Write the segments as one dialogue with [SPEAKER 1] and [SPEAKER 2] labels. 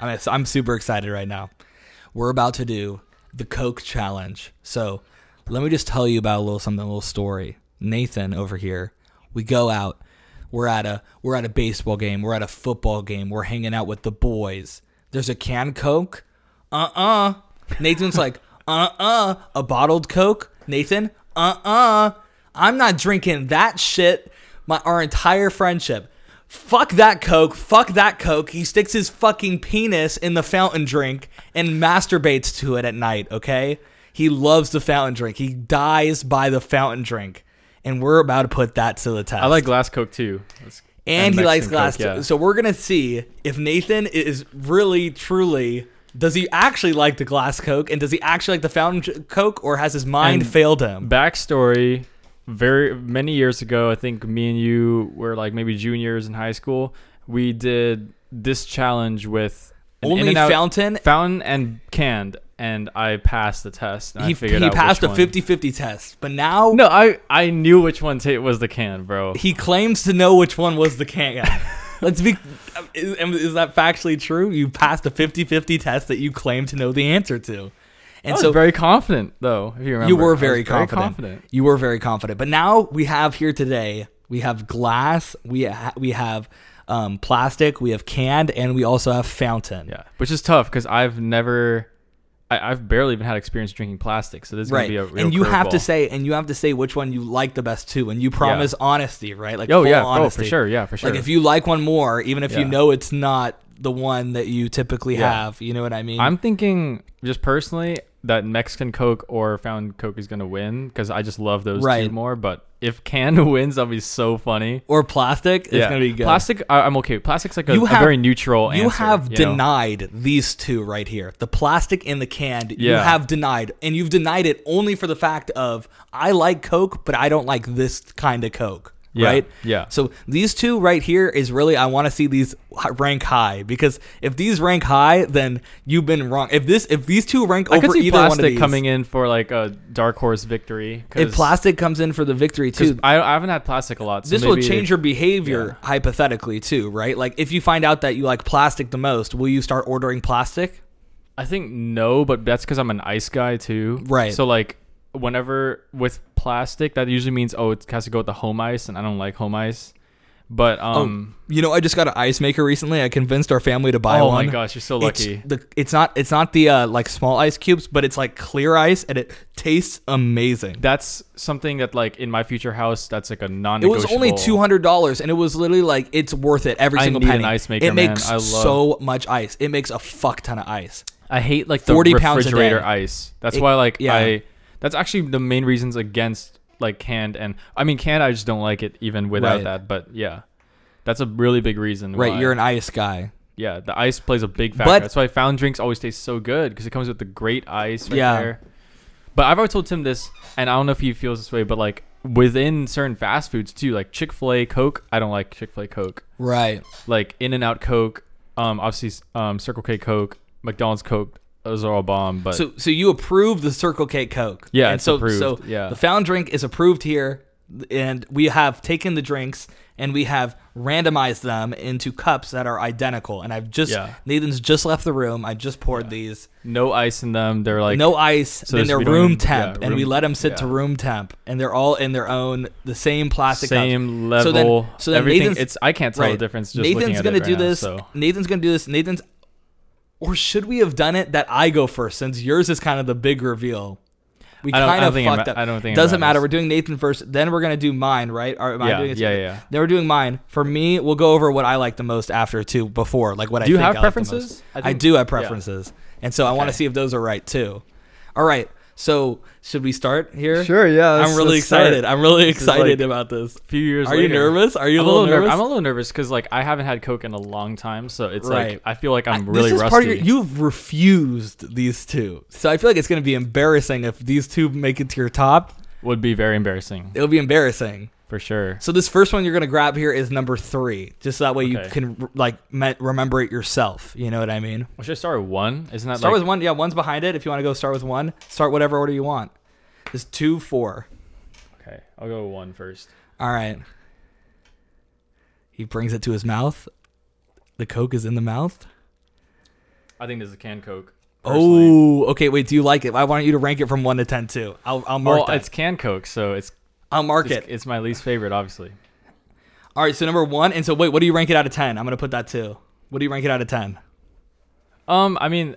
[SPEAKER 1] honest, I'm super excited right now. We're about to do the Coke Challenge. So let me just tell you about a little something, a little story. Nathan over here, we go out. We're at a we're at a baseball game. We're at a football game. We're hanging out with the boys. There's a canned Coke. Uh uh Nathan's like, uh uh. A bottled Coke. Nathan, uh uh. I'm not drinking that shit. My our entire friendship. Fuck that Coke. Fuck that Coke. He sticks his fucking penis in the fountain drink and masturbates to it at night, okay? He loves the fountain drink. He dies by the fountain drink. And we're about to put that to the test.
[SPEAKER 2] I like glass coke too. Let's-
[SPEAKER 1] and he likes
[SPEAKER 2] Mexican
[SPEAKER 1] glass.
[SPEAKER 2] Coke,
[SPEAKER 1] too.
[SPEAKER 2] yeah.
[SPEAKER 1] So we're gonna see if Nathan is really, truly, does he actually like the glass Coke, and does he actually like the fountain j- Coke, or has his mind
[SPEAKER 2] And
[SPEAKER 1] failed him?
[SPEAKER 2] backstory very many years ago i think me and you were like maybe juniors in high school we did this challenge with an
[SPEAKER 1] Only
[SPEAKER 2] In-N-Out-
[SPEAKER 1] fountain.
[SPEAKER 2] fountain and canned and i passed the test and
[SPEAKER 1] He,
[SPEAKER 2] i figured
[SPEAKER 1] he
[SPEAKER 2] out
[SPEAKER 1] passed a
[SPEAKER 2] which one.
[SPEAKER 1] 50-50 test, but now
[SPEAKER 2] no i i knew which one ta- was the can bro
[SPEAKER 1] he claims to know which one was the can. Let's be. um, Is, is that factually true? You passed a 50 50 test that you claim to know the answer to.
[SPEAKER 2] I
[SPEAKER 1] And
[SPEAKER 2] was
[SPEAKER 1] so
[SPEAKER 2] very confident though if you remember
[SPEAKER 1] you
[SPEAKER 2] I
[SPEAKER 1] were
[SPEAKER 2] was
[SPEAKER 1] very, confident. You were very confident. But now we have here today, we have glass, we, ha- we have um, plastic, we have canned, and we also have fountain.
[SPEAKER 2] yeah which is tough because i've never I, i've barely even had experience drinking plastic so this is
[SPEAKER 1] Right,
[SPEAKER 2] gonna be a real
[SPEAKER 1] and you have to
[SPEAKER 2] curveball.
[SPEAKER 1] say, and you have to say which one you like the best too, and you promise honesty, right? Like,
[SPEAKER 2] oh
[SPEAKER 1] full
[SPEAKER 2] yeah oh for
[SPEAKER 1] honesty.
[SPEAKER 2] sure yeah for sure
[SPEAKER 1] Like if you like one more, even if you
[SPEAKER 2] Yeah.
[SPEAKER 1] know it's not the one that you typically
[SPEAKER 2] Yeah.
[SPEAKER 1] have, you know what I mean?
[SPEAKER 2] I'm thinking just personally that Mexican Coke or Fountain Coke is gonna win because I just love those
[SPEAKER 1] Right.
[SPEAKER 2] two more. But if can wins, that'll be so funny.
[SPEAKER 1] or plastic, it's
[SPEAKER 2] yeah.
[SPEAKER 1] gonna be good.
[SPEAKER 2] Plastic, I, I'm okay. Plastic's like a,
[SPEAKER 1] You
[SPEAKER 2] a
[SPEAKER 1] have-
[SPEAKER 2] very neutral.
[SPEAKER 1] you
[SPEAKER 2] answer,
[SPEAKER 1] have
[SPEAKER 2] you know?
[SPEAKER 1] denied these two right here, the plastic and the canned. You
[SPEAKER 2] Yeah.
[SPEAKER 1] have denied, and you've denied it only for the fact of I like Coke, but I don't like this kind of Coke.
[SPEAKER 2] Yeah,
[SPEAKER 1] Right.
[SPEAKER 2] yeah.
[SPEAKER 1] So these two right here is really I want to see these h- rank high because if these rank high, then you've been wrong. If this if these two rank
[SPEAKER 2] I
[SPEAKER 1] over
[SPEAKER 2] could see
[SPEAKER 1] either one of
[SPEAKER 2] plastic
[SPEAKER 1] these,
[SPEAKER 2] coming in for like a dark horse victory.
[SPEAKER 1] if
[SPEAKER 2] 'cause-
[SPEAKER 1] plastic comes in for the victory
[SPEAKER 2] 'cause
[SPEAKER 1] too,
[SPEAKER 2] I, I haven't had plastic a lot. So
[SPEAKER 1] this will
[SPEAKER 2] maybe-
[SPEAKER 1] change your behavior hypothetically too, right? Like if you find out that you like plastic the most, will you start ordering plastic?
[SPEAKER 2] I think no, but that's because I'm an ice guy too.
[SPEAKER 1] Right.
[SPEAKER 2] So like, whenever with plastic, that usually means oh, it has to go with the home ice, and I don't like home ice. But
[SPEAKER 1] Oh,
[SPEAKER 2] um.
[SPEAKER 1] You know, I just got an ice maker recently. I convinced our family to buy
[SPEAKER 2] Oh
[SPEAKER 1] one.
[SPEAKER 2] my gosh, you're so
[SPEAKER 1] It's
[SPEAKER 2] lucky.
[SPEAKER 1] the- it's not it's not the uh, like small ice cubes, but it's like clear ice and it tastes amazing.
[SPEAKER 2] that's something that like in my future house that's like a
[SPEAKER 1] it
[SPEAKER 2] non-negotiable
[SPEAKER 1] was only two hundred dollars, and it was literally like it's worth it every
[SPEAKER 2] I
[SPEAKER 1] single
[SPEAKER 2] need an
[SPEAKER 1] penny.
[SPEAKER 2] ice maker,
[SPEAKER 1] it
[SPEAKER 2] man.
[SPEAKER 1] makes
[SPEAKER 2] I love-
[SPEAKER 1] so much ice. It makes a fuck ton of ice.
[SPEAKER 2] i hate like the
[SPEAKER 1] 40 pounds a
[SPEAKER 2] refrigerator
[SPEAKER 1] day.
[SPEAKER 2] ice that's
[SPEAKER 1] It-
[SPEAKER 2] why like
[SPEAKER 1] yeah.
[SPEAKER 2] i that's actually the main reasons against like canned and i mean canned i just don't like it even without
[SPEAKER 1] Right.
[SPEAKER 2] that but yeah that's a really big reason
[SPEAKER 1] Right,
[SPEAKER 2] why.
[SPEAKER 1] you're an ice guy.
[SPEAKER 2] yeah the ice plays a big factor
[SPEAKER 1] But-
[SPEAKER 2] that's why found drinks always taste so good because it comes with the great ice right
[SPEAKER 1] Yeah.
[SPEAKER 2] there but i've already told tim this and i don't know if he feels this way but like within certain fast foods too like chick-fil-a coke i don't like chick-fil-a coke
[SPEAKER 1] Right.
[SPEAKER 2] like In and Out Coke, um, obviously um, Circle K Coke, McDonald's Coke, those are all bomb. But
[SPEAKER 1] So so you approve the Circle K Coke.
[SPEAKER 2] Yeah,
[SPEAKER 1] and
[SPEAKER 2] it's
[SPEAKER 1] so
[SPEAKER 2] approved,
[SPEAKER 1] so
[SPEAKER 2] yeah.
[SPEAKER 1] the found drink is approved here, and we have taken the drinks and we have randomized them into cups that are identical. And I've just
[SPEAKER 2] Yeah.
[SPEAKER 1] Nathan's just left the room. I just poured these.
[SPEAKER 2] no ice in them. They're like
[SPEAKER 1] no ice. then
[SPEAKER 2] this-
[SPEAKER 1] they're
[SPEAKER 2] we don't
[SPEAKER 1] room
[SPEAKER 2] even- yeah,
[SPEAKER 1] temp, and we
[SPEAKER 2] room-
[SPEAKER 1] let them sit to
[SPEAKER 2] yeah.
[SPEAKER 1] room temp, and they're all in their own the same plastic. cups.
[SPEAKER 2] same level.
[SPEAKER 1] So then, so then
[SPEAKER 2] everything.
[SPEAKER 1] Nathan's,
[SPEAKER 2] it's I can't tell
[SPEAKER 1] right.
[SPEAKER 2] the difference. Just
[SPEAKER 1] Nathan's
[SPEAKER 2] looking at
[SPEAKER 1] gonna
[SPEAKER 2] it right
[SPEAKER 1] do
[SPEAKER 2] now,
[SPEAKER 1] this.
[SPEAKER 2] so.
[SPEAKER 1] Nathan's gonna do this. Nathan's, or should we have done it that I go first since yours is kind of the big reveal. We
[SPEAKER 2] I don't- I
[SPEAKER 1] kind
[SPEAKER 2] don't
[SPEAKER 1] of
[SPEAKER 2] think it ma-
[SPEAKER 1] fucked up.
[SPEAKER 2] I don't think it
[SPEAKER 1] doesn't matter.
[SPEAKER 2] matters.
[SPEAKER 1] We're doing Nathan first. Then we're gonna do mine, right? Or am I
[SPEAKER 2] Yeah,
[SPEAKER 1] doing it
[SPEAKER 2] yeah,
[SPEAKER 1] separately?
[SPEAKER 2] yeah.
[SPEAKER 1] Then we're doing mine. For me, we'll go over what I like the most after too. Before, like what I
[SPEAKER 2] Do you
[SPEAKER 1] think
[SPEAKER 2] have
[SPEAKER 1] I like the most.
[SPEAKER 2] preferences?
[SPEAKER 1] I,
[SPEAKER 2] I think-
[SPEAKER 1] do have
[SPEAKER 2] yeah.
[SPEAKER 1] preferences, and so I want to
[SPEAKER 2] Okay.
[SPEAKER 1] see if those are right too. All right. So should we start here?
[SPEAKER 2] Sure, yeah, let's-
[SPEAKER 1] I'm really
[SPEAKER 2] let's start.
[SPEAKER 1] excited. I'm really
[SPEAKER 2] This is like
[SPEAKER 1] excited about this.
[SPEAKER 2] Few years.
[SPEAKER 1] Are you
[SPEAKER 2] later.
[SPEAKER 1] nervous? Are you
[SPEAKER 2] I'm
[SPEAKER 1] a little
[SPEAKER 2] nerv-
[SPEAKER 1] nervous?
[SPEAKER 2] I'm a little nervous because like I haven't had Coke in a long time, so it's
[SPEAKER 1] Right.
[SPEAKER 2] like I feel like I'm
[SPEAKER 1] I-
[SPEAKER 2] really
[SPEAKER 1] this is
[SPEAKER 2] rusty.
[SPEAKER 1] Part of your, you've refused these two, so I feel like it's going to be embarrassing if these two make it to your top.
[SPEAKER 2] Would be very embarrassing
[SPEAKER 1] It'll be embarrassing.
[SPEAKER 2] for sure.
[SPEAKER 1] So this first one you're going to grab here is number three, just so that way you
[SPEAKER 2] Okay.
[SPEAKER 1] can like me- remember it yourself. You know what I mean?
[SPEAKER 2] Well, should I start with one? Isn't that
[SPEAKER 1] Start
[SPEAKER 2] like
[SPEAKER 1] with one. Yeah, one's behind it. If you want to go start with one, start whatever order you want. It's two, four.
[SPEAKER 2] okay? I'll go with one first.
[SPEAKER 1] All right. He brings it to his mouth. The coke is in the mouth.
[SPEAKER 2] I think this is canned Coke. personally.
[SPEAKER 1] Oh, okay. Wait, do you like it? I want you to rank it from one to ten too. I'll, I'll mark
[SPEAKER 2] well,
[SPEAKER 1] that.
[SPEAKER 2] it's canned Coke, so it's
[SPEAKER 1] I'll mark
[SPEAKER 2] it's,
[SPEAKER 1] it.
[SPEAKER 2] it's my least favorite, obviously.
[SPEAKER 1] All right. So number one, and so wait, what do you rank it out of ten? I'm gonna put that too. What do you rank it out of ten?
[SPEAKER 2] Um, I mean,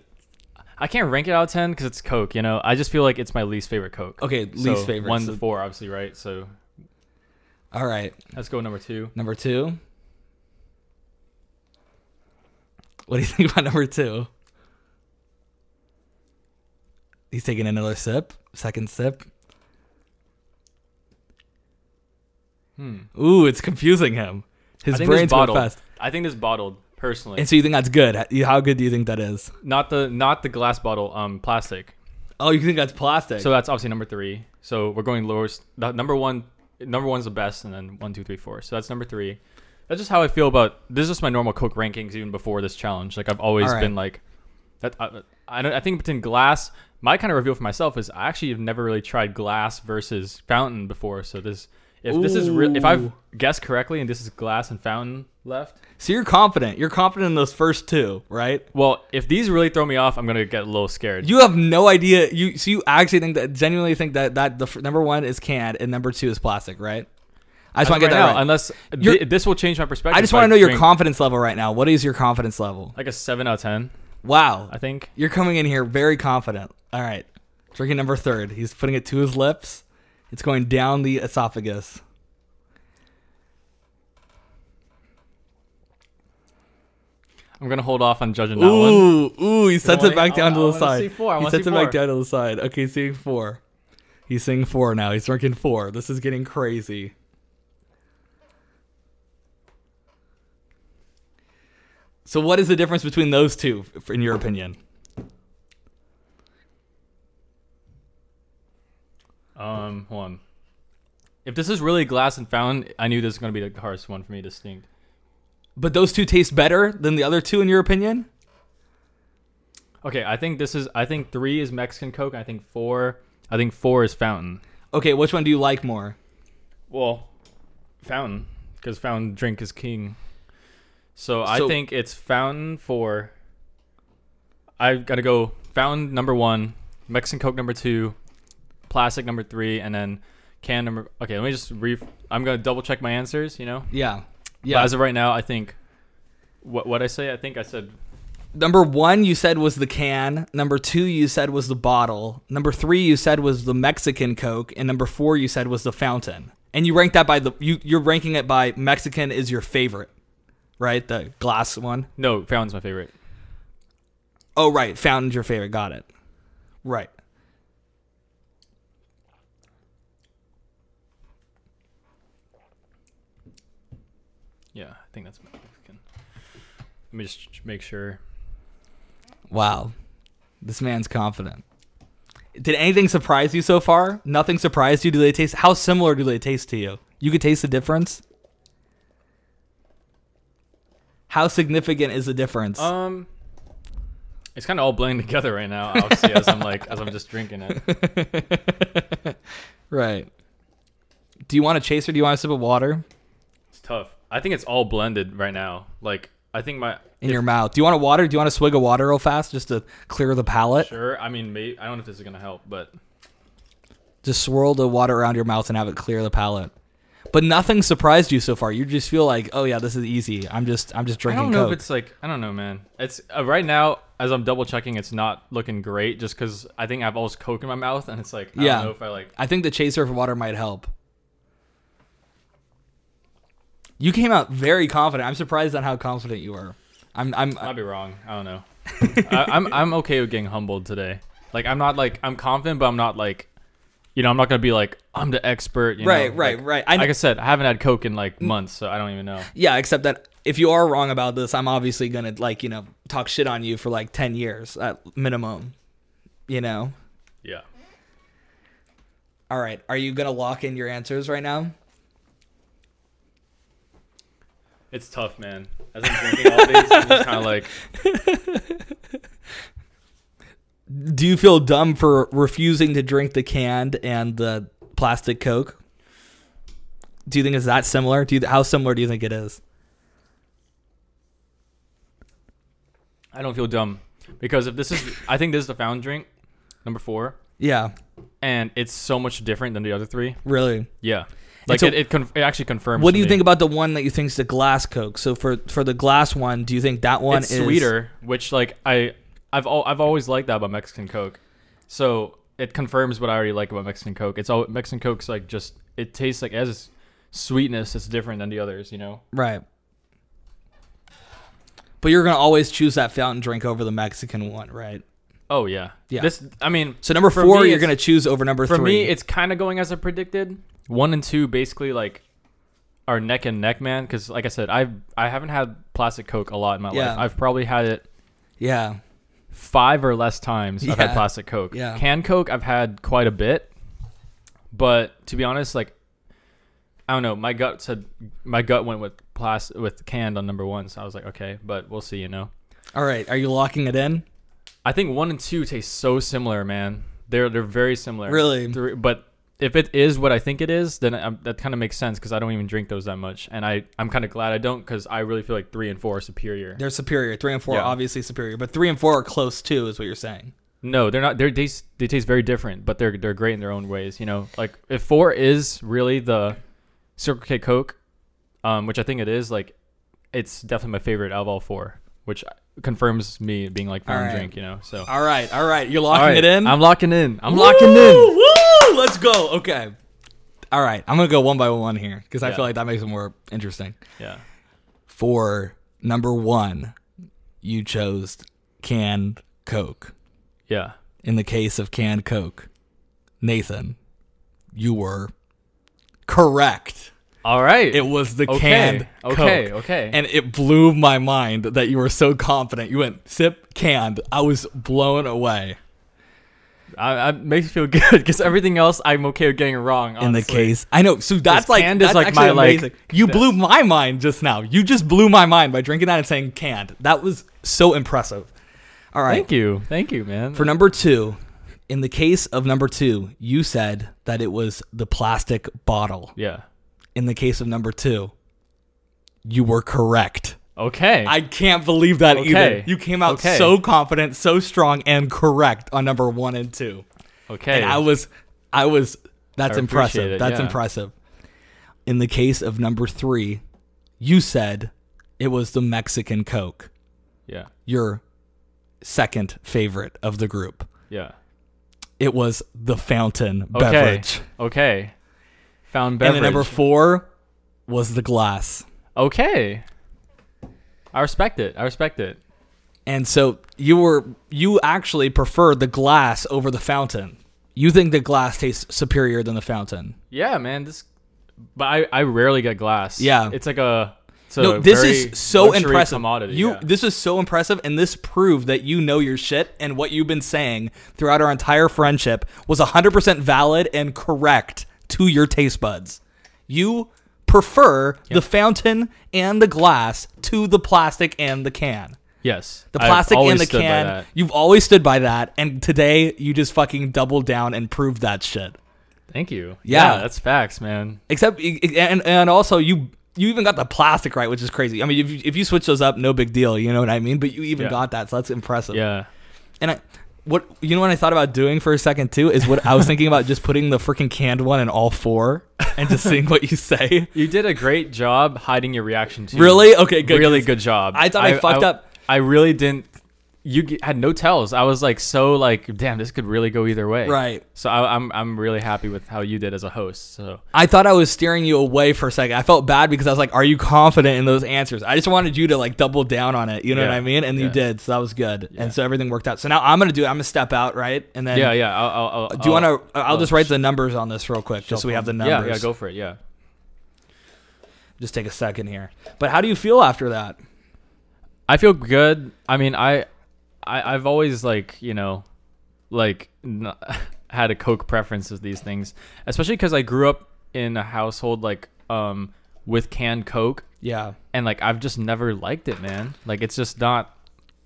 [SPEAKER 2] I can't rank it out of ten because it's Coke. You know, I just feel like it's my least favorite Coke.
[SPEAKER 1] Okay, least
[SPEAKER 2] So,
[SPEAKER 1] favorite.
[SPEAKER 2] One
[SPEAKER 1] So-
[SPEAKER 2] to four, obviously, right? So
[SPEAKER 1] All right.
[SPEAKER 2] let's go number two.
[SPEAKER 1] Number two. What do you think about number two? He's taking another sip. Second sip.
[SPEAKER 2] Hmm.
[SPEAKER 1] Ooh, it's confusing him. His
[SPEAKER 2] I think
[SPEAKER 1] brain's
[SPEAKER 2] this
[SPEAKER 1] going
[SPEAKER 2] bottled.
[SPEAKER 1] fast.
[SPEAKER 2] I think this bottled personally,
[SPEAKER 1] And so you think that's good? How- How good do you think that is?
[SPEAKER 2] not the not the glass bottle, um, plastic.
[SPEAKER 1] Oh, you think that's plastic?
[SPEAKER 2] So that's obviously number three. So we're going lowest. the- Number one, number one's the best, and then one, two, three, four. So that's number three. That's just how I feel about this. Is just my normal Coke rankings even before this challenge. Like I've always
[SPEAKER 1] All right.
[SPEAKER 2] been like that. I, I, don't- I think between glass, my kind of reveal for myself is I actually have never really tried glass versus fountain before. So this, if this is real, if I've
[SPEAKER 1] Ooh.
[SPEAKER 2] guessed correctly, and this is glass and fountain left.
[SPEAKER 1] So you're confident. You're confident in those first two, right?
[SPEAKER 2] Well, if these really throw me off, I'm gonna get a little scared.
[SPEAKER 1] You have no idea. You so you actually think that genuinely think that that the f- number one is canned and number two is plastic, right? I just want to
[SPEAKER 2] Right
[SPEAKER 1] get
[SPEAKER 2] now,
[SPEAKER 1] that right.
[SPEAKER 2] Unless
[SPEAKER 1] You're-
[SPEAKER 2] thi- this will change my perspective.
[SPEAKER 1] I just
[SPEAKER 2] if
[SPEAKER 1] want to know your
[SPEAKER 2] drink
[SPEAKER 1] confidence level right now. What is your confidence level?
[SPEAKER 2] like a seven out of ten.
[SPEAKER 1] Wow,
[SPEAKER 2] I think.
[SPEAKER 1] you're coming in here very confident. All right, drinking number third. He's putting it to his lips. It's going down the esophagus.
[SPEAKER 2] I'm gonna hold off on judging that one.
[SPEAKER 1] Ooh, ooh, he sets
[SPEAKER 2] wanna-
[SPEAKER 1] it back
[SPEAKER 2] I
[SPEAKER 1] down
[SPEAKER 2] wanna-
[SPEAKER 1] to the
[SPEAKER 2] I wanna see
[SPEAKER 1] side.
[SPEAKER 2] four, I
[SPEAKER 1] He
[SPEAKER 2] wanna
[SPEAKER 1] sets
[SPEAKER 2] see
[SPEAKER 1] it back
[SPEAKER 2] four.
[SPEAKER 1] down to the side. Okay, seeing four. He's seeing four now. He's drinking four. This is getting crazy. So, what is the difference between those two, f- in your opinion?
[SPEAKER 2] Um, hold on. If this is really glass and fountain, I knew this was gonna be the hardest one for me to distinct.
[SPEAKER 1] But those two taste better than the other two, in your opinion?
[SPEAKER 2] Okay, I think this is. I think three is Mexican Coke. And I think four. I think four is fountain.
[SPEAKER 1] Okay, which one do you like more?
[SPEAKER 2] Well, fountain because fountain drink is king. So,
[SPEAKER 1] So-
[SPEAKER 2] I think it's fountain four. I've got to go fountain number one, Mexican Coke number two, plastic number three, and then can number. Okay, let me just re. I'm gonna double check my answers. You know.
[SPEAKER 1] Yeah.
[SPEAKER 2] Yeah.
[SPEAKER 1] Yeah.
[SPEAKER 2] But as of right now, I think what what I say. I think I said
[SPEAKER 1] number one you said was the can number two you said was the bottle number three you said was the mexican coke and number four you said was the fountain and you rank that by the you, you're ranking it by mexican is your favorite right the glass one
[SPEAKER 2] no. Fountain's my favorite.
[SPEAKER 1] oh right fountain's your favorite got it right
[SPEAKER 2] Yeah, I think that's Mexican. Let me just ch- make sure.
[SPEAKER 1] wow this man's confident did anything surprise you so far nothing surprised you do they taste how similar do they taste to you you could taste the difference how significant is the difference
[SPEAKER 2] Um, it's kind of all blending together right now. Obviously, as I'm like as I'm just drinking it.
[SPEAKER 1] Right. Do you want a chaser? Do you want a sip of water
[SPEAKER 2] It's tough. I think it's all blended right now. Like I think my
[SPEAKER 1] in your mouth? Do you want a water? Do you want a swig of water real fast just to clear the palate?
[SPEAKER 2] sure. I mean, may, I don't know if this is gonna help, but
[SPEAKER 1] Just swirl the water around your mouth and have it clear the palate. But nothing surprised you so far. You just feel like, oh yeah, this is easy. I'm just, I'm just
[SPEAKER 2] I
[SPEAKER 1] drinking
[SPEAKER 2] don't know
[SPEAKER 1] Coke.
[SPEAKER 2] if it's like I don't know, man. It's uh, right now as I'm double checking, it's not looking great. Just because I think I've always Coke in my mouth, and it's like I
[SPEAKER 1] Yeah.
[SPEAKER 2] don't know if I like.
[SPEAKER 1] I think the chaser for water might help. You came out very confident. I'm surprised at how confident you were. I'm, I'm,
[SPEAKER 2] I'll be wrong. I don't know. I, I'm I'm okay with getting humbled today. Like I'm not like I'm confident, but I'm not like, you know, I'm not gonna be like I'm the expert. You
[SPEAKER 1] right,
[SPEAKER 2] know?
[SPEAKER 1] right,
[SPEAKER 2] Like,
[SPEAKER 1] right. I, Mm.
[SPEAKER 2] like I said, I haven't had Coke in like months, so I don't even know.
[SPEAKER 1] Yeah, except that if you are wrong about this, I'm obviously gonna like you know talk shit on you for like ten years at minimum. You know.
[SPEAKER 2] Yeah.
[SPEAKER 1] All right, are you gonna lock in your answers right now?
[SPEAKER 2] It's tough, man. As I'm drinking all these, I'm just kind of like,
[SPEAKER 1] Do you feel dumb for refusing to drink the canned and the plastic Coke? Do you think it's that similar? Do you how similar do you think it is?
[SPEAKER 2] I don't feel dumb. because if this is, I think this is the fountain drink, number four,
[SPEAKER 1] Yeah,
[SPEAKER 2] and it's so much different than the other three.
[SPEAKER 1] really.
[SPEAKER 2] Yeah, like
[SPEAKER 1] so-
[SPEAKER 2] it it, conf- it actually confirms.
[SPEAKER 1] What
[SPEAKER 2] to
[SPEAKER 1] do you
[SPEAKER 2] me.
[SPEAKER 1] think about the one that you think is the glass Coke? So for for the glass one, do you think that one
[SPEAKER 2] it's
[SPEAKER 1] is
[SPEAKER 2] sweeter, which like I I've al- I've always liked that about Mexican Coke. So it confirms what I already like about Mexican Coke. It's all Mexican Coke's like just it tastes like it has this sweetness that's different than the others, you know?
[SPEAKER 1] Right. But you're gonna always choose that fountain drink over the Mexican one, right?
[SPEAKER 2] Oh yeah.
[SPEAKER 1] Yeah.
[SPEAKER 2] This I mean
[SPEAKER 1] So number
[SPEAKER 2] For
[SPEAKER 1] four,
[SPEAKER 2] me,
[SPEAKER 1] you're
[SPEAKER 2] it's-
[SPEAKER 1] gonna choose over number
[SPEAKER 2] for
[SPEAKER 1] three.
[SPEAKER 2] me it's kinda going as I predicted. One and two basically like are neck and neck, man, because like I said, I've I haven't had plastic Coke a lot in my
[SPEAKER 1] Yeah.
[SPEAKER 2] life. I've probably had it
[SPEAKER 1] yeah,
[SPEAKER 2] five or less times I've had
[SPEAKER 1] Yeah.
[SPEAKER 2] plastic Coke.
[SPEAKER 1] Yeah.
[SPEAKER 2] Can Coke I've had quite a bit, but to be honest, like I don't know, my gut said my gut went with plastic with canned on number one, so I was like, okay, but we'll see, you know.
[SPEAKER 1] all right. Are you locking it in?
[SPEAKER 2] I think one and two taste so similar, man. They're they're very similar.
[SPEAKER 1] Really?
[SPEAKER 2] Three- but if it is what I think it is, then i that kind of makes sense because I don't even drink those that much, and I I'm kind of glad I don't because I really feel like three and four are superior.
[SPEAKER 1] They're superior. Three and four,
[SPEAKER 2] Yeah.
[SPEAKER 1] are obviously superior, but three and four are close too, is what you're saying.
[SPEAKER 2] No, they're not. They're, they s- they taste very different, but they're they're great in their own ways. You know, like if four is really the Circle K Coke, um, which I think it is, like it's definitely my favorite out of all four, which confirms me being like fountain
[SPEAKER 1] Alright.
[SPEAKER 2] drink. You know, so
[SPEAKER 1] All right, all right. You're locking
[SPEAKER 2] Alright,
[SPEAKER 1] it in.
[SPEAKER 2] I'm locking in. I'm locking in.
[SPEAKER 1] Woo, woo, let's go. Okay. All right, I'm gonna go one by one here because I
[SPEAKER 2] Yeah.
[SPEAKER 1] feel like that makes it more interesting.
[SPEAKER 2] Yeah.
[SPEAKER 1] For number one, you chose canned Coke.
[SPEAKER 2] Yeah.
[SPEAKER 1] in the case of canned Coke. Nathan, you were correct.
[SPEAKER 2] All right.
[SPEAKER 1] It was the
[SPEAKER 2] okay.
[SPEAKER 1] canned
[SPEAKER 2] okay.
[SPEAKER 1] Coke.
[SPEAKER 2] Okay.
[SPEAKER 1] And it blew my mind that you were so confident. You went sip canned. I was blown away.
[SPEAKER 2] I, I makes me feel good because everything else I'm okay with getting wrong. Honestly.
[SPEAKER 1] In the case, I know. So that's like
[SPEAKER 2] canned is
[SPEAKER 1] that's
[SPEAKER 2] like
[SPEAKER 1] actually
[SPEAKER 2] my, like,
[SPEAKER 1] amazing. you blew my mind just now. You just blew my mind by drinking that and saying canned. That was so impressive. All right.
[SPEAKER 2] Thank you. Thank you, man.
[SPEAKER 1] For number two, in the case of number two, you said that it was the plastic bottle.
[SPEAKER 2] yeah.
[SPEAKER 1] in the case of number two, you were correct.
[SPEAKER 2] Okay.
[SPEAKER 1] I can't believe that
[SPEAKER 2] Okay.
[SPEAKER 1] either. You came out
[SPEAKER 2] Okay.
[SPEAKER 1] so confident, so strong, and correct on number one and two.
[SPEAKER 2] okay.
[SPEAKER 1] And I was, I was. That's
[SPEAKER 2] I appreciate
[SPEAKER 1] impressive.
[SPEAKER 2] it,
[SPEAKER 1] that's
[SPEAKER 2] yeah.
[SPEAKER 1] impressive. In the case of number three, you said it was the Mexican Coke,
[SPEAKER 2] yeah.
[SPEAKER 1] your second favorite of the group.
[SPEAKER 2] Yeah.
[SPEAKER 1] It was the fountain
[SPEAKER 2] Okay.
[SPEAKER 1] beverage.
[SPEAKER 2] Okay. Found
[SPEAKER 1] And
[SPEAKER 2] beverage.
[SPEAKER 1] then number four was the glass.
[SPEAKER 2] okay. I respect it. I respect it.
[SPEAKER 1] And so you were you actually prefer the glass over the fountain. You think the glass tastes superior than the fountain.
[SPEAKER 2] Yeah, man. This, but I, I rarely get glass.
[SPEAKER 1] Yeah.
[SPEAKER 2] It's like a. It's
[SPEAKER 1] No,
[SPEAKER 2] a
[SPEAKER 1] this
[SPEAKER 2] very
[SPEAKER 1] is so
[SPEAKER 2] luxury
[SPEAKER 1] impressive.
[SPEAKER 2] Commodity.
[SPEAKER 1] you
[SPEAKER 2] yeah.
[SPEAKER 1] this is so impressive and this proved that you know your shit and what you've been saying throughout our entire friendship was 100% valid and correct to your taste buds. You prefer the fountain and the glass to the plastic and the can.
[SPEAKER 2] yes.
[SPEAKER 1] The
[SPEAKER 2] I've
[SPEAKER 1] plastic
[SPEAKER 2] always
[SPEAKER 1] and the
[SPEAKER 2] stood by
[SPEAKER 1] can.
[SPEAKER 2] that.
[SPEAKER 1] You've always stood by that, and today you just fucking doubled down and proved that shit.
[SPEAKER 2] Thank you.
[SPEAKER 1] Yeah.
[SPEAKER 2] yeah. That's facts, man.
[SPEAKER 1] Except, e, and and also you you even got the plastic right, which is crazy. I mean, if you, if you switch those up, no big deal. You know what I mean? But you even
[SPEAKER 2] Yeah.
[SPEAKER 1] got that, so that's impressive.
[SPEAKER 2] Yeah.
[SPEAKER 1] And I, what you know what I thought about doing for a second too is what I was thinking about just putting the freaking canned one in all four and just seeing what you say.
[SPEAKER 2] You did a great job hiding your reaction to
[SPEAKER 1] Really? Okay, good,
[SPEAKER 2] Really
[SPEAKER 1] 'cause
[SPEAKER 2] good job.
[SPEAKER 1] I thought I fucked up.
[SPEAKER 2] I really didn't. You g- had no tells. I was like, so like, damn, this could really go either way.
[SPEAKER 1] Right.
[SPEAKER 2] So I, I'm I'm really happy with how you did as a host. So
[SPEAKER 1] I thought I was steering you away for a second. I felt bad because I was like, "Are you confident in those answers?" I just wanted you to like double down on it. You know
[SPEAKER 2] Yeah.
[SPEAKER 1] what I mean? And you
[SPEAKER 2] Yeah.
[SPEAKER 1] did, so that was good. And so everything worked out. So now I'm gonna do. I'm gonna step out, right? And then
[SPEAKER 2] yeah, yeah. I'll, I'll, I'll,
[SPEAKER 1] Do you want to? I'll
[SPEAKER 2] I'll
[SPEAKER 1] just write the numbers on this real quick, just so we have the numbers.
[SPEAKER 2] Oh. Yeah, yeah. Go for it. Yeah.
[SPEAKER 1] Just take a second here. But how do you feel after that?
[SPEAKER 2] I feel good. I mean, I, I I've always like you know, like n- had a Coke preference of these things, especially because I grew up in a household like um with canned Coke.
[SPEAKER 1] Yeah,
[SPEAKER 2] and like I've just never liked it, man. Like it's just not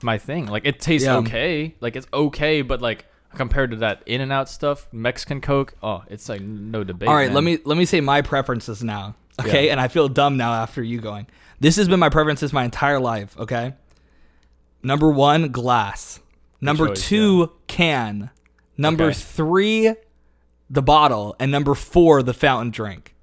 [SPEAKER 2] my thing. Like it tastes
[SPEAKER 1] Yeah.
[SPEAKER 2] okay, like it's okay, but like compared to that In and Out stuff, Mexican Coke, oh, it's like no debate.
[SPEAKER 1] All right, let
[SPEAKER 2] man.
[SPEAKER 1] me let me say my preferences now. Okay,
[SPEAKER 2] Yeah.
[SPEAKER 1] and I feel dumb now after you going. This has been my preferences my entire life. Okay, number one, glass. Number
[SPEAKER 2] choice,
[SPEAKER 1] two, can. Number
[SPEAKER 2] Okay.
[SPEAKER 1] three, the bottle, and number four, the fountain drink.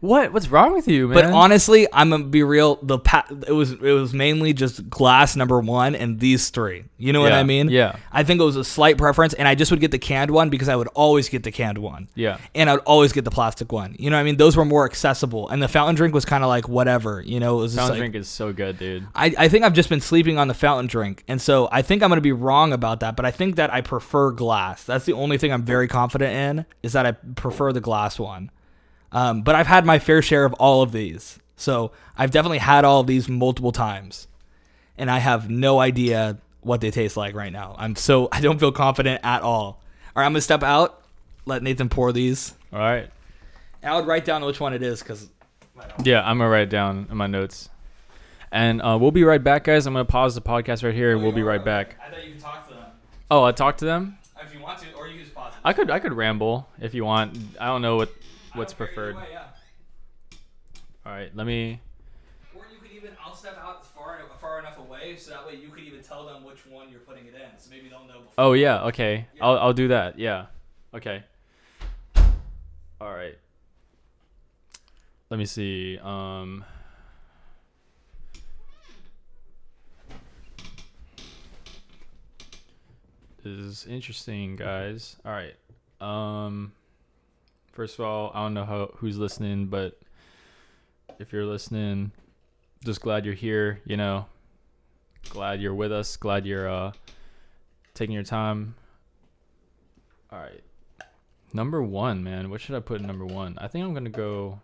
[SPEAKER 2] What? What's wrong with you, man?
[SPEAKER 1] But honestly, I'm gonna be real. The pa- it was it was mainly just glass number one and these three. You know what
[SPEAKER 2] Yeah,
[SPEAKER 1] I mean?
[SPEAKER 2] yeah.
[SPEAKER 1] I think it was a slight preference, and I just would get the canned one because I would always get the canned one.
[SPEAKER 2] Yeah.
[SPEAKER 1] And I'd always get the plastic one. You know what I mean? Those were more accessible, and the fountain drink was kind of like whatever. You know, it was just
[SPEAKER 2] Fountain
[SPEAKER 1] like,
[SPEAKER 2] drink is so good, dude.
[SPEAKER 1] I, I think I've just been sleeping on the fountain drink. And so I think I'm going to be wrong about that, but I think that I prefer glass. That's the only thing I'm very confident in is that I prefer the glass one. Um, but I've had my fair share of all of these. So I've definitely had all of these multiple times. And I have no idea what they taste like right now. I'm so, I don't feel confident at all. All right, I'm going to step out, let Nathan pour these.
[SPEAKER 2] All right.
[SPEAKER 1] I would write down which one it is because
[SPEAKER 2] Yeah, I'm gonna write it down in my notes, and uh, we'll be right back, guys. I'm gonna pause the podcast right here, and we'll be right back.
[SPEAKER 1] I thought you could talk to them
[SPEAKER 2] Oh, I talked to them.
[SPEAKER 1] if you want to, or you can just pause
[SPEAKER 2] I could I could ramble if you want. I don't know what what's preferred. All right, let me.
[SPEAKER 1] Or you could even, I'll step out far, far enough away so that way you could even tell them which one you're putting it in. So maybe they'll know. Before.
[SPEAKER 2] Oh yeah, okay. I'll I'll do that. Yeah. Okay. All right. Let me see. Um This is interesting, guys. All right. Um First of all, I don't know how, who's listening, but if you're listening, just glad you're here, you know. Glad you're with us. Glad you're uh taking your time. All right. Number one, man. What should I put in number one? I think I'm going to go.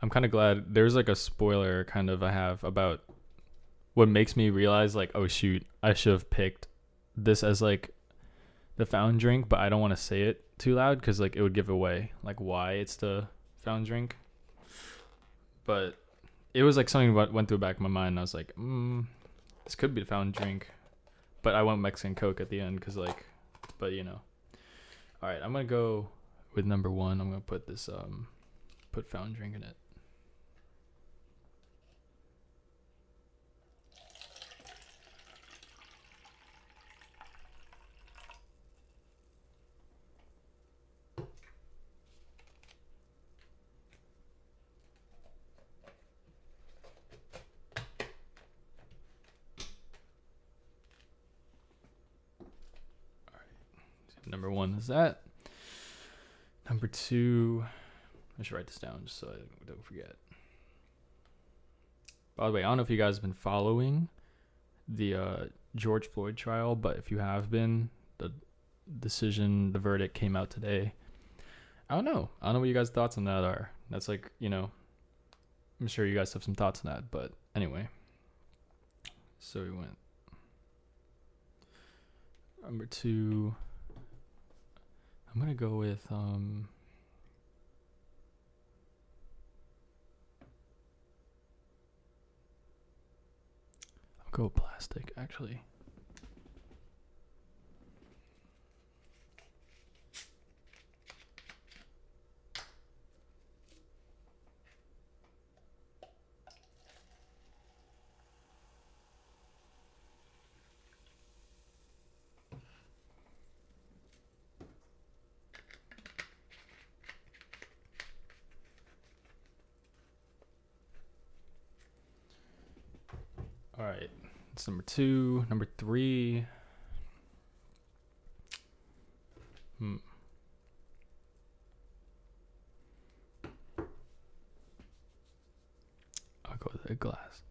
[SPEAKER 2] I'm kind of glad there's like a spoiler kind of I have about what makes me realize, like, oh shoot, I should have picked this as like the fountain drink, but I don't want to say it too loud because like it would give away like why it's the fountain drink but it was like something that went through the back of my mind. and I was like, mm, this could be the fountain drink, but I went Mexican Coke at the end because like, but you know, all right, I'm gonna go with number one. I'm gonna put this um, put fountain drink in it. Number one is that. Number two, I should write this down just so I don't forget. By the way, I don't know if you guys have been following the uh, George Floyd trial, but if you have been, the decision, the verdict came out today. I don't know. I don't know what you guys' thoughts on that are. That's like, you know, I'm sure you guys have some thoughts on that, but anyway. So we went. Number two. I'm gonna go with um. I'll go with plastic actually. All right, it's number two. Number three. Hmm. I'll go with the glass.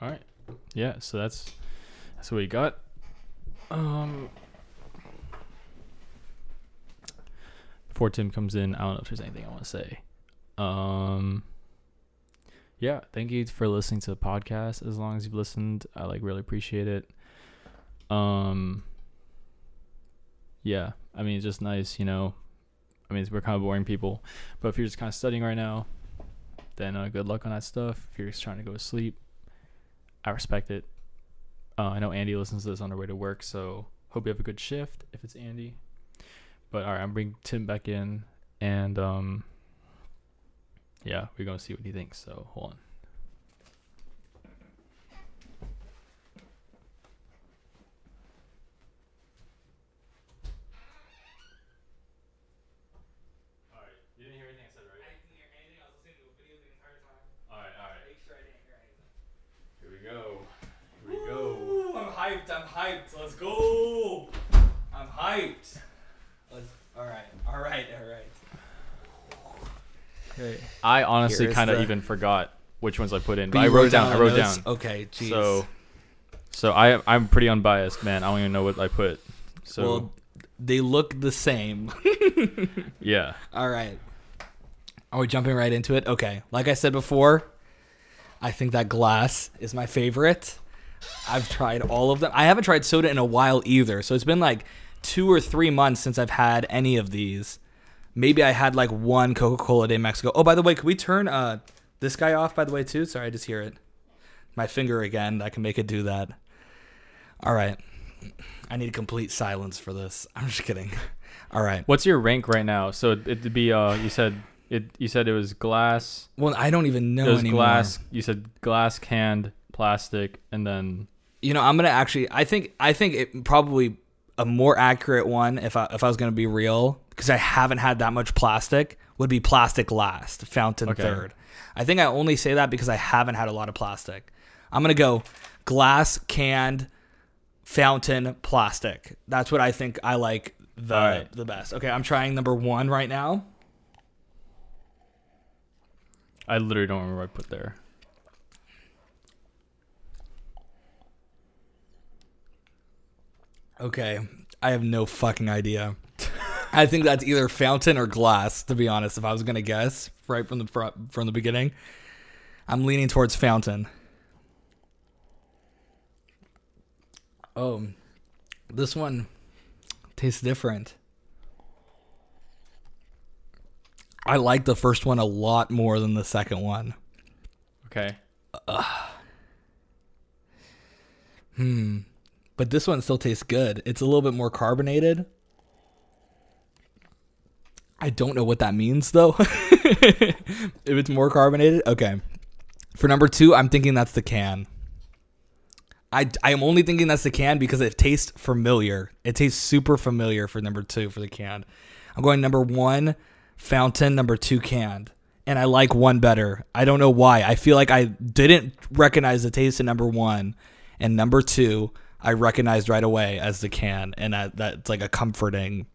[SPEAKER 2] All right. Yeah. So that's that's what we got. Um. Before Tim comes in, I don't know if there's anything I want to say. Um. Yeah. Thank you for listening to the podcast. As long as you've listened, I like really appreciate it. Um. Yeah. I mean, it's just nice, you know. I mean, we're kind of boring people, but if you're just kind of studying right now, then uh, good luck on that stuff. If you're just trying to go to sleep, I respect it. Uh, I know Andy listens to this on her way to work, so hope you have a good shift if it's Andy. But all right, I'm bringing Tim back in, and um, yeah, we're gonna see what he thinks. So hold on. All right, you didn't hear anything I said, right? All right, all right. Here we go. Here we go.
[SPEAKER 1] Ooh, I'm hyped. I'm hyped. Let's go. I'm hyped. Let's, all right. All right. All right. Okay.
[SPEAKER 2] I honestly
[SPEAKER 1] Here is
[SPEAKER 2] kind of
[SPEAKER 1] the-
[SPEAKER 2] even forgot which ones I put in. But
[SPEAKER 1] But
[SPEAKER 2] I
[SPEAKER 1] you
[SPEAKER 2] wrote down. I
[SPEAKER 1] the
[SPEAKER 2] wrote
[SPEAKER 1] notes?
[SPEAKER 2] down.
[SPEAKER 1] Okay. Jeez.
[SPEAKER 2] So, so I I'm pretty unbiased, man. I don't even know what I put. So
[SPEAKER 1] well, they look the same.
[SPEAKER 2] yeah,
[SPEAKER 1] All right. Are we jumping right into it? Okay. Like I said before, I think that glass is my favorite. I've tried all of them. I haven't tried soda in a while either. So it's been like two or three months since I've had any of these. Maybe I had like one Coca Cola Day Mexico. Oh, by the way, can we turn uh, this guy off, by the way, too? Sorry, I just hear it. My finger again. I can make it do that. All right. I need complete silence for this. I'm just kidding. All right.
[SPEAKER 2] what's your rank right now? So it, it'd be uh, you said it. You said it was glass.
[SPEAKER 1] Well, I don't even know
[SPEAKER 2] It was
[SPEAKER 1] anymore.
[SPEAKER 2] glass. You said glass, canned, plastic, and then
[SPEAKER 1] You know, I'm gonna actually. I think. I think it probably a more accurate one, if I if I was gonna be real, because I haven't had that much plastic, would be plastic last, fountain
[SPEAKER 2] Okay.
[SPEAKER 1] third. I think I only say that because I haven't had a lot of plastic. I'm gonna go glass, canned, fountain, plastic. That's what I think I like the
[SPEAKER 2] All right.
[SPEAKER 1] the best. Okay, I'm trying number one right now.
[SPEAKER 2] I literally don't remember what I put there.
[SPEAKER 1] Okay. I have no fucking idea. I think that's either fountain or glass, to be honest, if I was going to guess right from the front, from the beginning. I'm leaning towards fountain. Oh, this one tastes different. I like the first one a lot more than the second one.
[SPEAKER 2] Okay.
[SPEAKER 1] but this one still tastes good. It's a little bit more carbonated. I don't know what that means though. if it's more carbonated, okay. For number two, I'm thinking that's the can. I I am only thinking that's the can because it tastes familiar. It tastes super familiar for number two for the can. I'm going number one fountain, number two canned, and I like one better. I don't know why. I feel like I didn't recognize the taste in number one, and number two I recognized right away as the can, and I, that's like a comforting.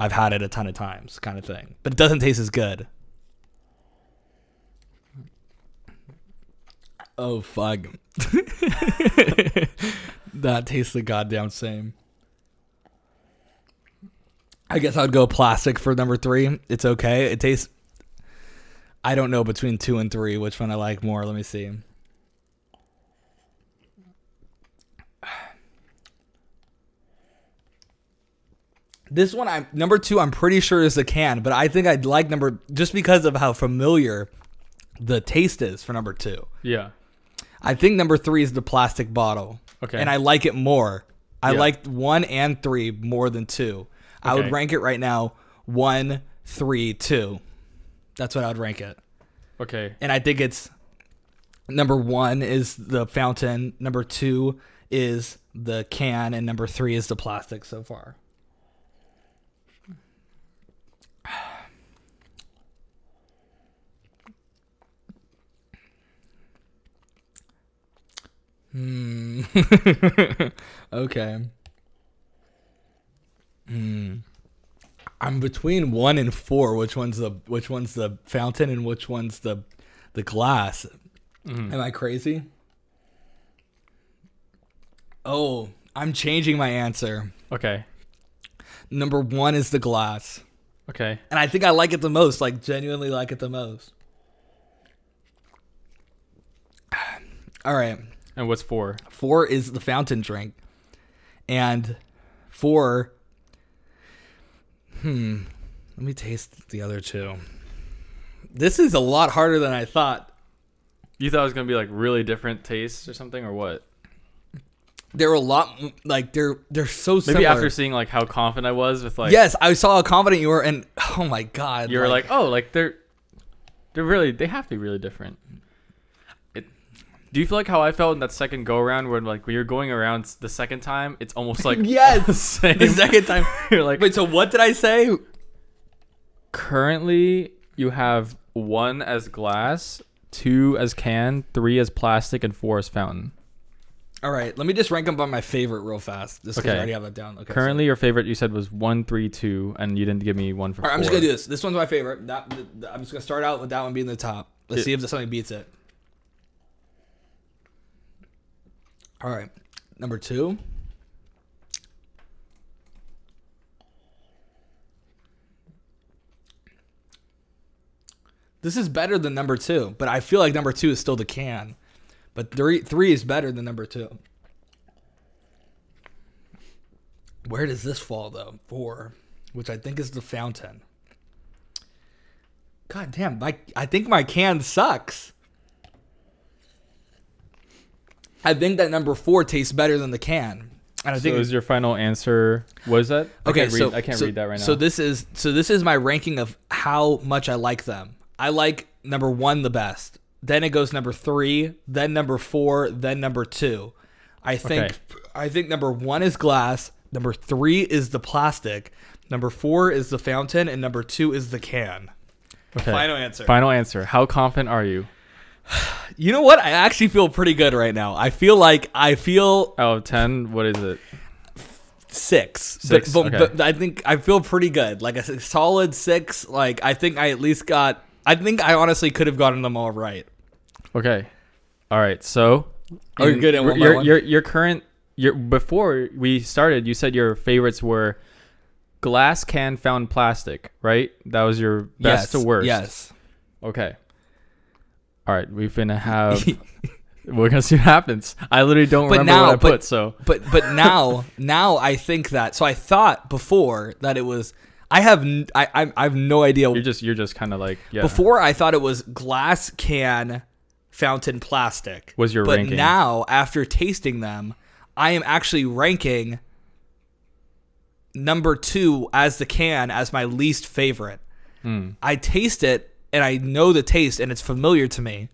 [SPEAKER 1] I've had it a ton of times, kind of thing, but it doesn't taste as good. Oh fuck. that tastes the goddamn same. I guess I'd go plastic for number three. It's okay. It tastes I don't know between two and three which one I like more. Let me see. This one I'm number two I'm pretty sure is a can, but I think I'd like number just because of how familiar the taste is for number two.
[SPEAKER 2] Yeah.
[SPEAKER 1] I think number three is the plastic bottle.
[SPEAKER 2] Okay.
[SPEAKER 1] And I like it more. I
[SPEAKER 2] Yeah.
[SPEAKER 1] liked one and three more than two. I would
[SPEAKER 2] Okay.
[SPEAKER 1] rank it right now one, three, two. That's what I would rank it.
[SPEAKER 2] Okay.
[SPEAKER 1] And I think it's number one is the fountain, number two is the can, and number three is the plastic so far. Hmm. okay. Hmm. I'm between one and four. Which one's the which one's the fountain and which one's the the glass? Am I crazy? Oh, I'm changing my answer.
[SPEAKER 2] Okay.
[SPEAKER 1] Number one is the glass.
[SPEAKER 2] Okay.
[SPEAKER 1] And I think I like it the most, like genuinely like it the most. All right.
[SPEAKER 2] And what's four?
[SPEAKER 1] Four is the fountain drink. And four Hmm. Let me taste the other two. This is a lot harder than I thought.
[SPEAKER 2] You thought it was gonna be like really different tastes or something or what?
[SPEAKER 1] They're a lot m- like they're they're so
[SPEAKER 2] Maybe
[SPEAKER 1] similar.
[SPEAKER 2] after seeing like how confident I was with like
[SPEAKER 1] yes, I saw how confident you were, and oh my god,
[SPEAKER 2] you were like, oh like they're they're really they have to be really different. It, do you feel like how I felt in that second go around where like when you're going around s- the second time, it's almost like the
[SPEAKER 1] yes,
[SPEAKER 2] same.
[SPEAKER 1] the second time.
[SPEAKER 2] you're like
[SPEAKER 1] Wait, so what did I say?
[SPEAKER 2] currently you have one as glass, two as can, three as plastic, and four as fountain.
[SPEAKER 1] All right, let me just rank them by my favorite real fast. Just 'cause I
[SPEAKER 2] Okay.
[SPEAKER 1] already have that down. Okay, so-
[SPEAKER 2] Currently, your favorite you said was one, three, two, and you didn't give me one for.
[SPEAKER 1] All right, I'm just
[SPEAKER 2] four.
[SPEAKER 1] gonna do this. This one's my favorite. That th- th- I'm just gonna start out with that one being the top. Let's
[SPEAKER 2] Yeah.
[SPEAKER 1] see if something beats it. All right, number two. This is better than number two, but I feel like number two is still the can. But three three is better than number two. Where does this fall though? Four, which I think is the fountain. God damn, my I think my can sucks. I think that number four tastes better than the can. And I
[SPEAKER 2] So
[SPEAKER 1] think
[SPEAKER 2] is your final answer? Was that? I
[SPEAKER 1] Okay,
[SPEAKER 2] can't,
[SPEAKER 1] so
[SPEAKER 2] read, I can't
[SPEAKER 1] so-
[SPEAKER 2] read that right now.
[SPEAKER 1] So this is so this is my ranking of how much I like them. I like number one the best. Then it goes number three, then number four, then number two. I think I think number one is glass. Number three is the plastic. Number four is the fountain, and number two is the can.
[SPEAKER 2] okay.
[SPEAKER 1] Final answer.
[SPEAKER 2] Final answer. How confident are you?
[SPEAKER 1] You know what? I actually feel pretty good right now. I feel like I feel
[SPEAKER 2] Out of ten, what is it?
[SPEAKER 1] six.
[SPEAKER 2] Six,
[SPEAKER 1] But, but,
[SPEAKER 2] okay.
[SPEAKER 1] but I think I feel pretty good. Like a s- solid six. Like I think I at least got. I think I honestly could have gotten them all right.
[SPEAKER 2] Okay. All right. So.
[SPEAKER 1] Oh, you're
[SPEAKER 2] in-
[SPEAKER 1] good at one by
[SPEAKER 2] your,
[SPEAKER 1] one?
[SPEAKER 2] your your current your before we started, you said your favorites were glass can found plastic, right? That was your
[SPEAKER 1] yes,
[SPEAKER 2] best to worst.
[SPEAKER 1] Yes.
[SPEAKER 2] Okay. All right, we're gonna have. we're gonna see what happens. I literally don't
[SPEAKER 1] But
[SPEAKER 2] remember
[SPEAKER 1] now-
[SPEAKER 2] what I
[SPEAKER 1] but-
[SPEAKER 2] put. So
[SPEAKER 1] But but now now I think that. So I thought before that it was. I have n- I I, I have no idea.
[SPEAKER 2] you're just you're just kind of like yeah.
[SPEAKER 1] Before I thought it was glass can, fountain plastic.
[SPEAKER 2] Was your
[SPEAKER 1] but
[SPEAKER 2] ranking.
[SPEAKER 1] now after tasting them, I am actually ranking number two as the can as my least favorite.
[SPEAKER 2] Hmm.
[SPEAKER 1] I taste it and I know the taste and it's familiar to me,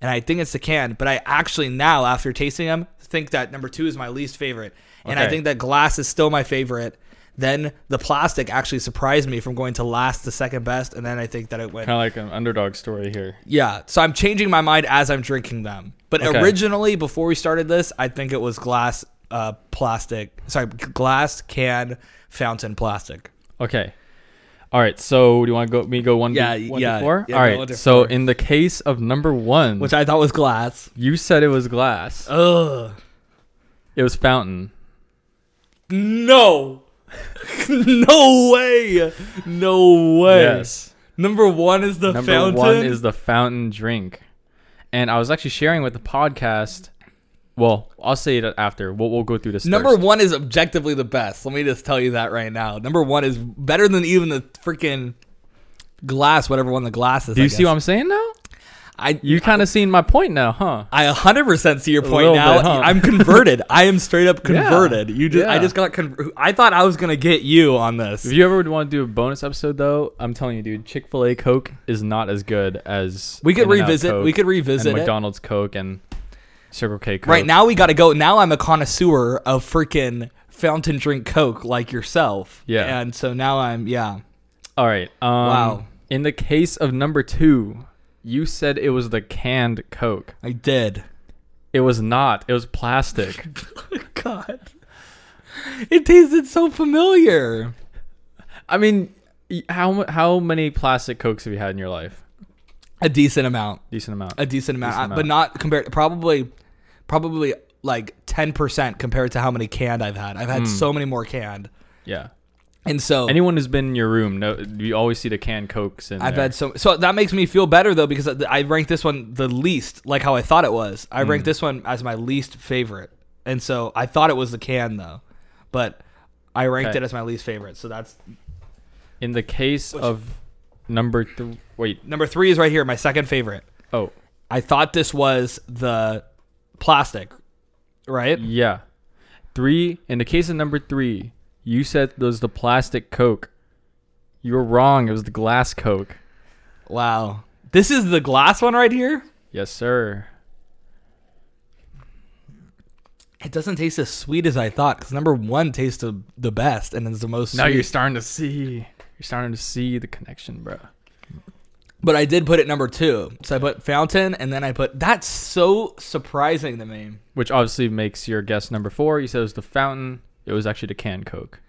[SPEAKER 1] and I think it's the can. But I actually now after tasting them think that number two is my least favorite, and I
[SPEAKER 2] Okay.
[SPEAKER 1] think that glass is still my favorite. Then the plastic actually surprised me from going to last to second best, and then I think that it went
[SPEAKER 2] kind of like an underdog story here.
[SPEAKER 1] yeah, so I'm changing my mind as I'm drinking them. But
[SPEAKER 2] Okay.
[SPEAKER 1] originally, before we started this, I think it was glass, uh, plastic. Sorry, g- glass can fountain plastic.
[SPEAKER 2] Okay. All right. So do you want to go me go one?
[SPEAKER 1] Yeah,
[SPEAKER 2] to- one
[SPEAKER 1] yeah,
[SPEAKER 2] to four.
[SPEAKER 1] yeah,
[SPEAKER 2] All
[SPEAKER 1] go one
[SPEAKER 2] right.
[SPEAKER 1] to
[SPEAKER 2] So
[SPEAKER 1] four.
[SPEAKER 2] in the case of number one,
[SPEAKER 1] Which I thought was glass.
[SPEAKER 2] you said it was glass.
[SPEAKER 1] Ugh.
[SPEAKER 2] It was fountain.
[SPEAKER 1] No. no way. No way.
[SPEAKER 2] Yes.
[SPEAKER 1] Number one is the
[SPEAKER 2] Number
[SPEAKER 1] fountain.
[SPEAKER 2] one is the fountain drink. And I was actually sharing with the podcast. Well, I'll say it after. We'll, we'll go through this.
[SPEAKER 1] Number
[SPEAKER 2] first.
[SPEAKER 1] one is objectively the best. Let me just tell you that right now. Number one is better than even the freaking glass, whatever one the glass is.
[SPEAKER 2] Do you see what I'm saying now?
[SPEAKER 1] I
[SPEAKER 2] You kind of seen my point now, huh?
[SPEAKER 1] I 100% see your point
[SPEAKER 2] little
[SPEAKER 1] now.
[SPEAKER 2] bit, huh?
[SPEAKER 1] I'm converted. I am straight up converted. you just I
[SPEAKER 2] yeah.
[SPEAKER 1] just got con- I thought I was going to get you on this.
[SPEAKER 2] If you ever would want to do a bonus episode, though, I'm telling you, dude, Chick Fil A Coke is not as good as
[SPEAKER 1] We could
[SPEAKER 2] In-N-Out
[SPEAKER 1] revisit-
[SPEAKER 2] Coke
[SPEAKER 1] we could revisit
[SPEAKER 2] and
[SPEAKER 1] it.
[SPEAKER 2] McDonald's Coke and Circle K Coke.
[SPEAKER 1] Right now we got to go. Now I'm a connoisseur of freaking fountain drink Coke like yourself.
[SPEAKER 2] Yeah.
[SPEAKER 1] And so now I'm yeah.
[SPEAKER 2] all right. Um,
[SPEAKER 1] Wow.
[SPEAKER 2] In the case of number two, you said it was the canned Coke.
[SPEAKER 1] I did.
[SPEAKER 2] It was not. It was plastic.
[SPEAKER 1] God. It tasted so familiar.
[SPEAKER 2] I mean, y- how mu- how many plastic Cokes have you had in your life?
[SPEAKER 1] A decent amount.
[SPEAKER 2] Decent amount.
[SPEAKER 1] A decent amount, uh,
[SPEAKER 2] Decent
[SPEAKER 1] but
[SPEAKER 2] amount.
[SPEAKER 1] not compared probably probably like 10% compared to how many canned I've had. I've had
[SPEAKER 2] Hmm.
[SPEAKER 1] so many more canned.
[SPEAKER 2] Yeah.
[SPEAKER 1] And so
[SPEAKER 2] Anyone who's been in your room, no, you always see the canned cokes and
[SPEAKER 1] I've had so so that makes me feel better though because I ranked this one the least like how I thought it was. I
[SPEAKER 2] Hmm.
[SPEAKER 1] ranked this one as my least favorite, and so I thought it was the can though, but I ranked
[SPEAKER 2] Okay.
[SPEAKER 1] it as my least favorite. So that's
[SPEAKER 2] in the case of number three. Wait,
[SPEAKER 1] number three is right here, my second favorite.
[SPEAKER 2] oh
[SPEAKER 1] I thought this was the plastic, right?
[SPEAKER 2] yeah, three. In the case of number three, you said it was the plastic coke. You were wrong. It was the glass coke.
[SPEAKER 1] Wow, this is the glass one right here.
[SPEAKER 2] Yes, sir.
[SPEAKER 1] It doesn't taste as sweet as I thought because number one tastes the, the best and is the most.
[SPEAKER 2] Now
[SPEAKER 1] sweet.
[SPEAKER 2] you're starting to see. You're starting to see the connection, bro.
[SPEAKER 1] But I did put it number two. So I put fountain, and then I put that's so surprising to me.
[SPEAKER 2] Which obviously makes your guess number four. You said it was the fountain. It was actually the canned coke.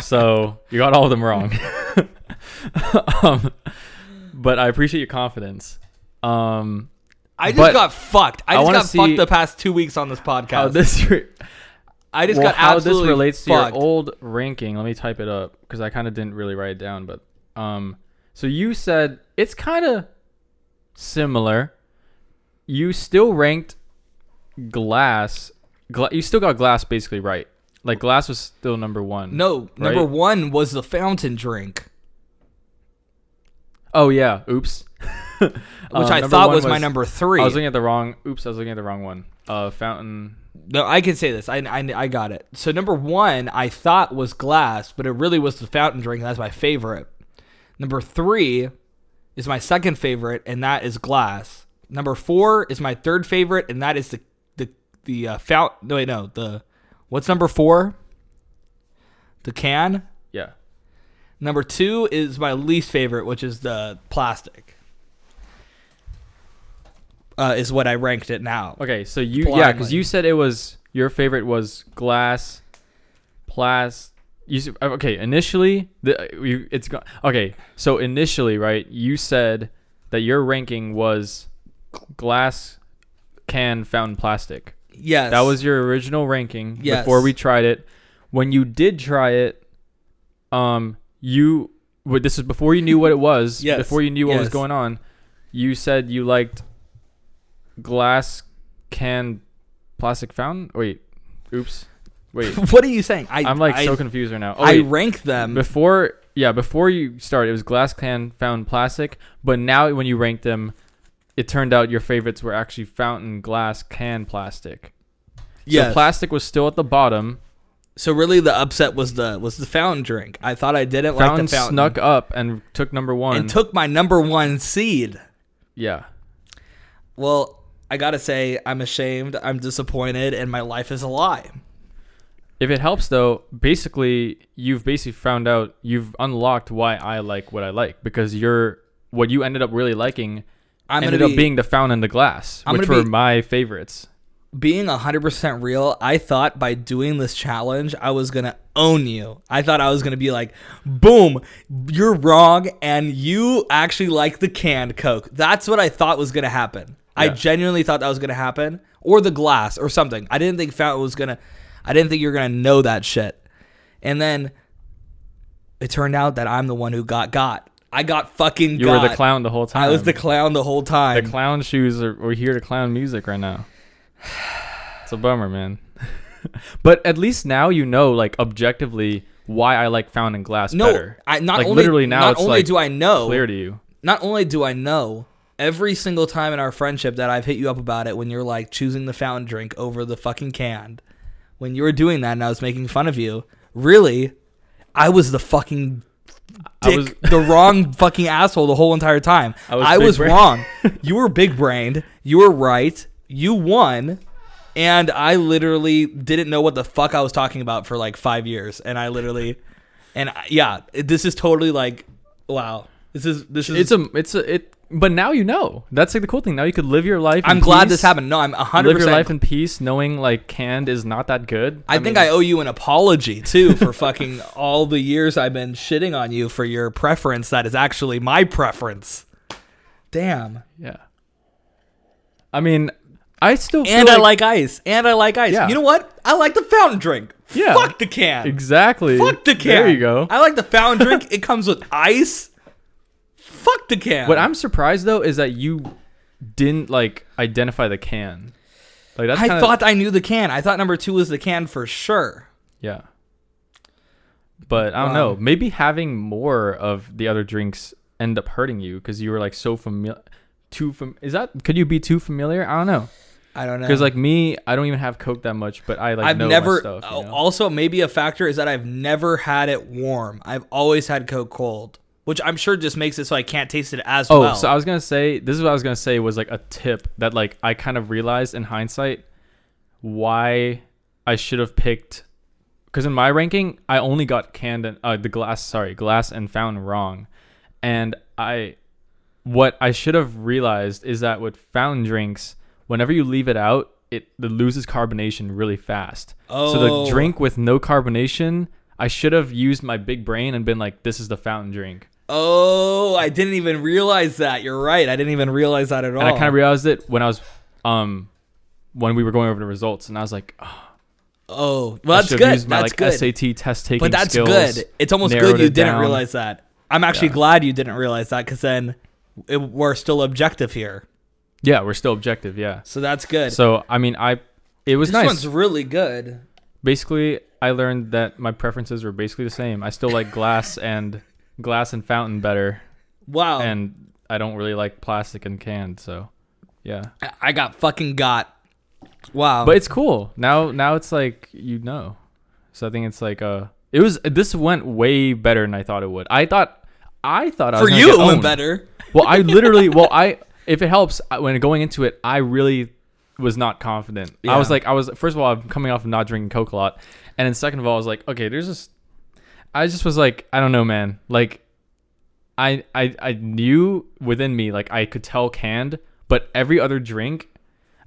[SPEAKER 2] so you got all of them wrong. um, but I appreciate your confidence. Um,
[SPEAKER 1] I just
[SPEAKER 2] But
[SPEAKER 1] got fucked. I
[SPEAKER 2] I
[SPEAKER 1] just
[SPEAKER 2] wanna
[SPEAKER 1] got
[SPEAKER 2] see
[SPEAKER 1] fucked the past two weeks on this
[SPEAKER 2] how
[SPEAKER 1] podcast.
[SPEAKER 2] oh, this re-
[SPEAKER 1] I just
[SPEAKER 2] well,
[SPEAKER 1] got
[SPEAKER 2] how this
[SPEAKER 1] absolutely
[SPEAKER 2] relates to
[SPEAKER 1] fucked.
[SPEAKER 2] your old ranking? Let me type it up because I kind of didn't really write it down. But um, so you said it's kind of similar. You still ranked glass. Gla- you still got glass basically right. Like glass was still number one.
[SPEAKER 1] no, number
[SPEAKER 2] Right?
[SPEAKER 1] one was the fountain drink,
[SPEAKER 2] Oh yeah. Oops. Which
[SPEAKER 1] which I thought was, my number three.
[SPEAKER 2] I Uh, was looking at the wrong. Oops. I was looking at the wrong one. Uh, fountain.
[SPEAKER 1] no, I can say this. I, I I got it. So number one, I thought was glass, but it really was the fountain drink. That's my favorite. Number three is my second favorite, and that is glass. Number four is my third favorite, and that is the the the uh, fountain. No, wait, no. The what's number four? The can.
[SPEAKER 2] Yeah.
[SPEAKER 1] Number two is my least favorite, which is the plastic. Uh, is what I ranked it now.
[SPEAKER 2] Okay, so you yeah,
[SPEAKER 1] Blindly.
[SPEAKER 2] because you said it was your favorite was glass, plas. You s- uh, okay? Initially, the uh, you, it's go- okay. So initially, right? You said that your ranking was glass, can, fountain, plastic.
[SPEAKER 1] Yes,
[SPEAKER 2] That was your original ranking
[SPEAKER 1] Yes.
[SPEAKER 2] before we tried it. When you did try it, um, you well, this is before you knew what it was.
[SPEAKER 1] Yes.
[SPEAKER 2] Before you knew what was
[SPEAKER 1] Yes.
[SPEAKER 2] going on, you said you liked glass can plastic fountain. Wait, oops, wait.
[SPEAKER 1] What are you saying? I,
[SPEAKER 2] I'm like
[SPEAKER 1] I,
[SPEAKER 2] so confused right now. Oh,
[SPEAKER 1] I
[SPEAKER 2] wait.
[SPEAKER 1] rank them.
[SPEAKER 2] before yeah, before you started, it was glass can fountain plastic. But now when you ranked them, it turned out your favorites were actually fountain glass can plastic.
[SPEAKER 1] Yes.
[SPEAKER 2] So plastic was still at the bottom.
[SPEAKER 1] So really, the upset was the was the fountain drink. I thought I didn't
[SPEAKER 2] Fountain,
[SPEAKER 1] like the fountain
[SPEAKER 2] snuck up and took number one.
[SPEAKER 1] and took my number one seed.
[SPEAKER 2] yeah.
[SPEAKER 1] Well, I gotta say, I'm ashamed. I'm disappointed, and my life is a lie.
[SPEAKER 2] If it helps though, basically you've basically found out you've unlocked why I like what I like because you're what you ended up really liking
[SPEAKER 1] I'm
[SPEAKER 2] ended
[SPEAKER 1] gonna
[SPEAKER 2] up
[SPEAKER 1] be-
[SPEAKER 2] being the fountain and the glass,
[SPEAKER 1] I'm
[SPEAKER 2] which
[SPEAKER 1] gonna
[SPEAKER 2] were
[SPEAKER 1] be-
[SPEAKER 2] my favorites.
[SPEAKER 1] Being 100% real, I thought by doing this challenge, I was gonna own you. I thought I was gonna be like, boom, you're wrong, and you actually like the canned Coke. That's what I thought was gonna happen. I
[SPEAKER 2] Yeah.
[SPEAKER 1] genuinely thought that was gonna happen, or the glass, or something. I didn't think fountain was gonna. I didn't think you were gonna know that shit. And then it turned out that I'm the one who got got. I got fucking.
[SPEAKER 2] You
[SPEAKER 1] got.
[SPEAKER 2] were the clown the whole time.
[SPEAKER 1] I was the clown the whole
[SPEAKER 2] The
[SPEAKER 1] time.
[SPEAKER 2] clown shoes are we're here to clown music right now. It's a bummer, man. but at least now you know, like objectively, why I like fountain and glass
[SPEAKER 1] no,
[SPEAKER 2] better.
[SPEAKER 1] I not
[SPEAKER 2] like
[SPEAKER 1] only
[SPEAKER 2] literally now
[SPEAKER 1] not
[SPEAKER 2] it's
[SPEAKER 1] only
[SPEAKER 2] like
[SPEAKER 1] do I know
[SPEAKER 2] clear to you.
[SPEAKER 1] not only do I know every single time in our friendship that I've hit you up about it when you're like choosing the fountain drink over the fucking can, when you were doing that and I was making fun of you, really, I was the fucking
[SPEAKER 2] I
[SPEAKER 1] dick,
[SPEAKER 2] was-
[SPEAKER 1] the wrong fucking asshole the whole entire time. I was,
[SPEAKER 2] was big brain-
[SPEAKER 1] wrong. You were big brained. You were right. You won. And I literally didn't know what the fuck I was talking about for like five years. And I literally, and I, yeah, this is totally like, wow. This is, this is,
[SPEAKER 2] It's a it's a it but now you know. That's like the cool thing. Now you could live your life. in
[SPEAKER 1] I'm glad this
[SPEAKER 2] peace,
[SPEAKER 1] happened. No, I'm 100%.
[SPEAKER 2] Live your life in peace, knowing like canned is not that good.
[SPEAKER 1] I think
[SPEAKER 2] mean,
[SPEAKER 1] I owe you an apology too for fucking all the years I've been shitting on you for your preference that is actually my preference. Damn.
[SPEAKER 2] Yeah. I mean, I still feel
[SPEAKER 1] And I like ice. And I like ice.
[SPEAKER 2] Yeah.
[SPEAKER 1] You know what? I like the fountain drink.
[SPEAKER 2] Yeah.
[SPEAKER 1] Fuck the can.
[SPEAKER 2] exactly.
[SPEAKER 1] Fuck the can.
[SPEAKER 2] There you go.
[SPEAKER 1] I like the fountain drink. It comes with ice. Fuck the can.
[SPEAKER 2] What I'm surprised though is that you didn't like identify the can. Like that's
[SPEAKER 1] I
[SPEAKER 2] kinda,
[SPEAKER 1] thought I knew the can. I thought number two was the can for sure.
[SPEAKER 2] yeah. But I don't
[SPEAKER 1] Wow.
[SPEAKER 2] know. Maybe having more of the other drinks end up hurting you because you were like so familiar. Too fam- is that? Could you be too familiar? I don't know.
[SPEAKER 1] I don't know.
[SPEAKER 2] Because like me, I don't even have Coke that much, but I like
[SPEAKER 1] I've
[SPEAKER 2] know my
[SPEAKER 1] never.
[SPEAKER 2] stuff. you
[SPEAKER 1] al-
[SPEAKER 2] know?
[SPEAKER 1] Also, maybe a factor is that I've never had it warm. I've always had Coke cold, which I'm sure just makes it so I can't taste it as
[SPEAKER 2] Oh,
[SPEAKER 1] well.
[SPEAKER 2] so I was gonna say this is what I was gonna say was like a tip that like I kind of realized in hindsight why I should have picked because in my ranking I only got canned and uh, the glass sorry glass and fountain wrong, and I what I should have realized is that with fountain drinks whenever you leave it out it, it loses carbonation really fast. So
[SPEAKER 1] Oh.
[SPEAKER 2] the drink with no carbonation. I should have used my big brain and been like, "This is the fountain drink."
[SPEAKER 1] oh, I didn't even realize that. You're right. I didn't even realize that at all.
[SPEAKER 2] and I kind of realized it when I was um when we were going over the results, and I was like, oh,
[SPEAKER 1] oh, well,
[SPEAKER 2] I
[SPEAKER 1] that's
[SPEAKER 2] should have
[SPEAKER 1] good.
[SPEAKER 2] used my
[SPEAKER 1] that's
[SPEAKER 2] like
[SPEAKER 1] good.
[SPEAKER 2] SAT test taking
[SPEAKER 1] but that's
[SPEAKER 2] skills.
[SPEAKER 1] good. It's almost
[SPEAKER 2] narrowed
[SPEAKER 1] good you
[SPEAKER 2] it
[SPEAKER 1] didn't
[SPEAKER 2] down."
[SPEAKER 1] realize that. I'm actually
[SPEAKER 2] Yeah.
[SPEAKER 1] glad you didn't realize that because then it, we're still objective here.
[SPEAKER 2] Yeah, we're still objective. Yeah.
[SPEAKER 1] So that's good.
[SPEAKER 2] So I mean, I it was
[SPEAKER 1] this
[SPEAKER 2] nice.
[SPEAKER 1] one's really good.
[SPEAKER 2] Basically, I learned that my preferences were basically the same. I still like glass and glass and fountain better,
[SPEAKER 1] Wow.
[SPEAKER 2] and I don't really like plastic and canned. So, yeah.
[SPEAKER 1] I- I got fucking got. Wow.
[SPEAKER 2] But it's cool now. Now it's like you know. So I think it's like uh, it was this went way better than I thought it would. I thought I thought I
[SPEAKER 1] for
[SPEAKER 2] was gonna
[SPEAKER 1] you,
[SPEAKER 2] get
[SPEAKER 1] it went
[SPEAKER 2] owned.
[SPEAKER 1] better.
[SPEAKER 2] Well, I literally, well, I if it helps I- when going into it, I really was not confident. I was
[SPEAKER 1] Yeah.
[SPEAKER 2] like, I was first of all, I'm coming off of not drinking Coke a lot, and then second of all, I was like, okay, there's this. I just was like, I don't know, man. Like, I I I knew within me, like I could tell canned, but every other drink.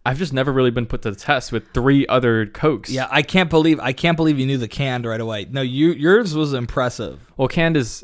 [SPEAKER 2] I've just never really been put to the test with three other cokes.
[SPEAKER 1] Yeah, I can't believe I can't believe you knew the canned right away. No, you yours was impressive.
[SPEAKER 2] Well, canned is.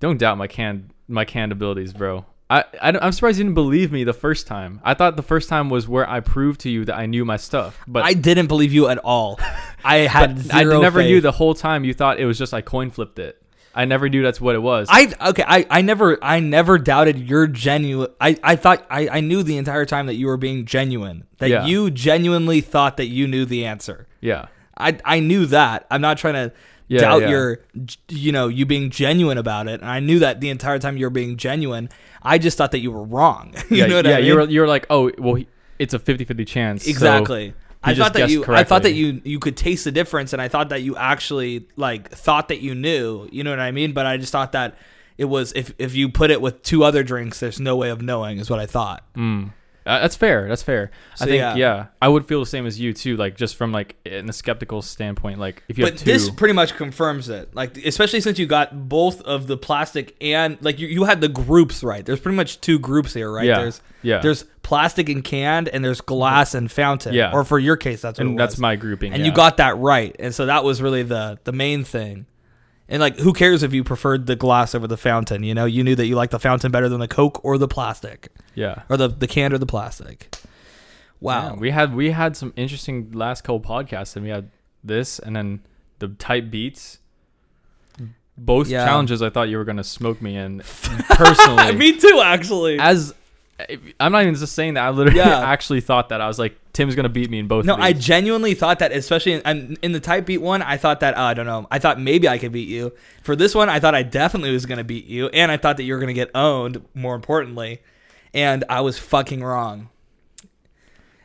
[SPEAKER 2] Don't doubt my canned my canned abilities, bro. I, I am surprised you didn't believe me the first time. I thought the first time was where I proved to you that I knew my stuff, but
[SPEAKER 1] I didn't believe you at all. I had
[SPEAKER 2] I
[SPEAKER 1] zero
[SPEAKER 2] never
[SPEAKER 1] faith.
[SPEAKER 2] knew the whole time. You thought it was just I coin flipped it. I never knew that's what it was.
[SPEAKER 1] I okay, I, I never I never doubted your genuine I, I thought I, I knew the entire time that you were being genuine. That
[SPEAKER 2] Yeah.
[SPEAKER 1] you genuinely thought that you knew the answer.
[SPEAKER 2] yeah,
[SPEAKER 1] I I knew that. I'm not trying to
[SPEAKER 2] Yeah,
[SPEAKER 1] doubt
[SPEAKER 2] yeah.
[SPEAKER 1] your g- you know, you being genuine about it. And I knew that the entire time you were being genuine. I just thought that you were wrong. you
[SPEAKER 2] yeah,
[SPEAKER 1] know what
[SPEAKER 2] yeah.
[SPEAKER 1] I mean?
[SPEAKER 2] You're you're like, oh, well, he- it's a 50-50 chance. so
[SPEAKER 1] Exactly. I
[SPEAKER 2] just
[SPEAKER 1] thought that
[SPEAKER 2] guessed
[SPEAKER 1] you I thought that you
[SPEAKER 2] correctly.
[SPEAKER 1] you could taste the difference and I thought that you actually like thought that you knew, you know what I mean? But I just thought that it was if if you put it with two other drinks, there's no way of knowing is what I thought.
[SPEAKER 2] Uh, that's fair. That's fair.
[SPEAKER 1] So,
[SPEAKER 2] I think
[SPEAKER 1] yeah.
[SPEAKER 2] yeah. I would feel the same as you too. Like just from like in a skeptical standpoint, like if you
[SPEAKER 1] But
[SPEAKER 2] have two,
[SPEAKER 1] this pretty much confirms it. Like especially since you got both of the plastic and like you, you had the groups right. There's pretty much two groups here, right?
[SPEAKER 2] Yeah.
[SPEAKER 1] There's
[SPEAKER 2] Yeah.
[SPEAKER 1] there's plastic and canned and there's glass and fountain.
[SPEAKER 2] Yeah.
[SPEAKER 1] Or for your case that's what
[SPEAKER 2] and
[SPEAKER 1] it
[SPEAKER 2] that's
[SPEAKER 1] was.
[SPEAKER 2] my grouping.
[SPEAKER 1] and
[SPEAKER 2] yeah.
[SPEAKER 1] you got that right and so that was really the the main thing and like who cares if you preferred the glass over the fountain you know you knew that you liked the fountain better than the coke or the plastic
[SPEAKER 2] yeah.
[SPEAKER 1] or the the can or the plastic wow
[SPEAKER 2] Yeah, we had we had some interesting last couple podcasts, and we had this, and then the type beats. Both
[SPEAKER 1] Yeah.
[SPEAKER 2] challenges, I thought you were gonna smoke me in personally.
[SPEAKER 1] me too actually
[SPEAKER 2] as I'm not even just saying that. I literally
[SPEAKER 1] Yeah.
[SPEAKER 2] actually thought that I was like, Tim's gonna beat me in both.
[SPEAKER 1] no
[SPEAKER 2] of
[SPEAKER 1] i
[SPEAKER 2] these.
[SPEAKER 1] genuinely thought that especially in, in- in the type beat one i thought that uh, i don't know i thought maybe i could beat you for this one i thought i definitely was going to beat you and i thought that you were going to get owned more importantly and i was fucking wrong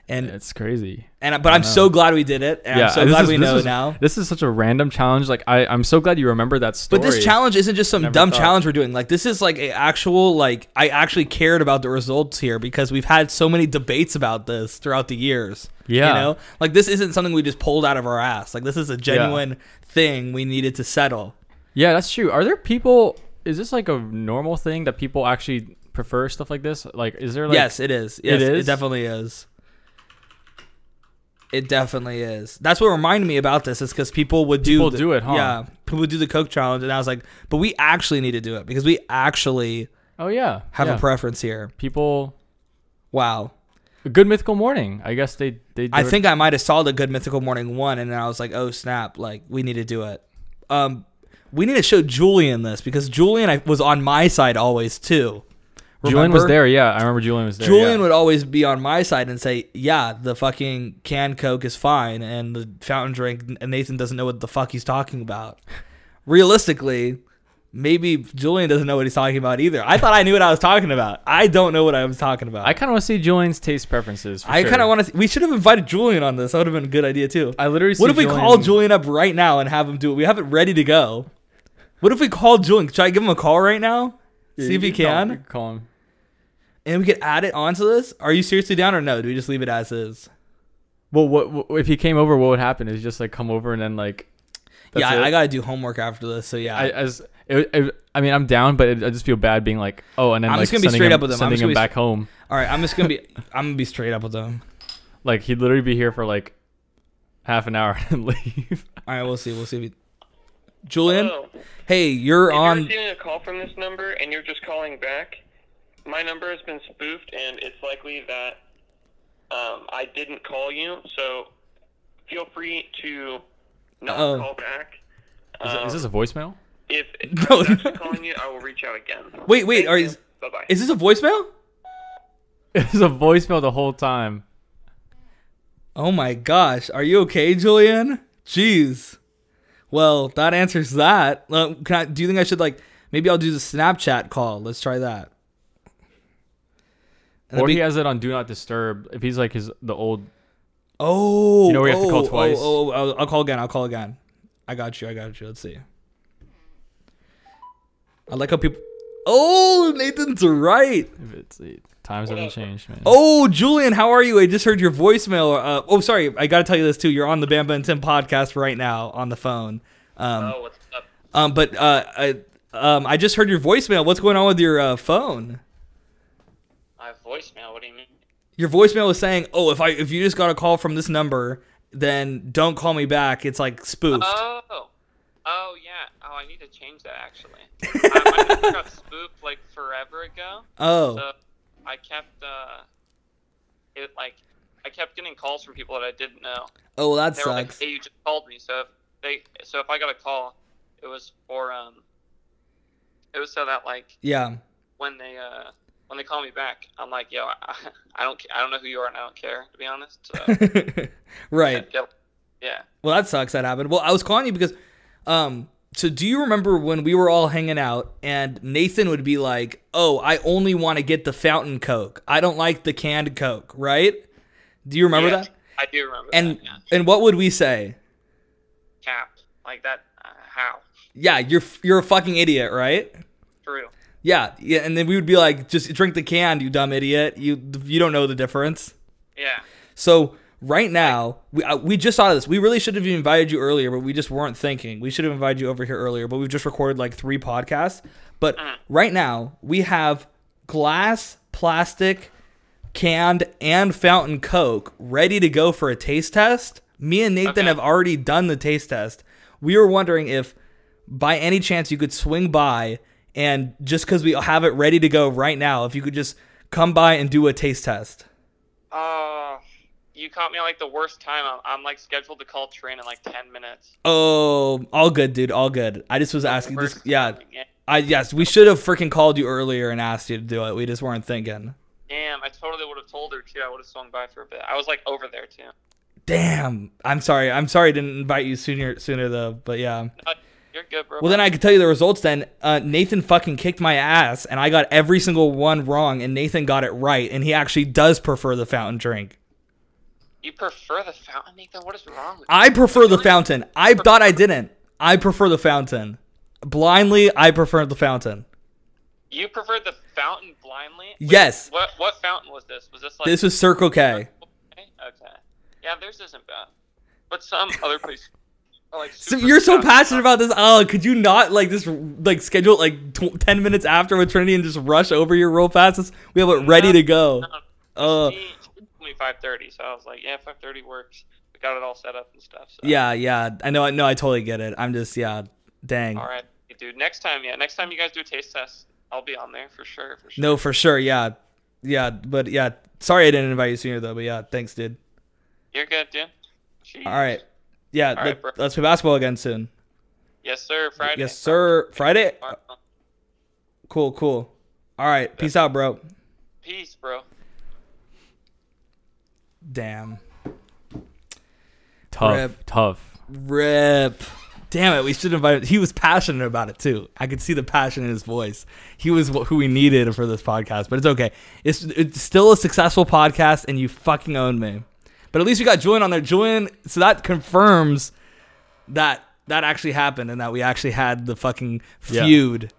[SPEAKER 1] and
[SPEAKER 2] it's crazy.
[SPEAKER 1] And I- but I'm so glad we did it. And I'm so
[SPEAKER 2] this
[SPEAKER 1] glad
[SPEAKER 2] is-
[SPEAKER 1] we
[SPEAKER 2] this
[SPEAKER 1] know
[SPEAKER 2] is-
[SPEAKER 1] now.
[SPEAKER 2] This is such a random challenge. Like I, I'm so glad you remember that story.
[SPEAKER 1] But this challenge isn't just some
[SPEAKER 2] Never
[SPEAKER 1] dumb
[SPEAKER 2] thought.
[SPEAKER 1] challenge we're doing. Like this is like a actual like I actually cared about the results here because we've had so many debates about this throughout the years.
[SPEAKER 2] Yeah.
[SPEAKER 1] You know? Like this isn't something we just pulled out of our ass. Like this is a genuine thing we needed to settle.
[SPEAKER 2] Yeah, that's true. Are there people? Is this like a normal thing that people actually prefer stuff like this? Like, is there like
[SPEAKER 1] yes, it is. Yes, it,
[SPEAKER 2] is?
[SPEAKER 1] definitely is. It definitely is. That's what reminded me about this is because people would do
[SPEAKER 2] People
[SPEAKER 1] the-
[SPEAKER 2] do it, huh?
[SPEAKER 1] Yeah, people would do the Coke challenge, and I was like, but we actually need to do it because we actually
[SPEAKER 2] Oh yeah,
[SPEAKER 1] have
[SPEAKER 2] yeah.
[SPEAKER 1] a preference here.
[SPEAKER 2] people
[SPEAKER 1] Wow.
[SPEAKER 2] Good Mythical Morning. I guess they they.
[SPEAKER 1] I
[SPEAKER 2] did-
[SPEAKER 1] think I might have saw the Good Mythical Morning one, and then I was like, oh snap! Like we need to do it. Um, we need to show Julian this because Julian I, was on my side always too.
[SPEAKER 2] Julian was
[SPEAKER 1] Remember?
[SPEAKER 2] there. Yeah, I remember Julian was there.
[SPEAKER 1] Julian
[SPEAKER 2] yeah.
[SPEAKER 1] would always be on my side and say, "Yeah, the fucking canned Coke is fine, and the fountain drink." And Nathan doesn't know what the fuck he's talking about. Realistically, maybe Julian doesn't know what he's talking about either. I thought I knew what I was talking about. I don't know what I was talking about.
[SPEAKER 2] I
[SPEAKER 1] I,
[SPEAKER 2] kind of want to see Julian's taste preferences. For sure.
[SPEAKER 1] kind of want to. We should have invited Julian on this. That would have been a good idea too.
[SPEAKER 2] I literally.
[SPEAKER 1] What
[SPEAKER 2] see
[SPEAKER 1] if we
[SPEAKER 2] Julian,
[SPEAKER 1] call Julian up right now and have him do it? We have it ready to go. What if we call Julian? Should I give him a call right now? See if he
[SPEAKER 2] Call-
[SPEAKER 1] can,
[SPEAKER 2] Call him.
[SPEAKER 1] and we could add it onto this. Are you seriously down or no? Do we just leave it as is?
[SPEAKER 2] Well, what, what if he came over? What would happen is just like come over and then like. that's
[SPEAKER 1] yeah,
[SPEAKER 2] it.
[SPEAKER 1] I, I gotta do homework after this. So yeah,
[SPEAKER 2] I as it, it, I mean, I'm down, but it, I just feel bad being like, oh, and then
[SPEAKER 1] I'm
[SPEAKER 2] like
[SPEAKER 1] just gonna be
[SPEAKER 2] sending
[SPEAKER 1] straight
[SPEAKER 2] him,
[SPEAKER 1] up with him. I'm
[SPEAKER 2] sending
[SPEAKER 1] just
[SPEAKER 2] him
[SPEAKER 1] gonna be
[SPEAKER 2] back home.
[SPEAKER 1] all right. I'm just gonna be, I'm gonna be straight up with them.
[SPEAKER 2] Like he'd literally be here for like half an hour and leave.
[SPEAKER 1] All right, we'll see. We'll see. If he... Julian,
[SPEAKER 3] Hello.
[SPEAKER 1] hey, you're
[SPEAKER 3] If
[SPEAKER 1] on.
[SPEAKER 3] Oh, you're receiving a call from this number and you're just calling back, my number has been spoofed, and it's likely that um, I didn't call you. So feel free to not
[SPEAKER 1] Uh-oh.
[SPEAKER 3] call back.
[SPEAKER 2] Is,
[SPEAKER 3] Um,
[SPEAKER 2] is this a voicemail?
[SPEAKER 3] if
[SPEAKER 1] No.
[SPEAKER 3] I'm actually calling you, I will reach out again.
[SPEAKER 1] Wait, wait. Are is,
[SPEAKER 3] Bye bye.
[SPEAKER 1] is this a voicemail?
[SPEAKER 2] It's a voicemail the whole time.
[SPEAKER 1] Oh my gosh, are you okay, Julian? Jeez. Well, that answers that. Uh, can I, do you think I should like? Maybe I'll do the Snapchat call. Let's try that. And
[SPEAKER 2] Or
[SPEAKER 1] that'd
[SPEAKER 2] he
[SPEAKER 1] be-
[SPEAKER 2] has it on Do Not Disturb. If he's like his the old,
[SPEAKER 1] oh,
[SPEAKER 2] know we have to call
[SPEAKER 1] oh, oh,
[SPEAKER 2] twice.
[SPEAKER 1] Oh, oh, I'll, I'll call again. I'll call again. I got you. I got you. Let's see. I like how people. Oh, Nathan's right.
[SPEAKER 2] if it's eh, times haven't changed, man.
[SPEAKER 1] Oh, Julian, how are you? I just heard your voicemail. Uh, oh, sorry. I got to tell you this too. You're on the Bamba and Tim podcast right now on the phone. Um,
[SPEAKER 3] oh, what's up?
[SPEAKER 1] Um, but uh, I, um, I just heard your voicemail. What's going on with your uh, phone?
[SPEAKER 3] I have voicemail. What do you mean?
[SPEAKER 1] Your voicemail was saying, "Oh, if I if you just got a call from this number, then don't call me back. It's like spoofed."
[SPEAKER 3] Oh, oh yeah. Oh, I need to change that actually. I, my number got spoofed like forever ago.
[SPEAKER 1] oh,
[SPEAKER 3] So I kept uh, it like I kept getting calls from people that I didn't know.
[SPEAKER 1] oh, well, that
[SPEAKER 3] They were like,
[SPEAKER 1] sucks.
[SPEAKER 3] "Hey, you just called me." So if they so if I got a call, it was for um, it was so that like
[SPEAKER 1] Yeah,
[SPEAKER 3] when they uh when they call me back, I'm like, "Yo, I, I don't ca- I don't know who you are and I don't care to be honest." So I
[SPEAKER 1] right.
[SPEAKER 3] feel- yeah.
[SPEAKER 1] Well, that sucks. That happened. Well, I was calling you because, um, so do you remember when we were all hanging out and Nathan would be like, "Oh, I only want to get the fountain Coke. I don't like the canned Coke." Right? Do you remember
[SPEAKER 3] Yeah,
[SPEAKER 1] that?
[SPEAKER 3] I do remember
[SPEAKER 1] And
[SPEAKER 3] that. Yeah.
[SPEAKER 1] and what would we say?
[SPEAKER 3] Cap like that. Uh, how
[SPEAKER 1] Yeah, you're f- you're a fucking idiot, right?
[SPEAKER 3] true.
[SPEAKER 1] Yeah, yeah, and then we would be like, just drink the can, you dumb idiot. You you don't know the difference.
[SPEAKER 3] Yeah.
[SPEAKER 1] So right now, we uh, we just thought of this. We really should have invited you earlier, but we just weren't thinking. We should have invited you over here earlier, but we've just recorded like three podcasts. But right now, we have glass, plastic, canned, and fountain Coke ready to go for a taste test. Me and Nathan
[SPEAKER 3] Okay.
[SPEAKER 1] have already done the taste test. We were wondering if by any chance you could swing by and just because we have it ready to go right now, if you could just come by and do a taste test.
[SPEAKER 3] Oh, you caught me at like the worst time. I'm, I'm like scheduled to call train in like ten minutes.
[SPEAKER 1] Oh, all good, dude. All good. I just was asking. Just,
[SPEAKER 3] Worst
[SPEAKER 1] yeah,
[SPEAKER 3] timing, yeah.
[SPEAKER 1] I yes, we should have freaking called you earlier and asked you to do it. We just weren't thinking.
[SPEAKER 3] Damn, I totally would have told her too. I would have swung by for a bit. I was like over there too.
[SPEAKER 1] Damn. I'm sorry. I'm sorry I didn't invite you sooner. Sooner though. But yeah.
[SPEAKER 3] No, Uh, you're good, bro.
[SPEAKER 1] Well, then I could tell you the results. Then uh, Nathan fucking kicked my ass, and I got every single one wrong, and Nathan got it right, and he actually does prefer the fountain drink.
[SPEAKER 3] you prefer the fountain, Nathan? What is wrong with you?
[SPEAKER 1] I prefer the fountain. I thought I didn't. I prefer the fountain. Blindly, I prefer the fountain.
[SPEAKER 3] You preferred the fountain blindly? Wait,
[SPEAKER 1] Yes.
[SPEAKER 3] What what fountain was this? Was this like
[SPEAKER 1] This was Circle K.
[SPEAKER 3] okay? Okay. Yeah, theirs isn't bad, but some other place. are, Like
[SPEAKER 1] So
[SPEAKER 3] super
[SPEAKER 1] you're so
[SPEAKER 3] fountain
[SPEAKER 1] passionate
[SPEAKER 3] blindly.
[SPEAKER 1] about this. Oh, could you not like this? Like schedule it, like tw- ten minutes after with Trinity and just rush over here real fast. It's- We have it ready to go. Uh,
[SPEAKER 3] She- she told me 5:30, so I was like, yeah, 5:30 works. We got it all set up and stuff. So.
[SPEAKER 1] yeah, yeah. I know. I know. I totally get it. I'm just yeah. Dang.
[SPEAKER 3] All right, dude. Next time, yeah. Next time you guys do a taste test, I'll be on there for sure. For sure.
[SPEAKER 1] No, for sure. Yeah. yeah, but yeah, sorry I didn't invite you sooner though. But yeah, thanks, dude.
[SPEAKER 3] You're good, dude. Jeez.
[SPEAKER 1] All right, yeah,
[SPEAKER 3] All
[SPEAKER 1] let,
[SPEAKER 3] right, bro.
[SPEAKER 1] us play basketball again soon.
[SPEAKER 3] Yes, sir. Friday.
[SPEAKER 1] Yes, sir. Friday.
[SPEAKER 3] Tomorrow.
[SPEAKER 1] Cool, cool. All right, peace out, bro.
[SPEAKER 3] Peace, bro.
[SPEAKER 1] Damn.
[SPEAKER 2] Tough,
[SPEAKER 1] Rip.
[SPEAKER 2] tough.
[SPEAKER 1] Rip. Damn it, we should invite He was passionate about it too. I could see the passion in his voice. He was wh- who we needed for this podcast, but it's okay. It's, it's still a successful podcast, and you fucking own me. But at least we got Julian on there. Julian, so that confirms that that actually happened and that we actually had the fucking
[SPEAKER 2] Yeah.
[SPEAKER 1] feud.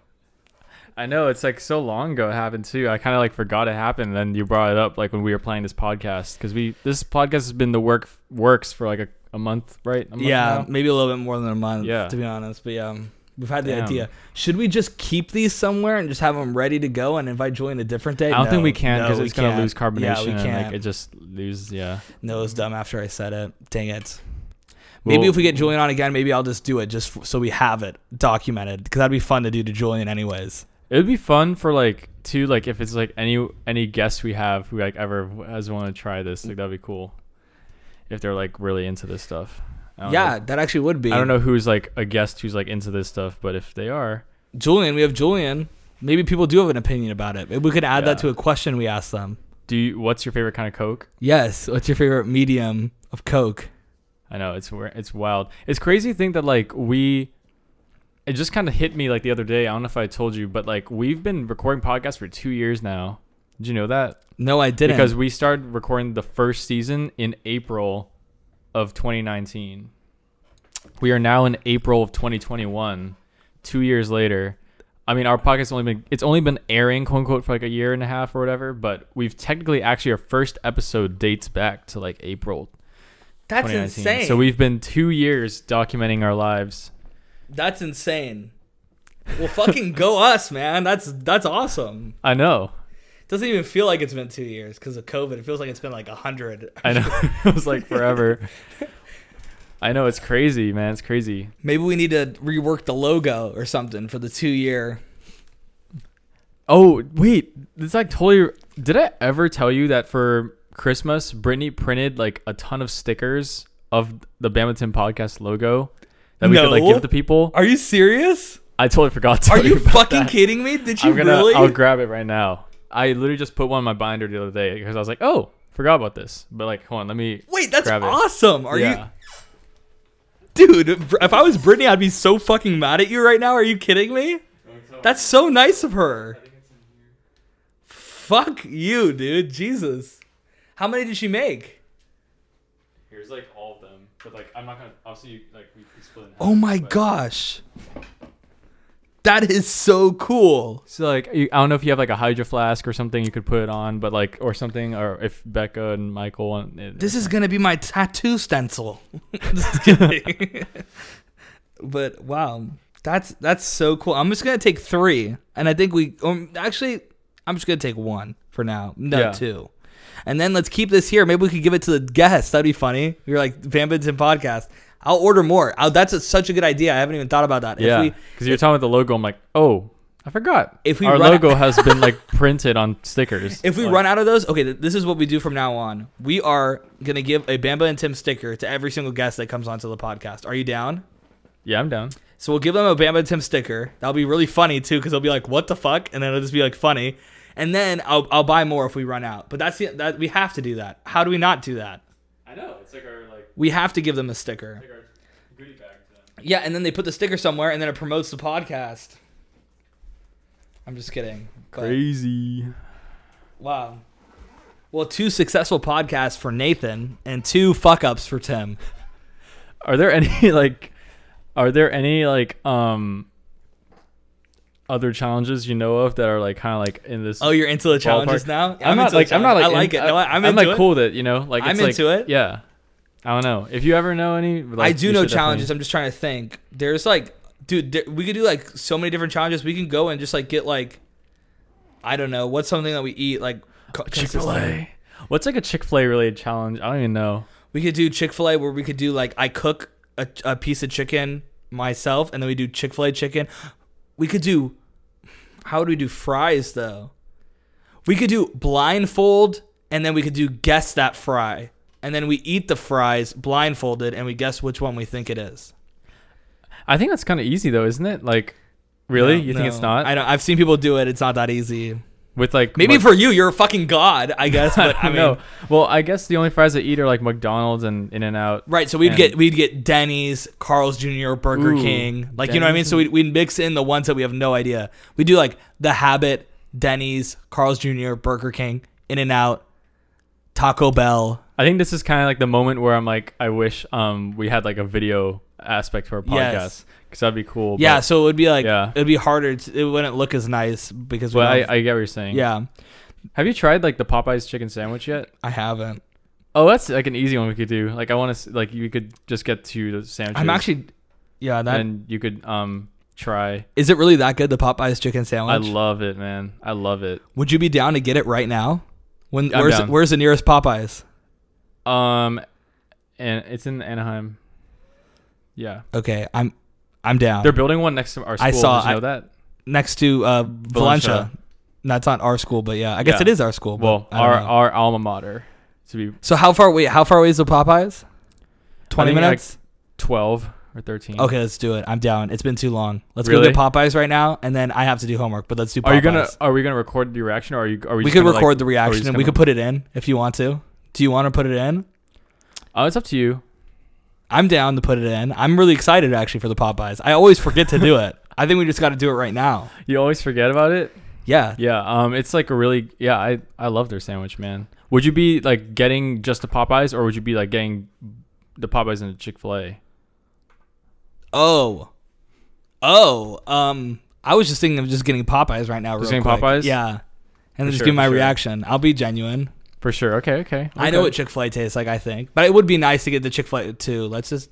[SPEAKER 2] I know it's like so long ago it happened too. I kind of like forgot it happened. and Then you brought it up like when we were playing this podcast because we this podcast has been the work works for like a, a month, right? A month
[SPEAKER 1] Yeah, Mm,
[SPEAKER 2] now?
[SPEAKER 1] maybe a little bit more than a month,
[SPEAKER 2] Yeah.
[SPEAKER 1] to be honest. But yeah, um, we've had the
[SPEAKER 2] Damn.
[SPEAKER 1] idea. Should we just keep these somewhere and just have them ready to go and invite Julian a different day?
[SPEAKER 2] I don't
[SPEAKER 1] No,
[SPEAKER 2] think we can
[SPEAKER 1] no,
[SPEAKER 2] because
[SPEAKER 1] we
[SPEAKER 2] it's gonna
[SPEAKER 1] can't.
[SPEAKER 2] lose carbonation.
[SPEAKER 1] Yeah, we
[SPEAKER 2] and,
[SPEAKER 1] can't.
[SPEAKER 2] like it just loses. Yeah.
[SPEAKER 1] no, it was dumb after I said it. Dang it. Maybe
[SPEAKER 2] Well-
[SPEAKER 1] if we get Julian on again, maybe I'll just do it just f- so we have it documented because that'd be fun to do to Julian, anyways.
[SPEAKER 2] It would be fun for like to like if it's like any any guest we have who like ever has want to try this like that'd be cool if they're like really into this stuff. I don't
[SPEAKER 1] Yeah,
[SPEAKER 2] know.
[SPEAKER 1] that actually would be.
[SPEAKER 2] Oh, I don't know who's like a guest who's like into this stuff, but if they are,
[SPEAKER 1] Julian, we have Julian. Maybe people do have an opinion about it. Maybe we could add that
[SPEAKER 2] Yeah.
[SPEAKER 1] to a question we ask them.
[SPEAKER 2] do you, what's your favorite kind of Coke?
[SPEAKER 1] Yes. What's your favorite medium of Coke?
[SPEAKER 2] I know it's wi- it's wild. It's crazy to think that like we, it just kind of hit me like the other day. I don't know if I told you, but like we've been recording podcasts for two years now. Did you know that?
[SPEAKER 1] No, I didn't.
[SPEAKER 2] Because we started recording the first season in April of 2019. We are now in April of 2021. Two years later, I mean, our podcast's only been it's only been airing, quote unquote, for like a year and a half or whatever. But we've technically actually our first episode dates back to like April
[SPEAKER 1] That's
[SPEAKER 2] 2019. So we've been two years documenting our lives.
[SPEAKER 1] That's insane. Well, fucking go us, man. That's that's awesome.
[SPEAKER 2] I know.
[SPEAKER 1] Doesn't even feel like it's been two years because of COVID. It feels like it's been like a hundred.
[SPEAKER 2] I know. it was like forever. I know it's crazy, man. It's crazy.
[SPEAKER 1] Maybe we need to rework the logo or something for the two year.
[SPEAKER 2] Oh wait, it's like totally. Did I ever tell you that for Christmas, Brittany printed like a ton of stickers of the Bamaton podcast logo that we could like
[SPEAKER 1] No.
[SPEAKER 2] give to people?
[SPEAKER 1] Are you serious?
[SPEAKER 2] I totally forgot. To
[SPEAKER 1] Are
[SPEAKER 2] tell
[SPEAKER 1] you
[SPEAKER 2] about
[SPEAKER 1] fucking
[SPEAKER 2] that.
[SPEAKER 1] kidding me? Did you
[SPEAKER 2] I'm gonna.
[SPEAKER 1] really?
[SPEAKER 2] I'll grab it right now. I literally just put one in my binder the other day because I was like, oh, forgot about this. But like, hold on, let me.
[SPEAKER 1] Wait, that's
[SPEAKER 2] grab it.
[SPEAKER 1] awesome. Are
[SPEAKER 2] yeah.
[SPEAKER 1] you, dude? If I was Brittany, I'd be so fucking mad at you right now. Are you kidding me? That's so nice of her. Fuck you, dude. Jesus. How many did she make?
[SPEAKER 2] Here's like all of them, but like I'm not gonna. Obviously, you, like we split.
[SPEAKER 1] Oh my gosh. That is so cool.
[SPEAKER 2] So like you, I don't know if you have like a hydro flask or something you could put it on, but like or something, or if Becca and Michael and it,
[SPEAKER 1] This is going to be my tattoo stencil. Just kidding. but wow. That's that's so cool. I'm just going to take 3 and I think we um, actually I'm just going to take 1 for now. No,
[SPEAKER 2] Yeah.
[SPEAKER 1] 2. And then let's keep this here. Maybe we could give it to the guests. That'd be funny. You're like Van Benson podcast. I'll order more. i that's a, such a good idea. I haven't even thought about that.
[SPEAKER 2] yeah.
[SPEAKER 1] If we,
[SPEAKER 2] Because you're talking about the logo, I'm like, oh, I forgot.
[SPEAKER 1] If we
[SPEAKER 2] our
[SPEAKER 1] run-
[SPEAKER 2] logo has been like printed on stickers.
[SPEAKER 1] If we
[SPEAKER 2] Like,
[SPEAKER 1] run out of those, okay, th- this is what we do from now on. We are gonna give a Bamba and Tim sticker to every single guest that comes onto the podcast. Are you down?
[SPEAKER 2] yeah, I'm down.
[SPEAKER 1] So we'll give them a Bamba and Tim sticker. That'll be really funny too, because they'll be like, "What the fuck?" and then it'll just be like funny. And then I'll, I'll buy more if we run out. But that's the, that we have to do that. How do we not do that?
[SPEAKER 2] I know it's like our like
[SPEAKER 1] We have to give them a sticker.
[SPEAKER 2] our goodie bag.
[SPEAKER 1] Yeah, and then they put the sticker somewhere, and then it promotes the podcast. I'm just kidding. but-
[SPEAKER 2] Crazy.
[SPEAKER 1] Wow. Well, two successful podcasts for Nathan and two fuck ups for Tim.
[SPEAKER 2] Are there any like, are there any like um other challenges you know of that are like kind of like in this?
[SPEAKER 1] Oh, you're into the challenges
[SPEAKER 2] ballpark.
[SPEAKER 1] now? Yeah,
[SPEAKER 2] I'm, not
[SPEAKER 1] into
[SPEAKER 2] like
[SPEAKER 1] the
[SPEAKER 2] I'm not like
[SPEAKER 1] challenge. I like
[SPEAKER 2] in- uh,
[SPEAKER 1] it. No, I- I'm,
[SPEAKER 2] I'm
[SPEAKER 1] into
[SPEAKER 2] like
[SPEAKER 1] it.
[SPEAKER 2] cool that you know like
[SPEAKER 1] I'm
[SPEAKER 2] it's like-
[SPEAKER 1] into it.
[SPEAKER 2] Yeah, I don't know if you ever know any. Like,
[SPEAKER 1] I do
[SPEAKER 2] you
[SPEAKER 1] know
[SPEAKER 2] should
[SPEAKER 1] challenges.
[SPEAKER 2] definitely-
[SPEAKER 1] I'm just trying to think. There's like, dude, there, we could do like so many different challenges. We can go and just like get like, I don't know, what's something that we eat like co- consistently?
[SPEAKER 2] What's like a Chick Fil A related challenge? I don't even know.
[SPEAKER 1] We could do Chick Fil A where we could do like I cook a, a piece of chicken myself, and then we do Chick Fil A chicken. We could do. How would we do fries though? We could do blindfold, and then we could do guess that fry, and then we eat the fries blindfolded, and we guess which one we think it is.
[SPEAKER 2] I think that's kind of easy though, isn't it? Like, really?
[SPEAKER 1] No,
[SPEAKER 2] you think it's
[SPEAKER 1] no.
[SPEAKER 2] not?
[SPEAKER 1] I don't. I've seen people do it. It's not that easy.
[SPEAKER 2] With like
[SPEAKER 1] Maybe
[SPEAKER 2] Mc-
[SPEAKER 1] for you, you're a fucking god, I guess. But I mean,
[SPEAKER 2] no. Well, I guess the only fries I eat are like McDonald's and In and Out.
[SPEAKER 1] right? So we'd
[SPEAKER 2] And-
[SPEAKER 1] get we'd get Denny's, Carl's Jr., Burger
[SPEAKER 2] Ooh,
[SPEAKER 1] King, like you know what I mean.
[SPEAKER 2] Denny's
[SPEAKER 1] So we we mix in the ones that we have no idea. We do like the Habit, Denny's, Carl's Jr., Burger King, In and Out, Taco Bell.
[SPEAKER 2] I think this is kind of like the moment where I'm like, I wish um we had like a video aspect to our
[SPEAKER 1] Yes.
[SPEAKER 2] podcast because that'd be cool.
[SPEAKER 1] Yeah,
[SPEAKER 2] but,
[SPEAKER 1] so it would be like
[SPEAKER 2] Yeah.
[SPEAKER 1] it'd be harder. To, it wouldn't look as nice because we
[SPEAKER 2] but
[SPEAKER 1] don't-
[SPEAKER 2] I, I get what you're saying.
[SPEAKER 1] yeah,
[SPEAKER 2] Have you tried like the Popeyes chicken sandwich yet?
[SPEAKER 1] I haven't.
[SPEAKER 2] Oh, that's like an easy one we could do. Like I want to like you could just get to the sandwiches.
[SPEAKER 1] I'm actually, yeah. That is
[SPEAKER 2] and you could um try.
[SPEAKER 1] it. Really that good? The Popeyes chicken
[SPEAKER 2] I
[SPEAKER 1] sandwich.
[SPEAKER 2] love it, man. I love it.
[SPEAKER 1] Would you be down to get it right now? When
[SPEAKER 2] I'm
[SPEAKER 1] where's
[SPEAKER 2] down.
[SPEAKER 1] where's the nearest Popeyes?
[SPEAKER 2] Um, and it's in Anaheim. Yeah,
[SPEAKER 1] Okay, I'm I'm down.
[SPEAKER 2] they're building one next to our school.
[SPEAKER 1] I saw-
[SPEAKER 2] Did you
[SPEAKER 1] I-
[SPEAKER 2] know that.
[SPEAKER 1] next to uh Valencia. That's not our school, but yeah, I guess
[SPEAKER 2] Yeah.
[SPEAKER 1] it is our school. but
[SPEAKER 2] Well,
[SPEAKER 1] I don't
[SPEAKER 2] our
[SPEAKER 1] know.
[SPEAKER 2] our alma mater to be
[SPEAKER 1] so how far wait how far away is the Popeyes? Twenty
[SPEAKER 2] think, like,
[SPEAKER 1] minutes.
[SPEAKER 2] twelve or thirteen.
[SPEAKER 1] okay, let's do it. I'm down. It's been too long. Let's go
[SPEAKER 2] Really?
[SPEAKER 1] to Popeyes right now, and then I have to do homework. But let's do. Popeyes.
[SPEAKER 2] Are you gonna are we gonna record the reaction or are you are
[SPEAKER 1] We
[SPEAKER 2] we? just
[SPEAKER 1] could
[SPEAKER 2] gonna, like-
[SPEAKER 1] record the
[SPEAKER 2] are we just
[SPEAKER 1] reaction, and we
[SPEAKER 2] gonna-
[SPEAKER 1] could put it in if you want to. Do you want to put it in?
[SPEAKER 2] Oh, it's up to you.
[SPEAKER 1] I'm down to put it in. I'm really excited actually for the Popeyes. I always forget to do it. I think we just got to do it right now.
[SPEAKER 2] You always forget about it.
[SPEAKER 1] Yeah.
[SPEAKER 2] Yeah. Um, it's like a really yeah. I I love their sandwich, man. Would you be like getting just the Popeyes or would you be like getting the Popeyes and the Chick Fil A?
[SPEAKER 1] Oh. Oh. Um. I was just thinking of just getting Popeyes right now.
[SPEAKER 2] Just
[SPEAKER 1] real
[SPEAKER 2] getting
[SPEAKER 1] quick.
[SPEAKER 2] Popeyes?
[SPEAKER 1] Yeah. And then just
[SPEAKER 2] sure,
[SPEAKER 1] give my
[SPEAKER 2] for sure.
[SPEAKER 1] reaction. I'll be genuine.
[SPEAKER 2] For sure. Okay. Okay.
[SPEAKER 1] I know
[SPEAKER 2] okay.
[SPEAKER 1] what Chick Fil A tastes like. I think, but it would be nice to get the Chick Fil A too. Let's just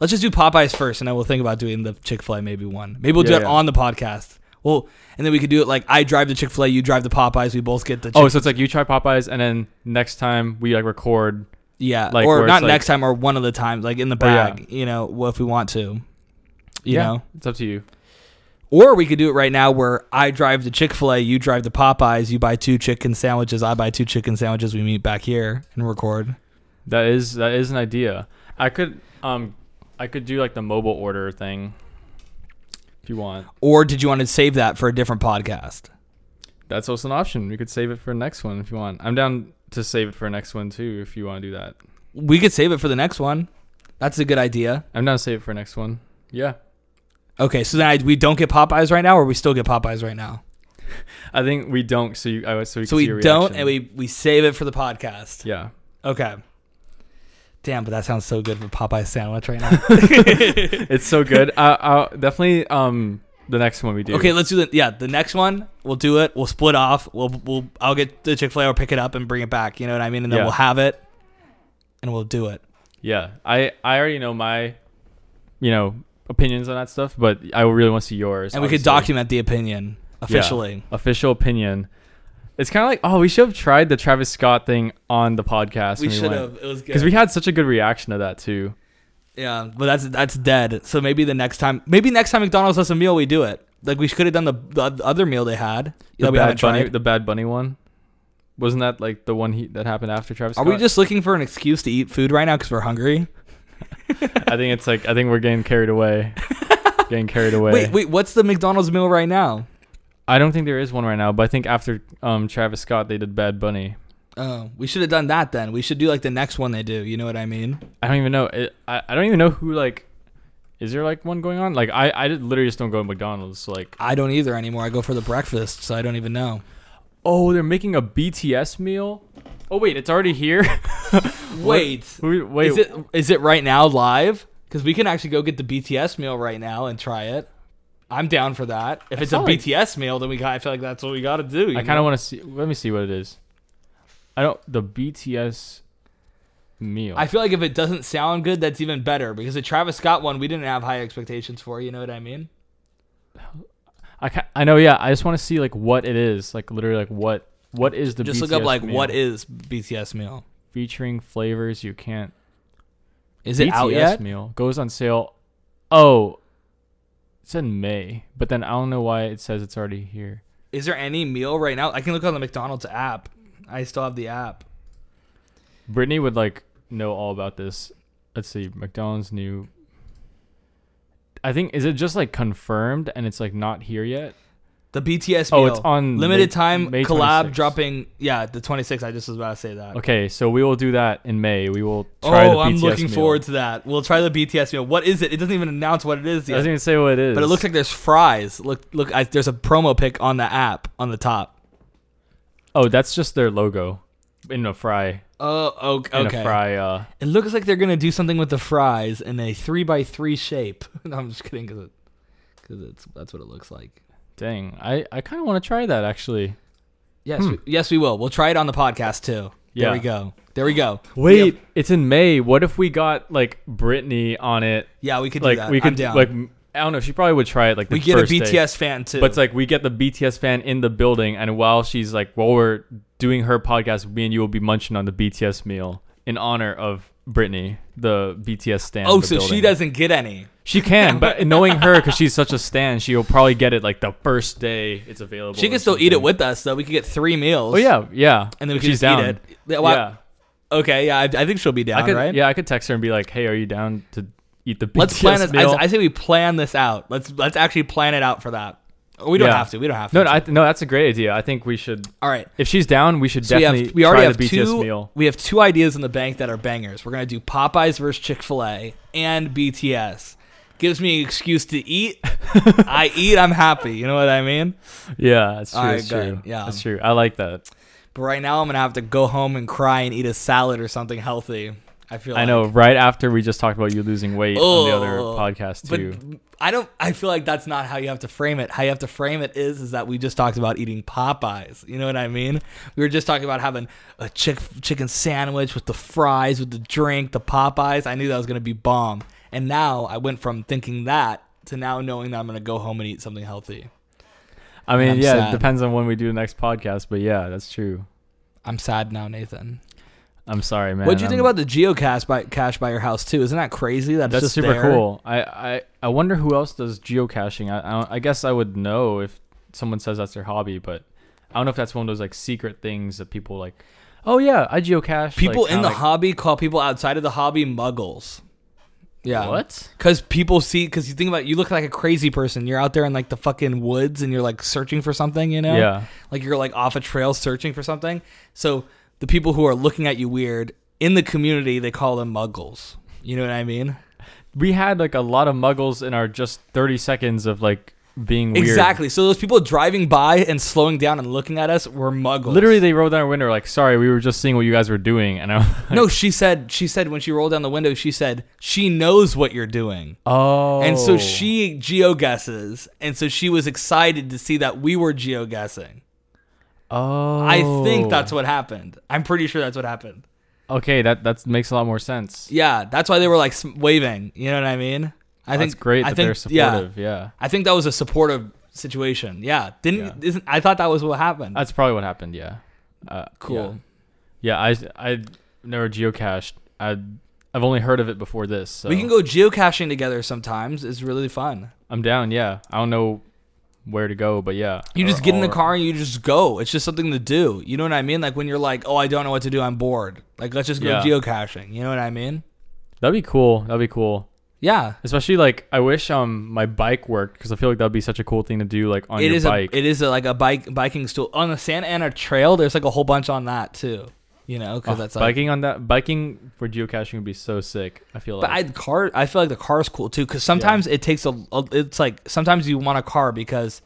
[SPEAKER 1] let's just do Popeyes first, and then we'll think about doing the Chick Fil A maybe one. Maybe we'll do
[SPEAKER 2] Yeah,
[SPEAKER 1] it
[SPEAKER 2] yeah.
[SPEAKER 1] on the podcast. Well, and then we could do it like I drive the Chick Fil A, you drive the Popeyes. We both get the Chick-
[SPEAKER 2] Oh, so it's like you try Popeyes and then next time we like record.
[SPEAKER 1] yeah,
[SPEAKER 2] like, where
[SPEAKER 1] or
[SPEAKER 2] it's
[SPEAKER 1] not
[SPEAKER 2] like-
[SPEAKER 1] next time, or one of the times, like in the
[SPEAKER 2] Oh, yeah.
[SPEAKER 1] bag. You know, well, if we want to, you know.
[SPEAKER 2] it's up to you.
[SPEAKER 1] Or we could do it right now where I drive the Chick fil A, you drive the Popeyes, you buy two chicken sandwiches, I buy two chicken sandwiches, we meet back here and record.
[SPEAKER 2] That is that is an idea. I could um I could do like the mobile order thing if you want.
[SPEAKER 1] Or did you want to save that for a different podcast?
[SPEAKER 2] That's also an option. We could save it for next one if you want. I'm down to save it for next one too if you want to do that.
[SPEAKER 1] We could save it for the next one. That's a good idea.
[SPEAKER 2] I'm down to save it for next one. Yeah.
[SPEAKER 1] Okay, so then I, we don't get Popeyes right now, or we still get Popeyes right now.
[SPEAKER 2] I think we don't so you I was so we,
[SPEAKER 1] So
[SPEAKER 2] can
[SPEAKER 1] we
[SPEAKER 2] see your
[SPEAKER 1] don't,
[SPEAKER 2] reaction.
[SPEAKER 1] and we, we save it for the podcast.
[SPEAKER 2] Yeah.
[SPEAKER 1] Okay. Damn, but that sounds so good for Popeye sandwich right now.
[SPEAKER 2] It's so good. I I'll definitely um the next one we do.
[SPEAKER 1] okay, let's do the yeah the next one. We'll do it. We'll split off. We'll we'll I'll get the Chick Fil A or pick it up and bring it back. You know what I mean? And then
[SPEAKER 2] Yeah.
[SPEAKER 1] we'll have it, and we'll do it.
[SPEAKER 2] Yeah. I I already know my you know opinions on that stuff, but I really want to see yours.
[SPEAKER 1] And we could
[SPEAKER 2] obviously.
[SPEAKER 1] document the opinion
[SPEAKER 2] Yeah.
[SPEAKER 1] officially.
[SPEAKER 2] Official opinion. It's kind of like, oh, we should have tried the Travis Scott thing on the podcast.
[SPEAKER 1] We should have. It was good.
[SPEAKER 2] Because we had such a good reaction to that, too.
[SPEAKER 1] yeah, but that's that's dead. So maybe the next time, maybe next time McDonald's has a meal, we do it. Like we could have done the, the other meal they had
[SPEAKER 2] The,
[SPEAKER 1] that we haven't
[SPEAKER 2] Bad Bunny,
[SPEAKER 1] tried.
[SPEAKER 2] the Bad Bunny one. Wasn't that like the one he, that happened after Travis
[SPEAKER 1] Are
[SPEAKER 2] Scott?
[SPEAKER 1] we just looking for an excuse to eat food right now because we're hungry?
[SPEAKER 2] I think it's like, I think we're getting carried away. getting carried away.
[SPEAKER 1] Wait, wait, what's the McDonald's meal right now?
[SPEAKER 2] I don't think there is one right now, but I think after um, Travis Scott, they did Bad Bunny.
[SPEAKER 1] Oh, we should have done that then. We should do like the next one they do. You know what I mean?
[SPEAKER 2] I don't even know. It, I, I don't even know who, like, is there like one going on? Like, I, I did- literally just don't go to McDonald's. So, like,
[SPEAKER 1] I don't either anymore. I go for the breakfast, so I don't even know.
[SPEAKER 2] oh, they're making a BTS meal? Oh, wait, it's already here?
[SPEAKER 1] Wait,
[SPEAKER 2] We- wait,
[SPEAKER 1] is it is it right now live? Because we can actually go get the BTS meal right now and try it. I'm down for that. If it's a
[SPEAKER 2] not like-
[SPEAKER 1] BTS meal, then we got, I feel like that's what we got to do.
[SPEAKER 2] I kind of want to see. Let me see what it is. I don't the BTS meal.
[SPEAKER 1] I feel like if it doesn't sound good, that's even better because the Travis Scott one we didn't have high expectations for. You know what I mean?
[SPEAKER 2] I, ca- I know. Yeah, I just want to see like what it is. Like literally, like what what is the
[SPEAKER 1] Just
[SPEAKER 2] BTS
[SPEAKER 1] look up like
[SPEAKER 2] meal?
[SPEAKER 1] what is BTS meal?
[SPEAKER 2] featuring flavors you can't.
[SPEAKER 1] Is it
[SPEAKER 2] BTS
[SPEAKER 1] out yet?
[SPEAKER 2] meal goes on sale. Oh, it's in May, but then I don't know why it says it's already here.
[SPEAKER 1] Is there any meal right now? I can look on the McDonald's app. I still have the app.
[SPEAKER 2] Brittany would like know all about this. Let's see, McDonald's new. I think is it just like confirmed and it's like not here yet.
[SPEAKER 1] The BTS meal.
[SPEAKER 2] Oh, it's on
[SPEAKER 1] limited
[SPEAKER 2] May-
[SPEAKER 1] time
[SPEAKER 2] May
[SPEAKER 1] collab
[SPEAKER 2] 26th.
[SPEAKER 1] dropping. Yeah, the 26th. I just was about to say that.
[SPEAKER 2] Okay, so we will do that in May. We will try the
[SPEAKER 1] Oh,
[SPEAKER 2] BTS
[SPEAKER 1] I'm looking
[SPEAKER 2] meal.
[SPEAKER 1] forward to that. We'll try the BTS meal. What is it? It doesn't even announce what it is.
[SPEAKER 2] It
[SPEAKER 1] Yet.
[SPEAKER 2] doesn't even say what it is.
[SPEAKER 1] But it looks like there's fries. Look, look. I, there's a promo pic on the app on the top.
[SPEAKER 2] Oh, that's just their logo in a fry
[SPEAKER 1] Oh, okay.
[SPEAKER 2] in a fry uh
[SPEAKER 1] It looks like they're gonna do something with the fries in a three by three shape. no, I'm just kidding, because because it's that's what it looks like.
[SPEAKER 2] Dang, I, I kind of want to try that actually.
[SPEAKER 1] Yes, we, yes, we will. We'll try it on the podcast too.
[SPEAKER 2] Hmm. Yeah.
[SPEAKER 1] There we go. There we go. We have-
[SPEAKER 2] it's in May. What if we got like Britney on it?
[SPEAKER 1] yeah, we could do
[SPEAKER 2] Like
[SPEAKER 1] that.
[SPEAKER 2] we
[SPEAKER 1] I'm
[SPEAKER 2] could
[SPEAKER 1] down.
[SPEAKER 2] like I don't know. She probably would try it like the
[SPEAKER 1] we get a
[SPEAKER 2] first day.
[SPEAKER 1] BTS fan too.
[SPEAKER 2] but it's like we get the BTS fan in the building, and while she's like while we're doing her podcast, me and you will be munching on the BTS meal in honor of Britney, the BTS stan.
[SPEAKER 1] oh,
[SPEAKER 2] of the
[SPEAKER 1] so she
[SPEAKER 2] building.
[SPEAKER 1] doesn't get any.
[SPEAKER 2] She can, but knowing her because she's such a stan, she'll probably get it like the first day it's available.
[SPEAKER 1] She
[SPEAKER 2] or
[SPEAKER 1] can still eat it
[SPEAKER 2] something.
[SPEAKER 1] with us, though. We could get three meals.
[SPEAKER 2] Oh yeah, yeah.
[SPEAKER 1] and then we
[SPEAKER 2] If
[SPEAKER 1] could
[SPEAKER 2] she's
[SPEAKER 1] just
[SPEAKER 2] down.
[SPEAKER 1] eat it. Yeah, well,
[SPEAKER 2] yeah.
[SPEAKER 1] Okay, yeah, I, I think she'll be down,
[SPEAKER 2] I could,
[SPEAKER 1] right?
[SPEAKER 2] yeah, I could text her and be like, "Hey, are you down to eat the BTS
[SPEAKER 1] Let's plan this.
[SPEAKER 2] meal?"
[SPEAKER 1] I, I say we plan this out. Let's let's actually plan it out for that. We don't
[SPEAKER 2] Yeah.
[SPEAKER 1] have to. We don't have to.
[SPEAKER 2] no, no, I, no, that's a great idea. I think we should.
[SPEAKER 1] All right.
[SPEAKER 2] If she's down, we should
[SPEAKER 1] So we
[SPEAKER 2] definitely
[SPEAKER 1] have we already
[SPEAKER 2] try
[SPEAKER 1] have
[SPEAKER 2] the BTS
[SPEAKER 1] two
[SPEAKER 2] meal.
[SPEAKER 1] we have two ideas in the bank that are bangers. We're gonna do Popeyes versus Chick Fil A and BTS. Gives me an excuse to eat. I eat. I'm happy. You know what I mean.
[SPEAKER 2] Yeah, that's true.
[SPEAKER 1] All right,
[SPEAKER 2] that's
[SPEAKER 1] good.
[SPEAKER 2] true.
[SPEAKER 1] Yeah.
[SPEAKER 2] that's true. I like that.
[SPEAKER 1] But right now, I'm gonna have to go home and cry and eat a salad or something healthy. I feel.
[SPEAKER 2] I
[SPEAKER 1] like.
[SPEAKER 2] know. Right after we just talked about you losing weight on the other
[SPEAKER 1] Ugh.
[SPEAKER 2] podcast
[SPEAKER 1] But
[SPEAKER 2] too.
[SPEAKER 1] I don't. I feel like that's not how you have to frame it. How you have to frame it is is that we just talked about eating Popeyes. You know what I mean? We were just talking about having a chick chicken sandwich with the fries, with the drink, the Popeyes. I knew that was gonna be bomb. And now I went from thinking that to now knowing that I'm gonna go home and eat something healthy.
[SPEAKER 2] I mean,
[SPEAKER 1] I'm
[SPEAKER 2] yeah,
[SPEAKER 1] sad.
[SPEAKER 2] it depends on when we do the next podcast. But yeah, that's true.
[SPEAKER 1] I'm sad now, Nathan.
[SPEAKER 2] I'm sorry, man.
[SPEAKER 1] What'd you think
[SPEAKER 2] I'm-
[SPEAKER 1] about the geocache by cache by your house too? Isn't that crazy? That it's
[SPEAKER 2] um, That's
[SPEAKER 1] just
[SPEAKER 2] super
[SPEAKER 1] there?
[SPEAKER 2] cool. I, I I wonder who else does geocaching. I, I don't- I guess I would know if someone says that's their hobby, but I don't know if that's one of those like secret things that people like. Oh yeah, I geocache.
[SPEAKER 1] People
[SPEAKER 2] like,
[SPEAKER 1] in the
[SPEAKER 2] kinda like,
[SPEAKER 1] hobby call people outside of the hobby muggles. Yeah.
[SPEAKER 2] What?
[SPEAKER 1] Because people see, because you think about, it, you look like a crazy person. You're out there in like the fucking woods, and you're like searching for something, you know?
[SPEAKER 2] Yeah.
[SPEAKER 1] Like you're like off a trail searching for something. So the people who are looking at you weird in the community, they call them muggles. You know what I mean?
[SPEAKER 2] We had like a lot of muggles in our just thirty seconds of like being weird.
[SPEAKER 1] Exactly. So those people driving by and slowing down and looking at us were muggles.
[SPEAKER 2] Literally, they rolled down our window like, "Sorry, we were just seeing what you guys were doing." And I. Like,
[SPEAKER 1] No, she said. She said when she rolled down the window, she said she knows what you're doing.
[SPEAKER 2] Oh.
[SPEAKER 1] And so she geoguesses, and so she was excited to see that we were geoguessing.
[SPEAKER 2] Oh.
[SPEAKER 1] I think that's what happened. I'm pretty sure that's what happened.
[SPEAKER 2] Oh. Okay, that that makes a lot more sense.
[SPEAKER 1] Yeah, that's why they were like sm- waving. You know what I mean? I
[SPEAKER 2] that's
[SPEAKER 1] think
[SPEAKER 2] great
[SPEAKER 1] I
[SPEAKER 2] that
[SPEAKER 1] think,
[SPEAKER 2] they're supportive.
[SPEAKER 1] Yeah,
[SPEAKER 2] yeah.
[SPEAKER 1] I think that was a supportive situation. Yeah, didn't Isn't, I thought that was what happened.
[SPEAKER 2] That's probably what happened. Yeah. Uh,
[SPEAKER 1] cool.
[SPEAKER 2] Yeah. yeah, I I never geocached. I I've only heard of it before this. So
[SPEAKER 1] We can go geocaching together sometimes. It's really fun.
[SPEAKER 2] I'm down. Yeah. I don't know where to go, but yeah.
[SPEAKER 1] You
[SPEAKER 2] Or-
[SPEAKER 1] just get in the
[SPEAKER 2] or-
[SPEAKER 1] car and you just go. It's just something to do. You know what I mean? Like when you're like, oh, I don't know what to do. I'm bored. Like let's just go
[SPEAKER 2] Yeah.
[SPEAKER 1] geocaching. You know what I mean?
[SPEAKER 2] That'd be cool. That'd be cool.
[SPEAKER 1] Yeah.
[SPEAKER 2] Especially like I wish um my bike worked because I feel like that'd be such a cool thing to do like on
[SPEAKER 1] It
[SPEAKER 2] your
[SPEAKER 1] is
[SPEAKER 2] bike.
[SPEAKER 1] a it is a, like a bike biking stool on the Santa Ana Trail. There's like a whole bunch on that too. You know, because that's like
[SPEAKER 2] Oh, biking on that biking for geocaching would be so sick. I feel
[SPEAKER 1] But
[SPEAKER 2] like
[SPEAKER 1] I the car, I feel like the car's cool too, because sometimes it takes a, a- It's like sometimes you want a car because,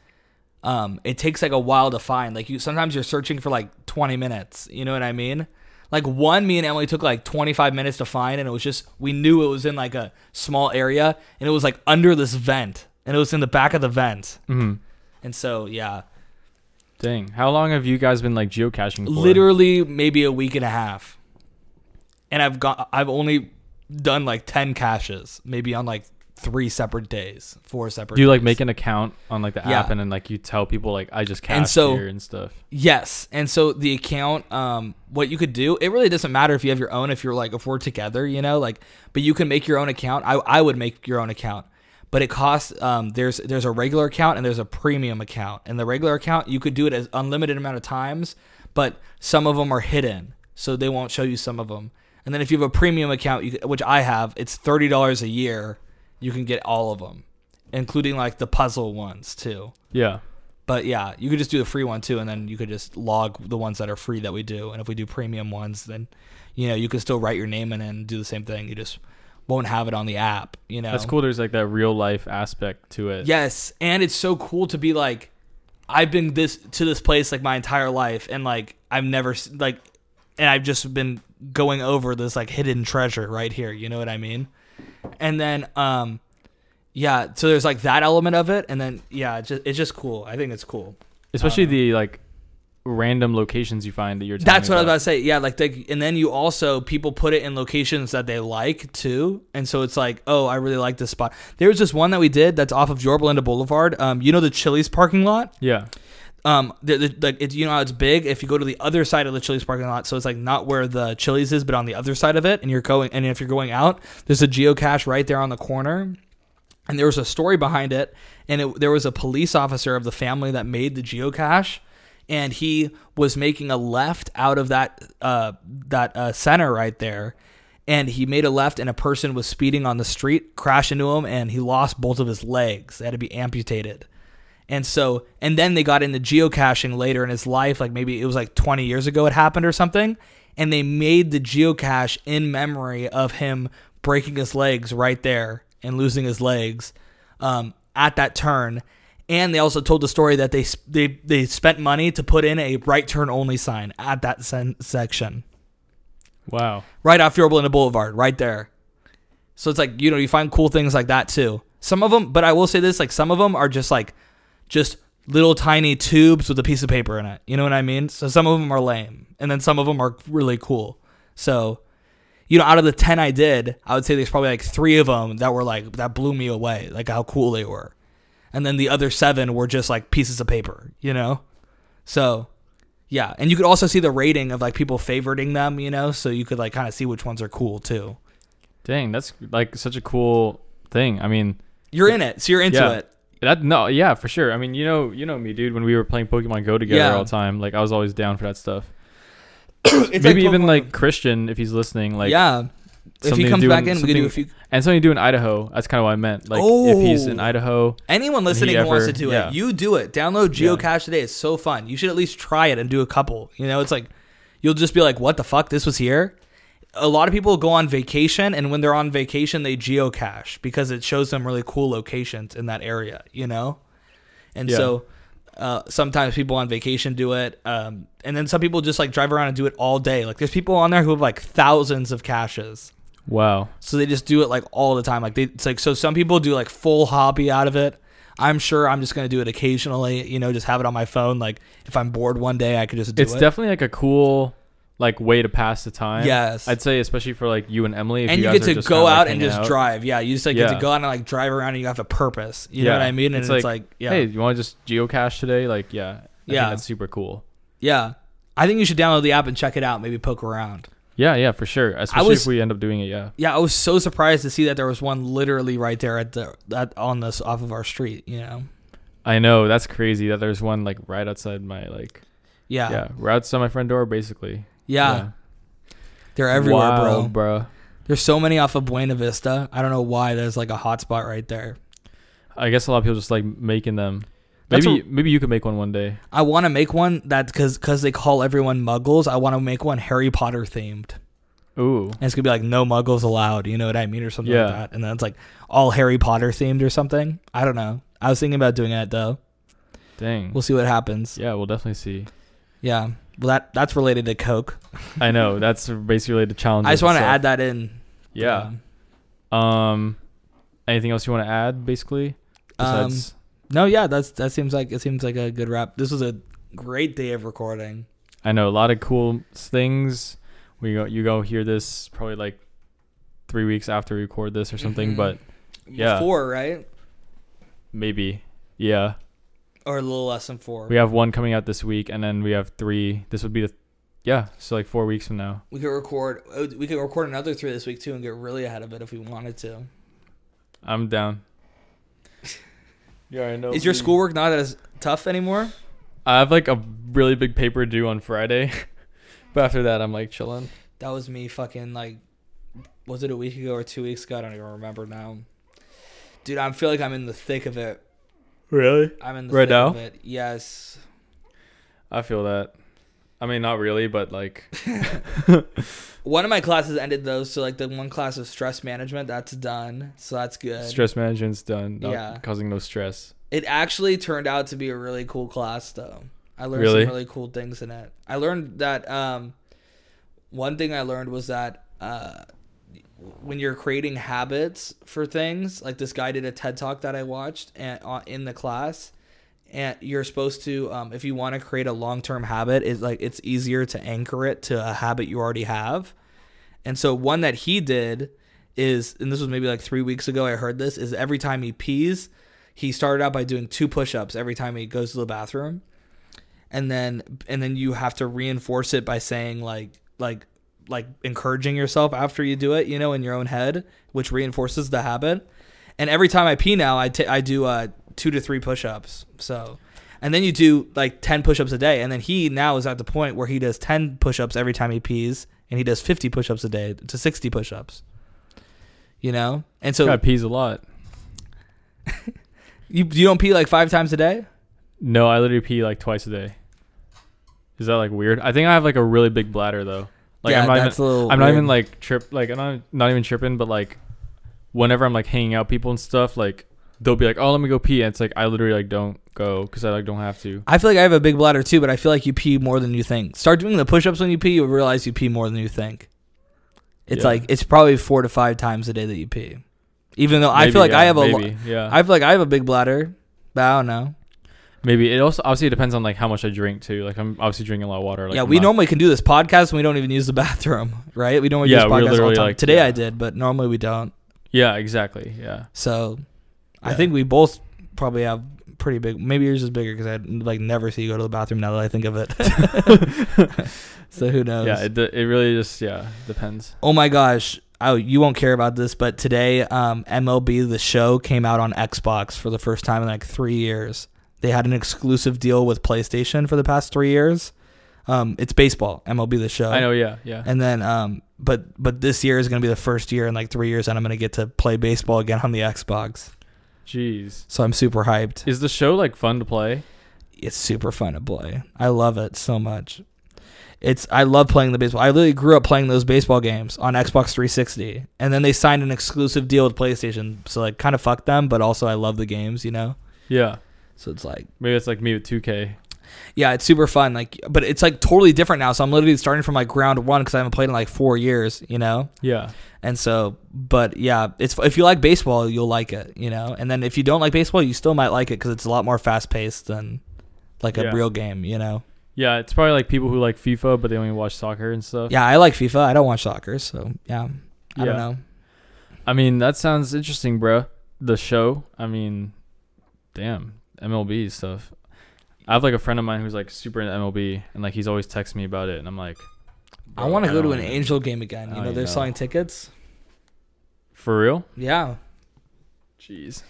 [SPEAKER 1] um, it takes like a while to find. Like you, sometimes you're searching for like 20 minutes. You know what I mean? Like one, me and Emily took like 25 minutes to find, and it was just we knew it was in like a small area, and it was like under this vent, and it was in the back of the vent,
[SPEAKER 2] Mhm.
[SPEAKER 1] and so yeah,
[SPEAKER 2] dang. How long have you guys been like geocaching for?
[SPEAKER 1] literally maybe a week and a half, and I've got I've only done like 10 caches, maybe on like three separate days, four separate.
[SPEAKER 2] Do you like
[SPEAKER 1] days.
[SPEAKER 2] make an account on like the app
[SPEAKER 1] Yeah.
[SPEAKER 2] and then like you tell people like I just cached
[SPEAKER 1] so-
[SPEAKER 2] here and stuff?
[SPEAKER 1] Yes. And so the account, um, what you could do, it really doesn't matter if you have your own, if you're like, if we're together, you know, like, but you can make your own account. I, I would make your own account. but it costs um, there's there's a regular account and there's a premium account and the regular account you could do it as unlimited amount of times but some of them are hidden so they won't show you some of them and then if you have a premium account you, which i have it's $30 a year you can get all of them including like the puzzle ones too
[SPEAKER 2] Yeah.
[SPEAKER 1] but yeah you could just do the free one too and then you could just log the ones that are free that we do and if we do premium ones then you know you can still write your name in and do the same thing you just won't have it on the app you know
[SPEAKER 2] That's cool. There's like that real life aspect to it.
[SPEAKER 1] Yes, and it's so cool to be like, I've been this to this place like my entire life, and like I've never s- like, and I've just been going over this like hidden treasure right here. You know what I mean? And then, um, yeah. So there's like that element of it, and then yeah, it's just it's just cool. I think it's cool.
[SPEAKER 2] Especially the like random locations you find that you're. telling
[SPEAKER 1] Uh, That's
[SPEAKER 2] me
[SPEAKER 1] what I was about to say. Yeah, like they, and then you also people put it in locations that they like too, and so it's like, oh, I really like this spot. There was this one that we did that's off of Yorba Linda Boulevard. Um, you know the Chili's parking lot.
[SPEAKER 2] Yeah.
[SPEAKER 1] um the, the, like it's you know how it's big if you go to the other side of the Chili's parking lot so it's like not where the Chili's is but on the other side of it and you're going and if you're going out there's a geocache right there on the corner and there was a story behind it and it, there was a police officer of the family that made the geocache and he was making a left out of that uh that uh, center right there and he made a left and a person was speeding on the street crashed into him and he lost both of his legs they had to be amputated and so, and then they got into geocaching later in his life, like maybe it was like 20 years ago it happened or something. And they made the geocache in memory of him breaking his legs right there and losing his legs um, at that turn. And they also told the story that they sp- they they spent money to put in a right turn only sign at that sen- section,
[SPEAKER 2] Wow.
[SPEAKER 1] right off Yorba Linda Boulevard, right there. So it's like you know you find cool things like that too. Some of them, but I will say this: like some of them are just like just little tiny tubes with a piece of paper in it. You know what I mean? So some of them are lame, and then some of them are really cool. So you know, out of the ten I did, I would say there's probably like three of them that were like that blew me away, like how cool they were, and then the other seven were just like pieces of paper. You know, so. Yeah, and you could also see the rating of like people favoriting them, you know, so you could like kind of see which ones are cool too.
[SPEAKER 2] Dang. That's like such a cool thing. I mean,
[SPEAKER 1] You're in it, so you're into
[SPEAKER 2] yeah.
[SPEAKER 1] it.
[SPEAKER 2] That no, yeah, for sure. I mean, you know, you know me, dude. When we were playing Pokemon Go together
[SPEAKER 1] Yeah.
[SPEAKER 2] all the time, like I was always down for that stuff.
[SPEAKER 1] It's
[SPEAKER 2] Maybe even
[SPEAKER 1] Pokemon-
[SPEAKER 2] like Christian, if he's listening, like
[SPEAKER 1] yeah. If
[SPEAKER 2] something
[SPEAKER 1] he
[SPEAKER 2] to
[SPEAKER 1] comes
[SPEAKER 2] do
[SPEAKER 1] back in,
[SPEAKER 2] in-
[SPEAKER 1] we could do a
[SPEAKER 2] something-
[SPEAKER 1] few.
[SPEAKER 2] and something to do in Idaho. That's kind of what I meant. Like if he's in
[SPEAKER 1] Oh.
[SPEAKER 2] Idaho,
[SPEAKER 1] Anyone listening who wants to
[SPEAKER 2] ever-
[SPEAKER 1] do
[SPEAKER 2] yeah.
[SPEAKER 1] it, you do it. Download Geocache today. It's so fun. You should at least try it and do a couple. You know, it's like you'll just be like, "What the fuck? This was here." A lot of people go on vacation, and when they're on vacation, they geocache because it shows them really cool locations in that area. You know, and
[SPEAKER 2] Yeah.
[SPEAKER 1] so uh, sometimes people on vacation do it, um, and then some people just like drive around and do it all day. Like there's people on there who have like thousands of caches.
[SPEAKER 2] wow,
[SPEAKER 1] So they just do it like all the time. Like they, it's like so some people do like full hobby out of it. I'm sure I'm just gonna do it occasionally. You know, just have it on my phone. Like if I'm bored one day, I could just do
[SPEAKER 2] it's
[SPEAKER 1] it.
[SPEAKER 2] definitely like a cool like way to pass the time.
[SPEAKER 1] Yes.
[SPEAKER 2] I'd say especially for like you and Emily, if
[SPEAKER 1] and you
[SPEAKER 2] guys
[SPEAKER 1] get
[SPEAKER 2] are
[SPEAKER 1] to
[SPEAKER 2] just
[SPEAKER 1] go
[SPEAKER 2] kinda, like,
[SPEAKER 1] out and
[SPEAKER 2] hanging
[SPEAKER 1] just
[SPEAKER 2] out.
[SPEAKER 1] drive. Yeah, you just like get
[SPEAKER 2] Yeah.
[SPEAKER 1] to go out and like drive around and you have a purpose. You know
[SPEAKER 2] Yeah.
[SPEAKER 1] what I mean? And it's, like, yeah,
[SPEAKER 2] hey, you want to just geocache today? Like, yeah, I think
[SPEAKER 1] Yeah.
[SPEAKER 2] that's super cool.
[SPEAKER 1] yeah. I think you should download the app and check it out. Maybe poke around.
[SPEAKER 2] Yeah, yeah, for sure. Especially
[SPEAKER 1] was-
[SPEAKER 2] if we end up doing it. Yeah,
[SPEAKER 1] Yeah, I was so surprised to see that there was one literally right there at the at, on this off of our street. You know?
[SPEAKER 2] I know that's crazy that there's one like right outside my like
[SPEAKER 1] Yeah,
[SPEAKER 2] yeah
[SPEAKER 1] yeah.
[SPEAKER 2] right outside my front door basically.
[SPEAKER 1] They're everywhere, bro.
[SPEAKER 2] Wow, bro.
[SPEAKER 1] There's so many off of Buena Vista. I don't know why there's like a hotspot right there.
[SPEAKER 2] I guess a lot of people just like making them.
[SPEAKER 1] That's
[SPEAKER 2] Maybe maybe you could make one one day.
[SPEAKER 1] I want to make one that because because they call everyone Muggles. I want to make one Harry Potter themed,
[SPEAKER 2] Ooh,
[SPEAKER 1] and it's gonna be like no Muggles allowed. You know what I mean, or something
[SPEAKER 2] Yeah.
[SPEAKER 1] like that. And then it's like all Harry Potter themed or something. I don't know. I was thinking about doing that though.
[SPEAKER 2] dang.
[SPEAKER 1] We'll see what happens.
[SPEAKER 2] yeah, we'll definitely see.
[SPEAKER 1] Yeah. Well, that that's related to Coke.
[SPEAKER 2] I know that's basically related to challenges.
[SPEAKER 1] I just want to
[SPEAKER 2] itself.
[SPEAKER 1] add that in.
[SPEAKER 2] Yeah.
[SPEAKER 1] Um,
[SPEAKER 2] Um, anything else you want to add? Basically,
[SPEAKER 1] Um,
[SPEAKER 2] besides
[SPEAKER 1] no, yeah, that's that seems like it seems like a good wrap. This was a great day of recording.
[SPEAKER 2] I know a lot of cool s- things. We go, you go hear this probably like three weeks after we record this or
[SPEAKER 1] Mm-hmm.
[SPEAKER 2] something, but Yeah.
[SPEAKER 1] Four, right?
[SPEAKER 2] maybe yeah.
[SPEAKER 1] Or a little less than four.
[SPEAKER 2] We have one coming out this week, and then we have three. This would be the yeah, so like four weeks from now.
[SPEAKER 1] We could record. uh, We could record another three this week too, and get really ahead of it if we wanted to.
[SPEAKER 2] I'm down. Yeah, I know.
[SPEAKER 1] Is your schoolwork not as tough anymore?
[SPEAKER 2] I have like a really big paper due on Friday, but after that, I'm like chilling.
[SPEAKER 1] That was me fucking like was it a week ago or two weeks ago? I don't even remember now. Dude, I feel like I'm in the thick of it.
[SPEAKER 2] Really?
[SPEAKER 1] I'm in the
[SPEAKER 2] Right
[SPEAKER 1] thick
[SPEAKER 2] now?
[SPEAKER 1] of it. Yes.
[SPEAKER 2] I feel that. I mean, not really, but like,
[SPEAKER 1] One of my classes ended though, so like the one class of stress management, that's done. So that's good.
[SPEAKER 2] stress management's done. Not
[SPEAKER 1] Yeah.
[SPEAKER 2] Causing no stress.
[SPEAKER 1] It actually turned out to be a really cool class, though. I learned
[SPEAKER 2] Really?
[SPEAKER 1] some really cool things in it. I learned that um, one thing I learned was that uh, when you're creating habits for things, like this guy did a TED talk that I watched and uh, in the class, and you're supposed to, um, if you want to create a long term habit, it's like it's easier to anchor it to a habit you already have. And so one that he did is, and this was maybe like three weeks ago. I heard this is every time he pees, he started out by doing two push-ups every time he goes to the bathroom, and then and then you have to reinforce it by saying like like like encouraging yourself after you do it, you know, in your own head, which reinforces the habit. And every time I pee now, I ta- I do uh, two to three push-ups. So. And then you do like 10 push ups a day. And then he now is at the point where he does 10 push ups every time he pees and he does 50 push ups a day to 60 push ups. You know? And so
[SPEAKER 2] Guy pees a lot.
[SPEAKER 1] you, you don't pee like five times a day?
[SPEAKER 2] No, I literally pee like twice a day. Is that like weird? I think I have like a really big bladder though. Like
[SPEAKER 1] Yeah,
[SPEAKER 2] I'm not
[SPEAKER 1] that's a
[SPEAKER 2] even,
[SPEAKER 1] little
[SPEAKER 2] I'm not even
[SPEAKER 1] weird.
[SPEAKER 2] like trip like I'm not, not even tripping, but like whenever I'm like hanging out with people and stuff, like they'll be like, "Oh, let me go pee." And it's like I literally like don't go cuz I like don't have to.
[SPEAKER 1] I feel like I have a big bladder too, but I feel like you pee more than you think. Start doing the push ups when you pee, you'll realize you pee more than you think. It's
[SPEAKER 2] Yeah.
[SPEAKER 1] like, it's probably four to five times a day that you pee. Even though I feel like
[SPEAKER 2] Maybe,
[SPEAKER 1] I
[SPEAKER 2] yeah,
[SPEAKER 1] have a, lo-
[SPEAKER 2] maybe, yeah.
[SPEAKER 1] I feel like I have a big bladder, but I don't know.
[SPEAKER 2] Maybe it also obviously it depends on like how much I drink too. Like I'm obviously drinking a lot of water. Like
[SPEAKER 1] yeah,
[SPEAKER 2] I'm
[SPEAKER 1] we
[SPEAKER 2] not-
[SPEAKER 1] normally can do this podcast and we don't even use the bathroom, right? We normally
[SPEAKER 2] Yeah,
[SPEAKER 1] do
[SPEAKER 2] we're
[SPEAKER 1] this podcast all the
[SPEAKER 2] literally
[SPEAKER 1] time.
[SPEAKER 2] like-
[SPEAKER 1] Today
[SPEAKER 2] yeah.
[SPEAKER 1] I did, but normally we don't.
[SPEAKER 2] Yeah, exactly. Yeah.
[SPEAKER 1] So I
[SPEAKER 2] Yeah.
[SPEAKER 1] think we both probably have pretty big. Maybe yours is bigger because I like never see you go to the bathroom. Now that I think of it, so who knows?
[SPEAKER 2] Yeah, it d- it really just yeah, depends.
[SPEAKER 1] oh my gosh! Oh, you won't care about this, but today um, MLB the Show came out on Xbox for the first time in like three years. They had an exclusive deal with PlayStation for the past three years. Um, it's baseball, MLB the Show.
[SPEAKER 2] I know, yeah, yeah.
[SPEAKER 1] Uh, And then, um, but but this year is gonna be the first year in like three years, and I'm gonna get to play baseball again on the Xbox.
[SPEAKER 2] Jeez.
[SPEAKER 1] So I'm super hyped.
[SPEAKER 2] Is the show like fun to play?
[SPEAKER 1] it's super fun to play. I love it so much. It's I love playing the baseball. I literally grew up playing those baseball games on Xbox 360, and then they signed an exclusive deal with PlayStation. So like, kind of fuck them, but also I love the games, you know.
[SPEAKER 2] Yeah.
[SPEAKER 1] So it's like,
[SPEAKER 2] Maybe it's like me with 2K.
[SPEAKER 1] yeah, it's super fun. Like, but it's like totally different now. So I'm literally starting from like ground one because I haven't played in like four years, you know.
[SPEAKER 2] Yeah.
[SPEAKER 1] And so, but yeah, it's if you like baseball, you'll like it, you know. And then if you don't like baseball, you still might like it because it's a lot more fast paced than like a
[SPEAKER 2] Yeah.
[SPEAKER 1] real game, you know.
[SPEAKER 2] Yeah, it's probably like people who like FIFA, but they only watch soccer and stuff.
[SPEAKER 1] Yeah, I like FIFA. I don't watch soccer, so yeah, I
[SPEAKER 2] Yeah.
[SPEAKER 1] don't know.
[SPEAKER 2] I mean, that sounds interesting, bro. The show. I mean, damn, MLB stuff. I have like a friend of mine who's like super into MLB, and like he's always texting me about it, and I'm like,
[SPEAKER 1] I want to go
[SPEAKER 2] bro,
[SPEAKER 1] to
[SPEAKER 2] don't
[SPEAKER 1] an
[SPEAKER 2] even-
[SPEAKER 1] Angel game again. You
[SPEAKER 2] I don't
[SPEAKER 1] know,
[SPEAKER 2] even
[SPEAKER 1] they're
[SPEAKER 2] know.
[SPEAKER 1] selling tickets.
[SPEAKER 2] For real?
[SPEAKER 1] Yeah,
[SPEAKER 2] Jeez.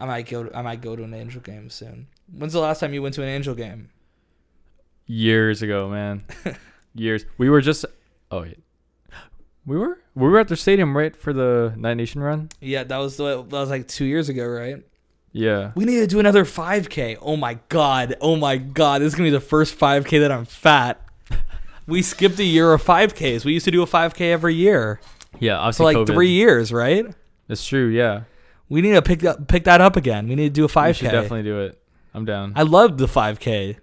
[SPEAKER 1] I might go. I might go to an Angel game soon. When's the last time you went to an Angel game?
[SPEAKER 2] Years ago, man. Years. We were just. Oh wait. We were we were at their stadium right for the Night Nation run.
[SPEAKER 1] Yeah, that was the, that was like two years ago, right?
[SPEAKER 2] Yeah.
[SPEAKER 1] We need to do another 5K. Oh my god. Oh my god. This is gonna be the first 5K that I'm fat. We skipped a year of 5Ks. We used to do a 5K every year
[SPEAKER 2] Yeah.
[SPEAKER 1] for
[SPEAKER 2] Obviously,
[SPEAKER 1] like
[SPEAKER 2] COVID.
[SPEAKER 1] three years, right?
[SPEAKER 2] It's true. Yeah.
[SPEAKER 1] We need to pick that pick that up again. We need to do a
[SPEAKER 2] I
[SPEAKER 1] 5K.
[SPEAKER 2] should definitely do it. I'm down.
[SPEAKER 1] I loved the 5K.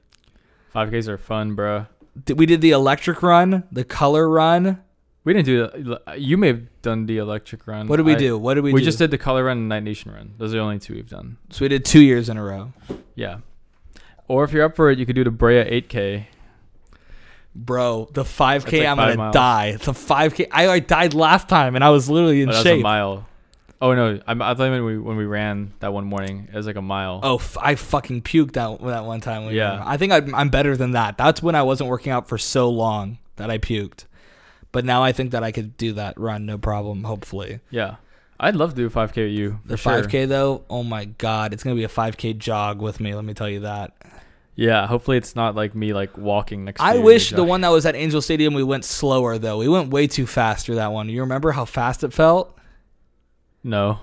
[SPEAKER 2] 5Ks are fun, bro.
[SPEAKER 1] Did- we did the electric run, the color run.
[SPEAKER 2] We didn't do the. You may have done the electric run.
[SPEAKER 1] What did we
[SPEAKER 2] I-
[SPEAKER 1] do? What did we,
[SPEAKER 2] We,
[SPEAKER 1] do?
[SPEAKER 2] just did the color run and Night Nation run. Those are the only two we've done.
[SPEAKER 1] So we did two years in a row.
[SPEAKER 2] Yeah. Or if you're up for it, you could do the Brea 8K.
[SPEAKER 1] Bro, the 5K,
[SPEAKER 2] like
[SPEAKER 1] I'm
[SPEAKER 2] five
[SPEAKER 1] gonna
[SPEAKER 2] miles.
[SPEAKER 1] die. The 5K, I, I died last time and I was literally in
[SPEAKER 2] But that was a
[SPEAKER 1] shape.
[SPEAKER 2] mile. Oh no, I, I thought when we when we ran that one morning, it was like a mile.
[SPEAKER 1] Oh, f- I fucking puked that that one time. when we
[SPEAKER 2] Yeah.
[SPEAKER 1] were- I think I'm, I'm better than that. That's when I wasn't working out for so long that I puked. But now I think that I could do that run no problem. Hopefully,
[SPEAKER 2] Yeah. I'd love to do 5K at you.
[SPEAKER 1] The
[SPEAKER 2] for sure.
[SPEAKER 1] 5K though, oh my god, it's gonna be a 5K jog with me. Let me tell you that.
[SPEAKER 2] Yeah, hopefully it's not like me like walking next. to
[SPEAKER 1] I
[SPEAKER 2] you
[SPEAKER 1] wish the
[SPEAKER 2] jogging.
[SPEAKER 1] one that was at Angel Stadium we went slower though. We went way too fast through that one. You remember how fast it felt?
[SPEAKER 2] No,
[SPEAKER 1] I
[SPEAKER 2] Like,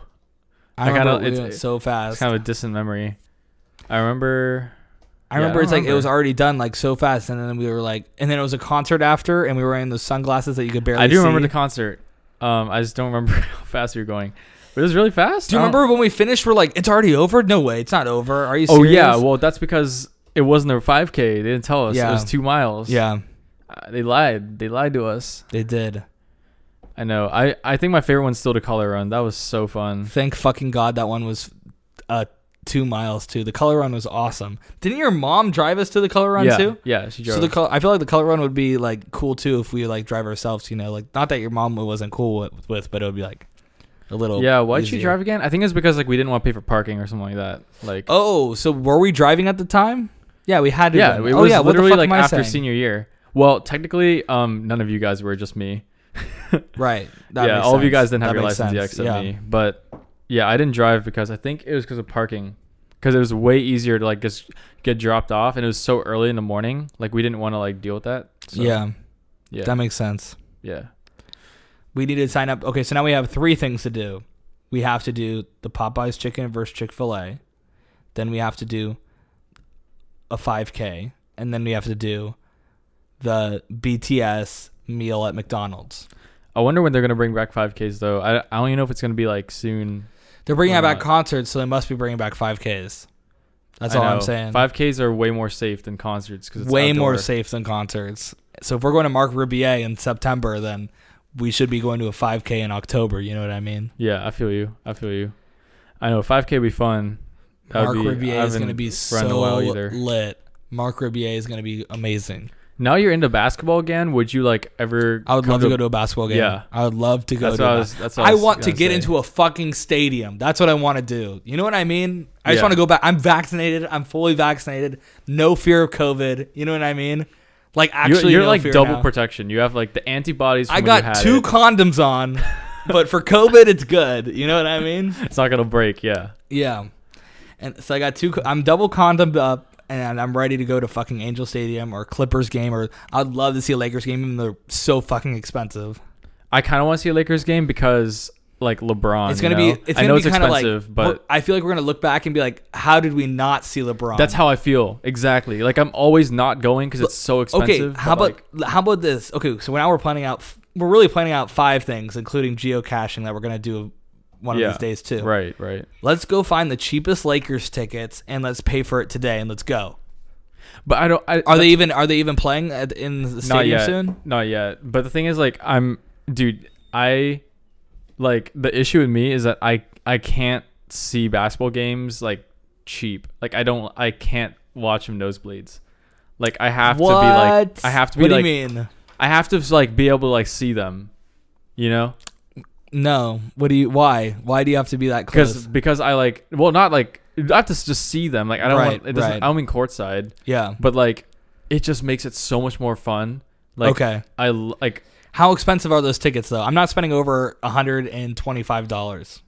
[SPEAKER 2] I
[SPEAKER 1] remember
[SPEAKER 2] don't-
[SPEAKER 1] we
[SPEAKER 2] it's-
[SPEAKER 1] went so
[SPEAKER 2] it's
[SPEAKER 1] fast.
[SPEAKER 2] kind of a distant memory. I remember.
[SPEAKER 1] I
[SPEAKER 2] yeah, I
[SPEAKER 1] remember
[SPEAKER 2] don't
[SPEAKER 1] it's like it
[SPEAKER 2] remember.
[SPEAKER 1] was already done like so fast, and then we were like, and then it was a concert after, and we were wearing those sunglasses that you could barely.
[SPEAKER 2] I do remember
[SPEAKER 1] see.
[SPEAKER 2] the concert. Um, I just don't remember how fast you were going. But it was really fast.
[SPEAKER 1] Do you
[SPEAKER 2] I don't-
[SPEAKER 1] remember when we finished? We're like, it's already over. No way, it's not over. Are you?
[SPEAKER 2] Oh
[SPEAKER 1] Serious?
[SPEAKER 2] yeah, well that's because it wasn't a 5K. They didn't tell us.
[SPEAKER 1] Yeah.
[SPEAKER 2] It was two miles.
[SPEAKER 1] yeah,
[SPEAKER 2] Uh, they lied. They lied to us.
[SPEAKER 1] they did.
[SPEAKER 2] I know. I I think my favorite one's still the color run. That was so fun.
[SPEAKER 1] Thank fucking god that one was, uh, two miles too. The color run was awesome. Didn't your mom drive us to the color run
[SPEAKER 2] yeah.
[SPEAKER 1] too?
[SPEAKER 2] Yeah. She drove.
[SPEAKER 1] So the color, I feel like the color run would be like cool too if we like drive ourselves. You know, like not that your mom wasn't cool with, with but it would be like a little.
[SPEAKER 2] yeah. Why'd she
[SPEAKER 1] easier.
[SPEAKER 2] drive again? I think it's because like we didn't want to pay for parking or something like that. Like.
[SPEAKER 1] Oh, so were we driving at the time? Yeah, we had to.
[SPEAKER 2] yeah. It
[SPEAKER 1] drive.
[SPEAKER 2] was
[SPEAKER 1] oh, yeah, what the
[SPEAKER 2] literally
[SPEAKER 1] fuck
[SPEAKER 2] like
[SPEAKER 1] am I
[SPEAKER 2] after
[SPEAKER 1] saying?
[SPEAKER 2] senior year. Well, technically, um, none of you guys were. Just me.
[SPEAKER 1] Right.
[SPEAKER 2] yeah.
[SPEAKER 1] makes
[SPEAKER 2] All of you
[SPEAKER 1] sense.
[SPEAKER 2] guys didn't have
[SPEAKER 1] That
[SPEAKER 2] your
[SPEAKER 1] makes
[SPEAKER 2] license yet
[SPEAKER 1] sense.
[SPEAKER 2] except
[SPEAKER 1] yeah.
[SPEAKER 2] me. But yeah, I didn't drive because I think it was because of parking. Because it was way easier to like just get dropped off, and it was so early in the morning. Like we didn't want to like deal with that. So,
[SPEAKER 1] yeah,
[SPEAKER 2] Yeah.
[SPEAKER 1] that makes sense.
[SPEAKER 2] yeah.
[SPEAKER 1] We need to sign up. Okay, so now we have three things to do. We have to do the Popeyes chicken versus Chick Fil A, then we have to do a 5K, and then we have to do the BTS meal at McDonald's.
[SPEAKER 2] I wonder when they're gonna bring back 5Ks though. I, I don't even know if it's gonna be like soon.
[SPEAKER 1] They're bringing
[SPEAKER 2] Why
[SPEAKER 1] back
[SPEAKER 2] not?
[SPEAKER 1] concerts, so they must be bringing back 5Ks. That's
[SPEAKER 2] I
[SPEAKER 1] all I'm
[SPEAKER 2] know.
[SPEAKER 1] saying.
[SPEAKER 2] 5Ks are way more safe than concerts because
[SPEAKER 1] way more safe than concerts. So if we're going to Mark Rubier in September, then we should be going to a 5K in October. You know what I mean?
[SPEAKER 2] Yeah, I feel you. I feel you. I know 5K would be fun. That
[SPEAKER 1] Mark
[SPEAKER 2] would be, I
[SPEAKER 1] Rubier is going to
[SPEAKER 2] haven't
[SPEAKER 1] be
[SPEAKER 2] run in a
[SPEAKER 1] so
[SPEAKER 2] while either.
[SPEAKER 1] lit. Mark Rubier is going to be amazing.
[SPEAKER 2] Now you're into basketball again. Would you like ever?
[SPEAKER 1] I would
[SPEAKER 2] come
[SPEAKER 1] love to go to a basketball game.
[SPEAKER 2] Yeah.
[SPEAKER 1] I would love to go
[SPEAKER 2] That's
[SPEAKER 1] to
[SPEAKER 2] what
[SPEAKER 1] a
[SPEAKER 2] I
[SPEAKER 1] bas-
[SPEAKER 2] was- that's what I
[SPEAKER 1] I
[SPEAKER 2] was
[SPEAKER 1] want to
[SPEAKER 2] gonna
[SPEAKER 1] get
[SPEAKER 2] say.
[SPEAKER 1] into a fucking stadium. That's what I want to do. You know what I mean? I just
[SPEAKER 2] Yeah.
[SPEAKER 1] want to go back. I'm vaccinated. I'm fully vaccinated. No fear of COVID. You know what I mean? Like
[SPEAKER 2] You-
[SPEAKER 1] actually
[SPEAKER 2] you're
[SPEAKER 1] no
[SPEAKER 2] like
[SPEAKER 1] fear
[SPEAKER 2] double
[SPEAKER 1] now.
[SPEAKER 2] protection. You have like the antibodies. From
[SPEAKER 1] I
[SPEAKER 2] when you
[SPEAKER 1] got
[SPEAKER 2] had
[SPEAKER 1] two
[SPEAKER 2] it.
[SPEAKER 1] condoms on, but for COVID, it's good. You know what I mean?
[SPEAKER 2] It's not gonna break. Yeah.
[SPEAKER 1] Yeah. And so I got two. co- I'm double condomed up, and I'm ready to go to fucking Angel Stadium or Clippers game, or I'd love to see a Lakers game, even though they're so fucking expensive.
[SPEAKER 2] I kind of want to see a Lakers game because like LeBron.
[SPEAKER 1] It's
[SPEAKER 2] you
[SPEAKER 1] gonna
[SPEAKER 2] know?
[SPEAKER 1] be. It's
[SPEAKER 2] I
[SPEAKER 1] gonna
[SPEAKER 2] know
[SPEAKER 1] be
[SPEAKER 2] it's
[SPEAKER 1] kind of
[SPEAKER 2] expensive,
[SPEAKER 1] like.
[SPEAKER 2] but
[SPEAKER 1] we're- I feel like we're gonna look back and be like, how did we not see LeBron?
[SPEAKER 2] That's how I feel exactly. Like I'm always not going because it's so expensive.
[SPEAKER 1] Okay, how
[SPEAKER 2] but,
[SPEAKER 1] about
[SPEAKER 2] like,
[SPEAKER 1] how about this? Okay, so now we're planning out. f- We're really planning out five things, including geocaching that we're gonna do one
[SPEAKER 2] Yeah,
[SPEAKER 1] of these days too.
[SPEAKER 2] right, right?
[SPEAKER 1] Let's go find the cheapest Lakers tickets and let's pay for it today and let's go.
[SPEAKER 2] But I don't. I,
[SPEAKER 1] Are they even are they even playing at, in the
[SPEAKER 2] not
[SPEAKER 1] stadium
[SPEAKER 2] yet?
[SPEAKER 1] soon?
[SPEAKER 2] Not yet. But the thing is, like, I'm dude. I like the issue with me is that I I can't see basketball games like cheap. Like I don't. I can't watch them nosebleeds. Like I have to be like I have to be
[SPEAKER 1] What
[SPEAKER 2] like
[SPEAKER 1] do you mean?
[SPEAKER 2] I have to like be able to like see them. You know.
[SPEAKER 1] No. What do you why? Why do you have to be that
[SPEAKER 2] because
[SPEAKER 1] close?
[SPEAKER 2] because I like well not like I have to s- just see them like I don't
[SPEAKER 1] Right,
[SPEAKER 2] want it doesn't
[SPEAKER 1] right.
[SPEAKER 2] I don't mean courtside
[SPEAKER 1] Yeah.
[SPEAKER 2] but like it just makes it so much more fun like
[SPEAKER 1] Okay.
[SPEAKER 2] I l- like
[SPEAKER 1] How expensive are those tickets though? I'm not spending over $125.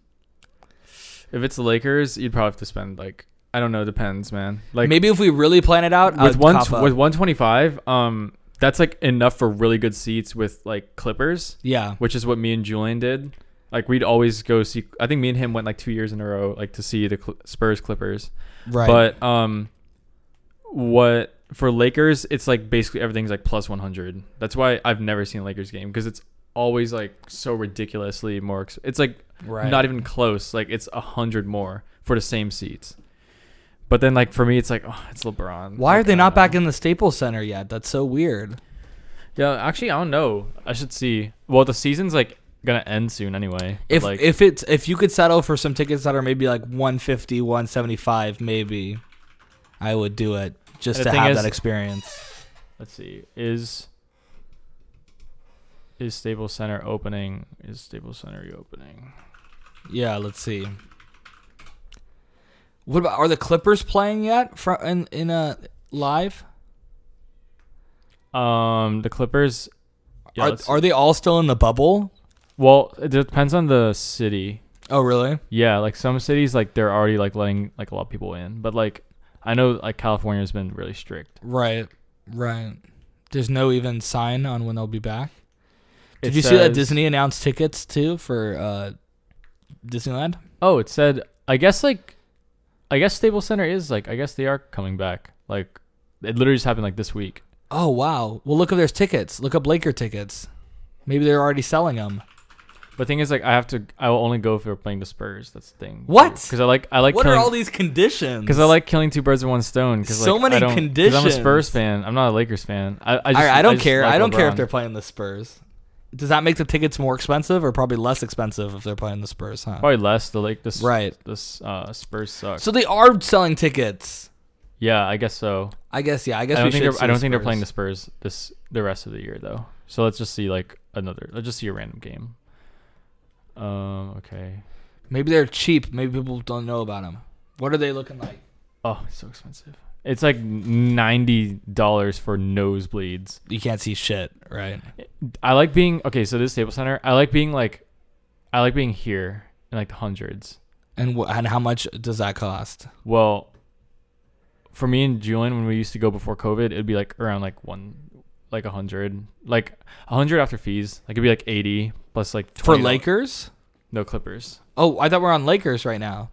[SPEAKER 2] if it's the Lakers you'd probably have to spend like I don't know depends man like
[SPEAKER 1] Maybe if we really plan it out,
[SPEAKER 2] with
[SPEAKER 1] I'd
[SPEAKER 2] one
[SPEAKER 1] cough up.
[SPEAKER 2] with 125 um that's like enough for really good seats with like Clippers
[SPEAKER 1] Yeah.
[SPEAKER 2] which is what me and Julian did like we'd always go see I think me and him went like 2 years in a row like to see the Cl- Spurs Clippers
[SPEAKER 1] Right.
[SPEAKER 2] But um, what for Lakers? It's like basically everything's like plus one hundred. That's why I've never seen a Lakers game because it's always like so ridiculously more. Ex- it's like
[SPEAKER 1] Right.
[SPEAKER 2] not even close. Like it's a hundred more for the same seats. But then like for me, it's like oh, it's LeBron.
[SPEAKER 1] why are
[SPEAKER 2] Like,
[SPEAKER 1] they
[SPEAKER 2] I
[SPEAKER 1] not
[SPEAKER 2] don't know.
[SPEAKER 1] back in the Staples Center yet? That's so weird.
[SPEAKER 2] Yeah, actually, I don't know. I should see. Well, the season's like gonna end soon anyway. but,
[SPEAKER 1] If
[SPEAKER 2] like,
[SPEAKER 1] if it's if you could settle for some tickets that are maybe like 150, 175 maybe, I would do it just to
[SPEAKER 2] And the thing
[SPEAKER 1] have
[SPEAKER 2] is-
[SPEAKER 1] that experience.
[SPEAKER 2] let's see is is Staples Center opening? Is Staples Center reopening?
[SPEAKER 1] Yeah, let's see. What about are the Clippers playing yet from in in a live?
[SPEAKER 2] Um, the Clippers. Yeah,
[SPEAKER 1] are
[SPEAKER 2] let's-
[SPEAKER 1] are they all still in the bubble?
[SPEAKER 2] well, it depends on the city.
[SPEAKER 1] Oh, really?
[SPEAKER 2] Yeah, like some cities, like they're already like letting like a lot of people in, but like I know like California's been really strict.
[SPEAKER 1] Right. Right. There's no even sign on when they'll be back. Did
[SPEAKER 2] It
[SPEAKER 1] you see that
[SPEAKER 2] says-
[SPEAKER 1] Disney announced tickets too for uh, Disneyland?
[SPEAKER 2] Oh, it said. I guess like, I guess Staples Center is like. I guess they are coming back. Like, it literally just happened like this week.
[SPEAKER 1] Oh wow! Well, look up there's tickets. Look up Laker tickets. Maybe they're already selling them.
[SPEAKER 2] But thing is, like, I have to. I will only go if we're playing the Spurs. That's the thing.
[SPEAKER 1] What?
[SPEAKER 2] Because I like. I like.
[SPEAKER 1] what
[SPEAKER 2] killing,
[SPEAKER 1] are all these conditions?
[SPEAKER 2] Because I like killing two birds with one stone. Cause,
[SPEAKER 1] So
[SPEAKER 2] like,
[SPEAKER 1] many
[SPEAKER 2] I don't, 'cause I'm a
[SPEAKER 1] conditions.
[SPEAKER 2] Spurs fan. I'm not a Lakers fan. I I, just,
[SPEAKER 1] All right, I don't
[SPEAKER 2] just
[SPEAKER 1] care.
[SPEAKER 2] like
[SPEAKER 1] I don't care if
[SPEAKER 2] LeBron.
[SPEAKER 1] they're playing the Spurs. Does that make the tickets more expensive or probably less expensive if they're playing the Spurs? Huh.
[SPEAKER 2] probably less. The like this.
[SPEAKER 1] Right.
[SPEAKER 2] This uh, Spurs sucks.
[SPEAKER 1] So they are selling tickets.
[SPEAKER 2] yeah, I guess so.
[SPEAKER 1] I guess yeah. I guess we
[SPEAKER 2] I don't think
[SPEAKER 1] should
[SPEAKER 2] they're,
[SPEAKER 1] see
[SPEAKER 2] I don't
[SPEAKER 1] the
[SPEAKER 2] think they're playing the
[SPEAKER 1] Spurs.
[SPEAKER 2] Spurs this the rest of the year though. So let's just see like another. Let's just see a random game. Um. Okay.
[SPEAKER 1] Maybe they're cheap. Maybe people don't know about them. What are they looking like?
[SPEAKER 2] Oh, it's so expensive. It's like ninety dollars for nosebleeds.
[SPEAKER 1] You can't see shit, right?
[SPEAKER 2] I like being okay. So this Staples Center. I like being like, I like being here in like the hundreds.
[SPEAKER 1] And wh- and how much does that cost?
[SPEAKER 2] Well, for me and Julian, when we used to go before COVID, it'd be like around like one, like a hundred, like a hundred after fees. Like it'd be like eighty plus like
[SPEAKER 1] For
[SPEAKER 2] $20.
[SPEAKER 1] Lakers?
[SPEAKER 2] No Clippers.
[SPEAKER 1] Oh, I thought we're on Lakers right now.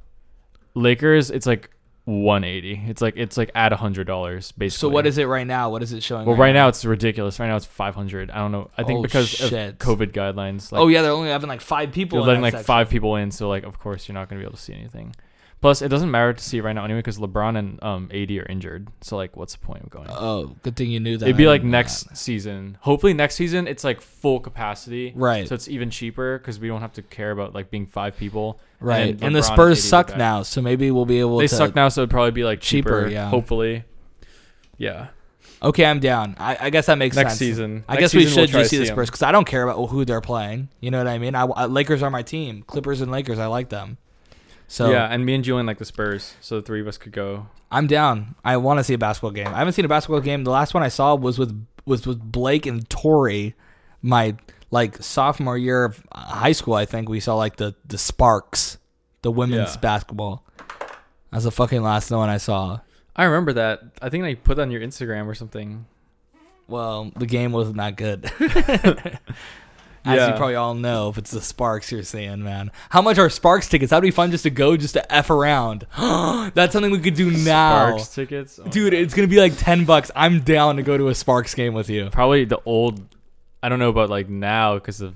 [SPEAKER 2] Lakers, it's like 180. It's like it's like at hundred dollars
[SPEAKER 1] So
[SPEAKER 2] basically.
[SPEAKER 1] what is it right now? What is it showing?
[SPEAKER 2] Well, right now it's ridiculous. Right now it's 500. I don't know. I think
[SPEAKER 1] Oh,
[SPEAKER 2] because
[SPEAKER 1] shit.
[SPEAKER 2] of COVID guidelines, like
[SPEAKER 1] oh yeah, they're only having like five people.
[SPEAKER 2] you're
[SPEAKER 1] in
[SPEAKER 2] letting
[SPEAKER 1] that
[SPEAKER 2] like
[SPEAKER 1] section.
[SPEAKER 2] five people in, so like of course you're not gonna be able to see anything. Plus, it doesn't matter to see it right now anyway because LeBron and um AD are injured. So like, what's the point of going?
[SPEAKER 1] Oh, good thing you knew that.
[SPEAKER 2] It'd be
[SPEAKER 1] I
[SPEAKER 2] like
[SPEAKER 1] didn't know
[SPEAKER 2] next
[SPEAKER 1] that.
[SPEAKER 2] season. Hopefully next season it's like full capacity.
[SPEAKER 1] Right.
[SPEAKER 2] So it's even cheaper because we don't have to care about like being five people.
[SPEAKER 1] Right, and, the
[SPEAKER 2] LeBron
[SPEAKER 1] Spurs
[SPEAKER 2] AD are
[SPEAKER 1] suck
[SPEAKER 2] back.
[SPEAKER 1] now, so maybe we'll be able.
[SPEAKER 2] they
[SPEAKER 1] to,
[SPEAKER 2] suck now, so it'd probably be like
[SPEAKER 1] Cheaper,
[SPEAKER 2] cheaper.
[SPEAKER 1] yeah.
[SPEAKER 2] Hopefully. Yeah.
[SPEAKER 1] Okay, I'm down. I, I guess that makes
[SPEAKER 2] Next
[SPEAKER 1] sense.
[SPEAKER 2] season.
[SPEAKER 1] I
[SPEAKER 2] Next
[SPEAKER 1] guess we
[SPEAKER 2] season we'll
[SPEAKER 1] should
[SPEAKER 2] try
[SPEAKER 1] just
[SPEAKER 2] to
[SPEAKER 1] see the
[SPEAKER 2] see 'em.
[SPEAKER 1] Spurs because I don't care about oh, who they're playing. You know what I mean? I, I- Lakers are my team. Clippers and Lakers, I like them. So
[SPEAKER 2] yeah, and me and Julian like the Spurs, so the three of us could go.
[SPEAKER 1] I'm down. I want to see a basketball game. I haven't seen a basketball game. The last one I saw was with was with Blake and Tori, my like sophomore year of uh, high school. I think we saw like the the Sparks, the women's
[SPEAKER 2] Yeah.
[SPEAKER 1] basketball. That's the fucking last one I saw.
[SPEAKER 2] I remember that. I think I put that on your Instagram or something.
[SPEAKER 1] Well, the game wasn't that good. As you
[SPEAKER 2] Yeah.
[SPEAKER 1] probably all know, if it's the Sparks you're seeing, man. How much are Sparks tickets? That'd be fun just to go just to F around. That's something we could do now.
[SPEAKER 2] Sparks tickets, Oh,
[SPEAKER 1] Dude, it's gonna be like ten bucks. I'm down to go to a Sparks game with you.
[SPEAKER 2] Probably the old. I don't know about like now because of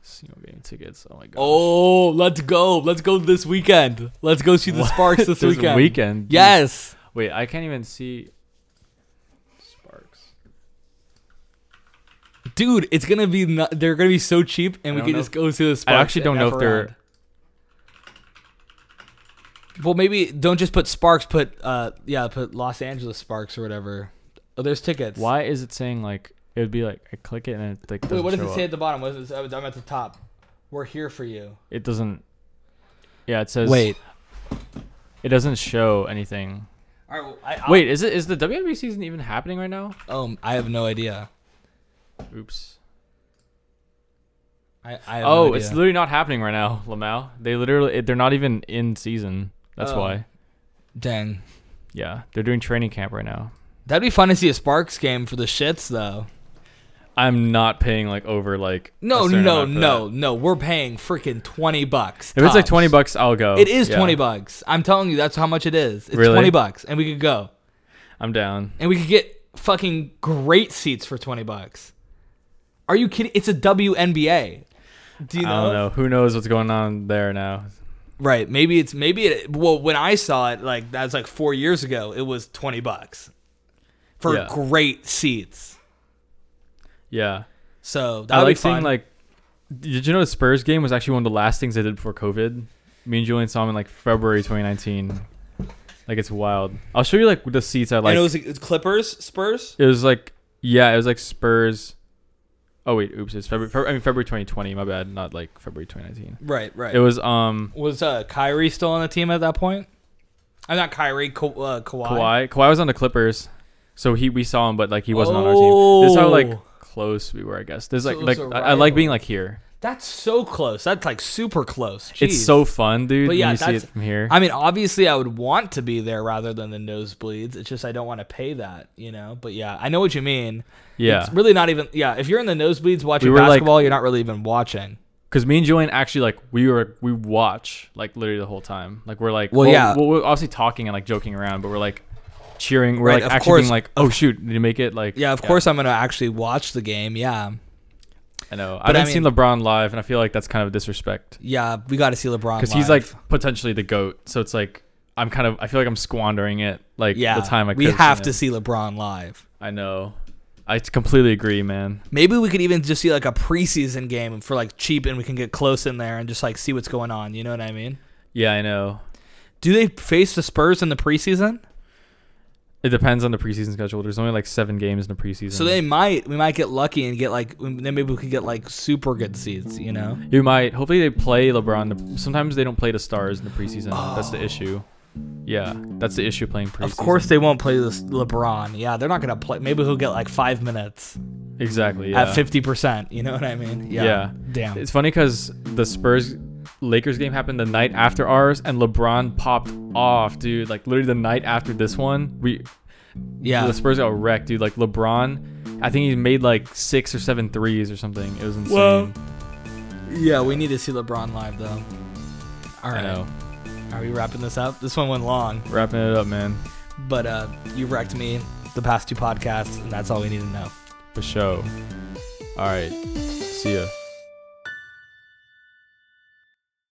[SPEAKER 2] casino game tickets. Oh my god.
[SPEAKER 1] Oh, let's go. Let's go this weekend. Let's go see the Sparks this,
[SPEAKER 2] This
[SPEAKER 1] weekend.
[SPEAKER 2] weekend?
[SPEAKER 1] Yes.
[SPEAKER 2] Wait, I can't even see. Sparks.
[SPEAKER 1] Dude, it's gonna be nu- they're gonna be so cheap and
[SPEAKER 2] I
[SPEAKER 1] we
[SPEAKER 2] don't
[SPEAKER 1] can
[SPEAKER 2] know
[SPEAKER 1] just
[SPEAKER 2] if-
[SPEAKER 1] go see the Sparks.
[SPEAKER 2] I actually don't
[SPEAKER 1] and
[SPEAKER 2] know
[SPEAKER 1] F
[SPEAKER 2] if they're.
[SPEAKER 1] around. Well, maybe don't just put Sparks, put uh yeah, put Los Angeles Sparks or whatever. Oh, there's tickets.
[SPEAKER 2] Why is it saying like it would be like I click it and it like doesn't
[SPEAKER 1] Wait, what does
[SPEAKER 2] show
[SPEAKER 1] it say
[SPEAKER 2] up.
[SPEAKER 1] at the bottom? What is it? oh, I'm at the top. We're here for you.
[SPEAKER 2] It doesn't. Yeah, it says.
[SPEAKER 1] Wait.
[SPEAKER 2] It doesn't show anything.
[SPEAKER 1] All right, well, I, I'll-
[SPEAKER 2] Wait, is it is the WNBA season even happening right now?
[SPEAKER 1] Um, I have no idea.
[SPEAKER 2] Oops.
[SPEAKER 1] I, I have
[SPEAKER 2] Oh,
[SPEAKER 1] no
[SPEAKER 2] it's
[SPEAKER 1] idea.
[SPEAKER 2] literally not happening right now, Lamau. They literally they're not even in season. That's
[SPEAKER 1] Oh.
[SPEAKER 2] why.
[SPEAKER 1] dang.
[SPEAKER 2] Yeah, they're doing training camp right now.
[SPEAKER 1] That'd be fun to see a Sparks game for the shits, though.
[SPEAKER 2] I'm not paying like over like. a
[SPEAKER 1] No,
[SPEAKER 2] certain
[SPEAKER 1] no,
[SPEAKER 2] amount for
[SPEAKER 1] no,
[SPEAKER 2] that.
[SPEAKER 1] no. We're paying freaking twenty bucks.
[SPEAKER 2] If it's like
[SPEAKER 1] tops.
[SPEAKER 2] twenty bucks, I'll go.
[SPEAKER 1] it is
[SPEAKER 2] Yeah,
[SPEAKER 1] twenty bucks. I'm telling you, that's how much it is. It's
[SPEAKER 2] Really?
[SPEAKER 1] twenty bucks, and we could go,
[SPEAKER 2] I'm down.
[SPEAKER 1] and we could get fucking great seats for twenty bucks. Are you kidding? It's a WNBA. Do you know?
[SPEAKER 2] I don't know. Who knows what's going on there now?
[SPEAKER 1] Right? Maybe it's maybe it. Well, when I saw it, like that was like four years ago. It was twenty bucks for
[SPEAKER 2] Yeah.
[SPEAKER 1] great seats.
[SPEAKER 2] Yeah.
[SPEAKER 1] So that
[SPEAKER 2] I
[SPEAKER 1] would
[SPEAKER 2] like
[SPEAKER 1] be
[SPEAKER 2] seeing
[SPEAKER 1] fun.
[SPEAKER 2] like. Did you know the Spurs game was actually one of the last things I did before COVID? Me and Julian saw him in like February 2019. Like it's wild. I'll show you like the seats I like.
[SPEAKER 1] and it was, it was Clippers, Spurs.
[SPEAKER 2] It was like yeah, it was like Spurs. Oh wait, oops, it's February. Feb- I mean February 2020. My bad, not like February 2019.
[SPEAKER 1] Right, right.
[SPEAKER 2] It was um
[SPEAKER 1] Was uh, Kyrie still on the team at that point? I'm not Kyrie, Ka- uh, Kawhi.
[SPEAKER 2] Kawhi. Kawhi was on the Clippers, so he we saw him, but like he wasn't on our team. This is how like
[SPEAKER 1] Oh.
[SPEAKER 2] close we were, I guess. There's like
[SPEAKER 1] So it
[SPEAKER 2] like
[SPEAKER 1] was a
[SPEAKER 2] I, I like being
[SPEAKER 1] rival.
[SPEAKER 2] like here.
[SPEAKER 1] That's so close. That's like super close. Jeez.
[SPEAKER 2] It's so fun, dude.
[SPEAKER 1] But yeah,
[SPEAKER 2] when you see it
[SPEAKER 1] that's-
[SPEAKER 2] from here.
[SPEAKER 1] I mean, obviously, I would want to be there rather than the nosebleeds. It's just I don't want to pay that, you know. But yeah, I know what you mean.
[SPEAKER 2] Yeah.
[SPEAKER 1] it's really not even. Yeah, if you're in the nosebleeds watching
[SPEAKER 2] were, like-
[SPEAKER 1] basketball, you're not really even watching.
[SPEAKER 2] Because me and Joanne actually like we were we watch like literally the whole time. Like we're like
[SPEAKER 1] Well, yeah.
[SPEAKER 2] well, we're obviously talking and like joking around, but we're like cheering. We're
[SPEAKER 1] Right,
[SPEAKER 2] like
[SPEAKER 1] of
[SPEAKER 2] actually
[SPEAKER 1] course.
[SPEAKER 2] being like, oh shoot, did you make it? Like
[SPEAKER 1] Yeah, of course, I'm gonna actually watch the game. Yeah,
[SPEAKER 2] I know. I
[SPEAKER 1] But I
[SPEAKER 2] haven't seen
[SPEAKER 1] mean-
[SPEAKER 2] LeBron live, and I feel like that's kind of a disrespect
[SPEAKER 1] yeah, we got to see LeBron
[SPEAKER 2] because he's like
[SPEAKER 1] live.
[SPEAKER 2] potentially the goat. So it's like I'm kind of I feel like I'm squandering it. Like
[SPEAKER 1] yeah,
[SPEAKER 2] the time I
[SPEAKER 1] we
[SPEAKER 2] could've
[SPEAKER 1] have
[SPEAKER 2] seen
[SPEAKER 1] to
[SPEAKER 2] it.
[SPEAKER 1] see LeBron live.
[SPEAKER 2] I know. I completely agree, man.
[SPEAKER 1] Maybe we could even just see like a preseason game for like cheap, and we can get close in there and just like see what's going on. You know what I mean?
[SPEAKER 2] Yeah, I know.
[SPEAKER 1] Do they face the Spurs in the preseason?
[SPEAKER 2] It depends on the preseason schedule. There's only like seven games in the preseason.
[SPEAKER 1] So they might we might get lucky and get like then maybe we could get like super good seeds, you know?
[SPEAKER 2] You might. Hopefully, they play LeBron. Sometimes they don't play the stars in the preseason. That's the issue. Yeah, that's the issue playing preseason.
[SPEAKER 1] Oh. Of course they won't play this LeBron. Yeah, they're not gonna play. Maybe he'll get like five minutes
[SPEAKER 2] Exactly. Yeah.
[SPEAKER 1] at fifty percent. You know what I mean? Yeah.
[SPEAKER 2] Yeah.
[SPEAKER 1] Damn.
[SPEAKER 2] It's funny because the Spurs Lakers game happened the night after ours, and LeBron popped off, dude. Like literally the night after this one, we
[SPEAKER 1] yeah.
[SPEAKER 2] the Spurs got wrecked, dude. Like LeBron, I think he made like six or seven threes or something. It was insane.
[SPEAKER 1] Whoa. Yeah. We need to see LeBron live though. All
[SPEAKER 2] I know.
[SPEAKER 1] right. Are we wrapping this up? This one went long,
[SPEAKER 2] Wrapping it up, man.
[SPEAKER 1] but uh, you wrecked me the past two podcasts, and that's all we need to know.
[SPEAKER 2] For show. All right. See ya.